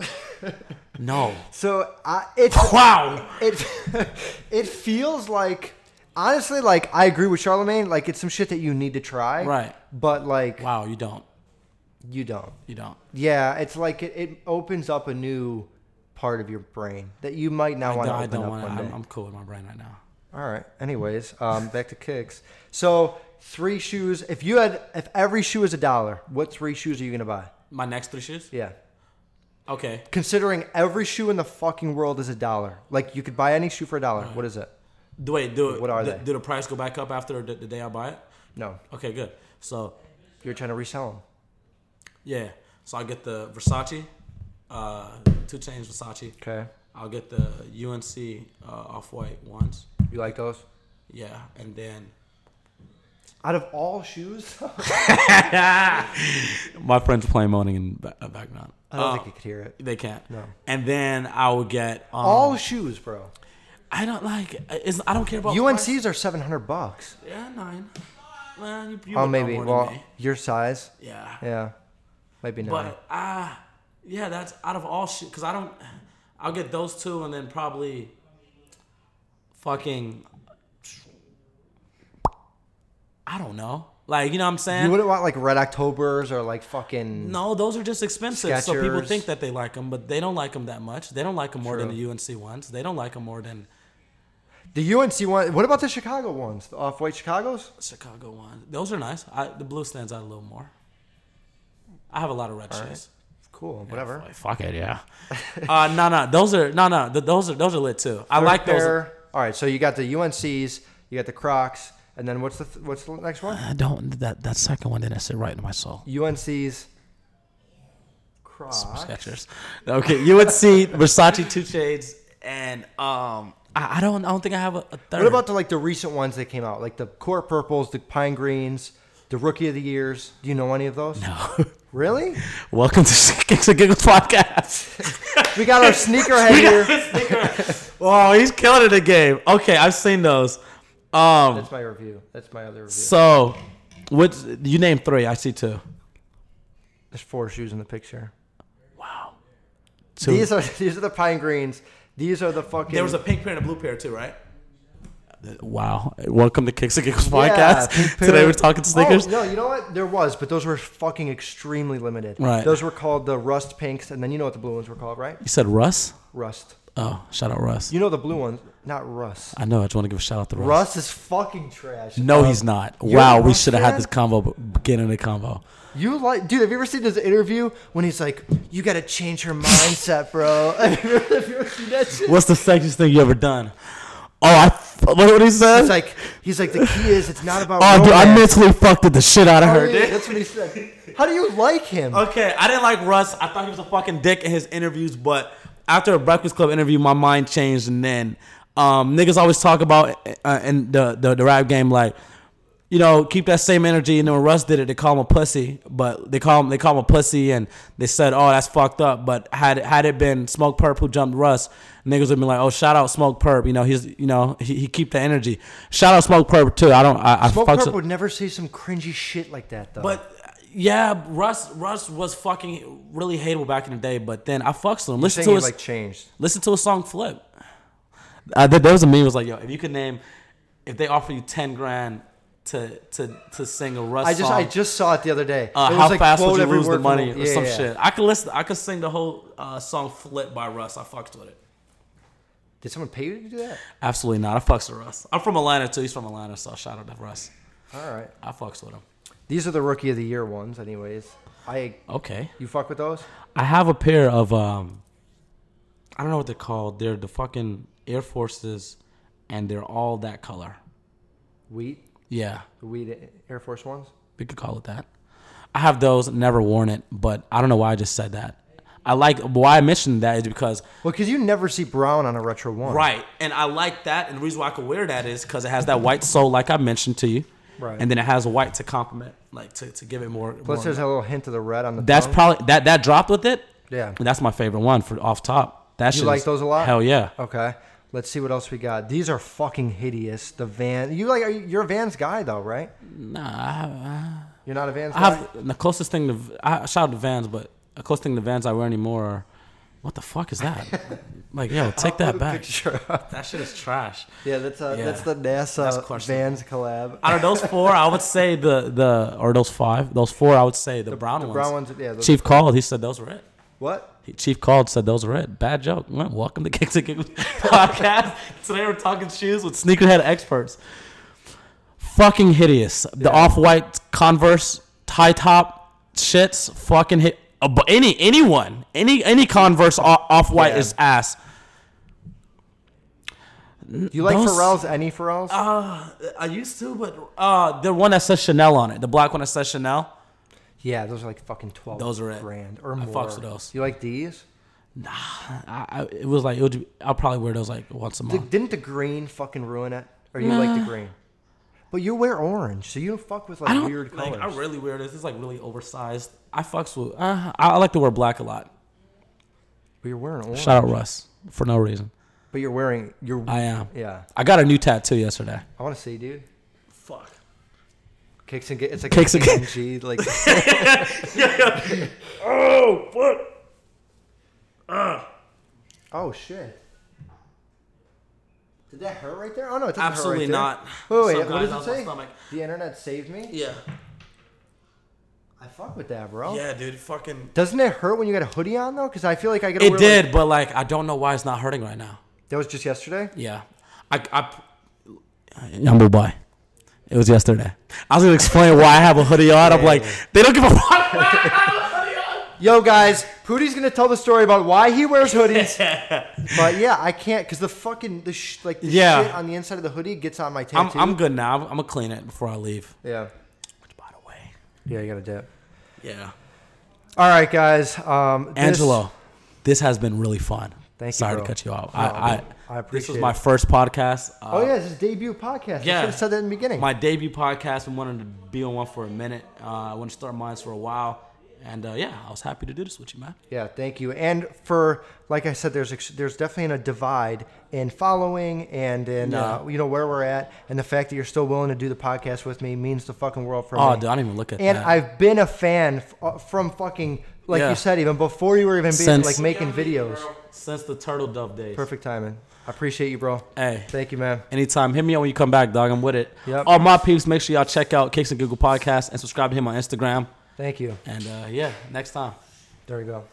Speaker 4: no.
Speaker 1: So I,
Speaker 4: *laughs*
Speaker 1: it
Speaker 4: Wow.
Speaker 1: it *laughs* it feels like honestly, like I agree with Charlemagne. Like it's some shit that you need to try,
Speaker 4: Right.
Speaker 1: But like
Speaker 4: Wow. You don't.
Speaker 1: you don't.
Speaker 4: You don't.
Speaker 1: Yeah, it's like it, it opens up a new part of your brain that you might not want
Speaker 4: No,
Speaker 1: to
Speaker 4: I
Speaker 1: open
Speaker 4: don't
Speaker 1: up
Speaker 4: want to.
Speaker 1: one day.
Speaker 4: I'm, I'm cool with my brain right now.
Speaker 1: All right. Anyways, um, back to kicks. So three shoes. If you had, if every shoe is a dollar, what three shoes are you gonna buy?
Speaker 4: My next three shoes.
Speaker 1: Yeah.
Speaker 4: Okay.
Speaker 1: Considering every shoe in the fucking world is a dollar, like you could buy any shoe for a dollar. What is it?
Speaker 4: Do, wait. Do
Speaker 1: What are
Speaker 4: do,
Speaker 1: they?
Speaker 4: Do the price go back up after the, the day I buy it?
Speaker 1: No,
Speaker 4: Okay. Good. So
Speaker 1: you're trying to resell them.
Speaker 4: yeah. So I get the Versace, uh, two chains Versace.
Speaker 1: Okay.
Speaker 4: I'll get the UNC uh, off white ones.
Speaker 1: You like those?
Speaker 4: Yeah, and then
Speaker 1: Out of all shoes, *laughs* I
Speaker 4: my friends playing moaning in ba- uh, background.
Speaker 1: don't
Speaker 4: Uh,
Speaker 1: think you could hear it.
Speaker 4: they can't.
Speaker 1: No.
Speaker 4: And then I will get. Um,
Speaker 1: All shoes, bro.
Speaker 4: I don't like. It's, I don't care about. price.
Speaker 1: UNC's are seven hundred bucks.
Speaker 4: Yeah, nine. Well, you, you
Speaker 1: Oh,
Speaker 4: would know
Speaker 1: maybe.
Speaker 4: more than
Speaker 1: Well,
Speaker 4: me.
Speaker 1: your size.
Speaker 4: yeah.
Speaker 1: Yeah, might be nine.
Speaker 4: But ah, yeah, that's out of all shit. Cause I don't. I'll get those two, and then probably. Fucking. I don't know. Like you know what I'm saying.
Speaker 1: You wouldn't want like Red Octobers or like fucking.
Speaker 4: No, those are just expensive. So people
Speaker 1: Skechers.
Speaker 4: think that they like them, but they don't like them that much. They don't like them more than
Speaker 1: True.
Speaker 4: the UNC ones. They don't like them more than
Speaker 1: The UNC one. What about the Chicago ones? The off-white Chicago's?
Speaker 4: Chicago ones. Those are nice. I, the blue stands out a little more. I have a lot of red shoes.
Speaker 1: Cool. Whatever.
Speaker 4: Like, fuck it, yeah. *laughs* uh, no, no, those are no, no. th- those are those are lit too. I like
Speaker 1: Third
Speaker 4: those.
Speaker 1: pair. All right. So you got the UNC's. You got the Crocs. And then what's the th- what's the next one?
Speaker 4: I don't. That that second one didn't sit right in my soul.
Speaker 1: UNC's. Crocs.
Speaker 4: Skechers. Okay, UNC Versace two shades, and um, I, I don't. I don't think I have a, a third.
Speaker 1: What about the like the recent ones that came out, like the core purples, the pine greens, the rookie of the years? Do you know any of those?
Speaker 4: No.
Speaker 1: Really?
Speaker 4: *laughs* Welcome to Kicks and Giggles podcast. *laughs*
Speaker 1: We got our sneakerhead here.
Speaker 4: Oh, he's killing it in the game. Okay, I've seen those. Um,
Speaker 1: That's my review. That's my other review.
Speaker 4: so which you name three? I see two.
Speaker 1: There's four shoes in the picture.
Speaker 4: Wow. Two.
Speaker 1: These are *laughs* these are the pine greens. These are the fucking.
Speaker 2: There was a pink pair and a blue pair too, right?
Speaker 4: wow. Welcome to Kicks and Giggles
Speaker 1: Yeah,
Speaker 4: *laughs* podcast.
Speaker 1: pink pair.
Speaker 4: Today we're talking sneakers.
Speaker 1: Oh, no, you know what? There was, but those were fucking extremely limited.
Speaker 4: Right.
Speaker 1: Those were called the rust pinks, and then you know what the blue ones were called, right?
Speaker 4: You said Russ?
Speaker 1: Rust.
Speaker 4: Oh, shout out Russ.
Speaker 1: You know the blue ones, not rust.
Speaker 4: I know. I just want to give a shout out to Russ.
Speaker 1: Rust is fucking trash.
Speaker 4: No,
Speaker 1: Um,
Speaker 4: he's not.
Speaker 1: you're
Speaker 4: Wow,
Speaker 1: a
Speaker 4: we
Speaker 1: Russ
Speaker 4: should have had
Speaker 1: fan?
Speaker 4: this combo b- beginning of the combo.
Speaker 1: You like, dude? Have you ever seen this interview when he's like, "You got to change her mindset, bro"? *laughs* have you ever seen that shit?
Speaker 4: What's the sexiest thing you ever done? Oh, I. f- What what he said?
Speaker 1: He's like, he's like, the key is it's not about.
Speaker 4: oh, dude, I
Speaker 1: romance."
Speaker 4: mentally fucked the shit out of
Speaker 1: Oh,
Speaker 4: her.
Speaker 1: yeah, That's what he said. How do you like him?
Speaker 4: Okay, I didn't like Russ. I thought he was a fucking dick in his interviews, but after a Breakfast Club interview, my mind changed. And then um, niggas always talk about uh, in the, the the rap game like, you know, keep that same energy. And then when Russ did it, they call him a pussy, but they call him they call him a pussy, and they said, "Oh, that's fucked up." But had had it been Smoke Perp who jumped Russ, niggas would be like, "Oh, shout out Smoke Perp." You know, he's you know he, he keep the energy. Shout out Smoke Perp too. I don't I, I
Speaker 1: Smoke
Speaker 4: fucks
Speaker 1: Perp
Speaker 4: with-
Speaker 1: would never say some cringy shit like that, though.
Speaker 4: but yeah, Russ Russ was fucking really hateable back in the day. But then I fucks with him. Listen
Speaker 1: saying
Speaker 4: to
Speaker 1: he
Speaker 4: his
Speaker 1: like changed.
Speaker 4: Listen to a song flip. Uh, there, there was a meme. it Was like, yo, if you could name, if they offer you ten grand to to to sing a Russ
Speaker 1: I just
Speaker 4: song,
Speaker 1: I just saw it the other day.
Speaker 4: uh,
Speaker 1: It was,
Speaker 4: how
Speaker 1: like,
Speaker 4: fast
Speaker 1: quote
Speaker 4: would you
Speaker 1: every
Speaker 4: lose the
Speaker 1: word from-
Speaker 4: money or
Speaker 1: Yeah,
Speaker 4: some
Speaker 1: yeah.
Speaker 4: shit? I could listen. I could sing the whole uh, song flip by Russ. I fucked with it.
Speaker 1: Did someone pay you to do that?
Speaker 4: Absolutely not. I fucks with Russ. I'm from Atlanta too. He's from Atlanta, so shout out to Russ.
Speaker 1: All right.
Speaker 4: I fucks with him.
Speaker 1: These are the rookie of the year ones, anyways. I
Speaker 4: Okay.
Speaker 1: you fuck with those?
Speaker 4: I have a pair of um I don't know what they're called. They're the fucking Air Forces and they're all that color.
Speaker 1: Wheat,
Speaker 4: Yeah.
Speaker 1: the wheat Air Force ones.
Speaker 4: We could call it that. I have those, never worn it, but I don't know why I just said that. I like why I mentioned that is because
Speaker 1: Well, because you never see brown on a retro one,
Speaker 4: Right. And I like that. And the reason why I could wear that is because it has that white sole, like I mentioned to you.
Speaker 1: Right.
Speaker 4: And then it has white to complement, like to, to give it more.
Speaker 1: Plus,
Speaker 4: more-
Speaker 1: there's a little hint of the red on the.
Speaker 4: that's
Speaker 1: tongue.
Speaker 4: probably that that dropped with it.
Speaker 1: Yeah.
Speaker 4: And that's my favorite one for off top. That
Speaker 1: You
Speaker 4: shit
Speaker 1: like
Speaker 4: is-
Speaker 1: those a lot?
Speaker 4: Hell yeah.
Speaker 1: Okay, let's see what else we got. These are fucking hideous. The van. You like? Are you, you're a Vans guy though, right?
Speaker 4: Nah, I,
Speaker 1: You're not a Vans
Speaker 4: I
Speaker 1: guy.
Speaker 4: have the closest thing to I shout out to Vans, but the closest thing to Vans I wear anymore. Are, what the fuck
Speaker 1: *laughs*
Speaker 4: is that? like, yo, take that back.
Speaker 1: Picture up.
Speaker 4: *laughs* That shit is trash.
Speaker 1: Yeah, that's uh,
Speaker 4: Yeah.
Speaker 1: that's the
Speaker 4: That's
Speaker 1: NASA
Speaker 4: questionable.
Speaker 1: Vans collab.
Speaker 4: Out of those four, I would say the the or those five, those four, I would say the, brown
Speaker 1: the
Speaker 4: ones.
Speaker 1: brown ones, yeah, those-
Speaker 4: Chief called. He said those were it.
Speaker 1: What?
Speaker 4: He- Chief called said those were it. Bad joke. Well, welcome to Kicks and Giggles *laughs* podcast. Today we're talking shoes with sneakerhead experts. Fucking hideous. The off-white Converse tie top shits. Fucking hit. Uh, but any anyone any any Converse o- off-white
Speaker 1: Yeah.
Speaker 4: is ass.
Speaker 1: You like
Speaker 4: Those-
Speaker 1: Pharrell's? Any Pharrell's?
Speaker 4: I used to, but uh, the one that says Chanel on it, the black one that says Chanel.
Speaker 1: yeah, those are like fucking twelve.
Speaker 4: Those are it.
Speaker 1: grand or
Speaker 4: I
Speaker 1: more.
Speaker 4: fucks with those.
Speaker 1: You like these?
Speaker 4: I, I, it was like it would. I'll probably wear those like once a
Speaker 1: The-
Speaker 4: month.
Speaker 1: didn't the green fucking ruin it? Or you like the green? But you wear orange, so you don't fuck with like weird colors.
Speaker 4: Like, I really wear this. It's like really oversized. I fucks with. Uh, I, I like to wear black a lot.
Speaker 1: but you're wearing orange.
Speaker 4: Shout out Russ for no reason.
Speaker 1: But you're wearing you're.
Speaker 4: I am.
Speaker 1: yeah,
Speaker 4: I got a new tattoo yesterday.
Speaker 1: I want to see, dude.
Speaker 4: Fuck.
Speaker 1: Kicks and get it's like
Speaker 4: Kicks
Speaker 1: kicks
Speaker 4: and-
Speaker 1: and G like *laughs*
Speaker 4: Oh fuck.
Speaker 1: oh shit. Did that hurt right there? Oh no, it doesn't
Speaker 4: Absolutely
Speaker 1: hurt right
Speaker 4: not.
Speaker 1: There. Wait,
Speaker 4: Some
Speaker 1: wait,
Speaker 4: guy
Speaker 1: what does
Speaker 4: on
Speaker 1: it
Speaker 4: my
Speaker 1: say?
Speaker 4: stomach.
Speaker 1: The internet saved me.
Speaker 4: Yeah.
Speaker 1: I fuck with that, bro.
Speaker 4: Yeah, dude. Fucking.
Speaker 1: Doesn't it hurt when you got a hoodie on though? Because I feel like I get.
Speaker 4: It did, but like I don't know why it's not hurting right now.
Speaker 1: that was just yesterday.
Speaker 4: Yeah. I. I Number why? It was yesterday. I was gonna explain why I have a hoodie on. I'm like, they don't give a fuck.
Speaker 1: Yo, guys, Pootie's gonna tell the story about why he wears
Speaker 4: *laughs*
Speaker 1: hoodies. but yeah, I can't because the fucking the sh- like the
Speaker 4: Yeah.
Speaker 1: shit on the inside of the hoodie gets on my
Speaker 4: I'm,
Speaker 1: tattoo.
Speaker 4: I'm good now. I'm, I'm gonna clean it before I leave.
Speaker 1: yeah,
Speaker 4: Which, by the way.
Speaker 1: yeah, you gotta dip.
Speaker 4: Yeah.
Speaker 1: All right, guys. Um, this-
Speaker 4: Angelo, this has been really fun.
Speaker 1: Thank you,
Speaker 4: Sorry
Speaker 1: bro.
Speaker 4: to cut you off.
Speaker 1: No,
Speaker 4: I, I,
Speaker 1: I
Speaker 4: this was
Speaker 1: appreciate
Speaker 4: my
Speaker 1: it.
Speaker 4: first podcast. Uh,
Speaker 1: oh yeah, this is debut podcast. Oh, Yeah, I
Speaker 4: Yeah.
Speaker 1: should have said that in the beginning.
Speaker 4: my debut podcast. I wanted to be on one for a minute. Uh, I wanted to start mine for a while, and uh, yeah, I was happy to do this with you, man.
Speaker 1: yeah, thank you. And for like I said, there's ex- there's definitely a divide in following and in uh,
Speaker 4: Yeah.
Speaker 1: you know where we're at, and the fact that you're still willing to do the podcast with me means the fucking world for
Speaker 4: Oh,
Speaker 1: me.
Speaker 4: dude, I didn't even look at
Speaker 1: and
Speaker 4: that.
Speaker 1: I've been a fan f- uh, from fucking like
Speaker 4: Yeah.
Speaker 1: you said even before you were even being,
Speaker 4: Since-
Speaker 1: like making videos.
Speaker 4: Since the Turtle Dove days.
Speaker 1: Perfect timing. I appreciate you, bro.
Speaker 4: Hey.
Speaker 1: thank you, man.
Speaker 4: Anytime, hit me up when you come back, dog. I'm with it.
Speaker 1: Yep.
Speaker 4: All my peeps, make sure y'all check out Kicks and Google Podcast and subscribe to him on Instagram.
Speaker 1: Thank you.
Speaker 4: And uh, yeah, next time.
Speaker 1: There we go.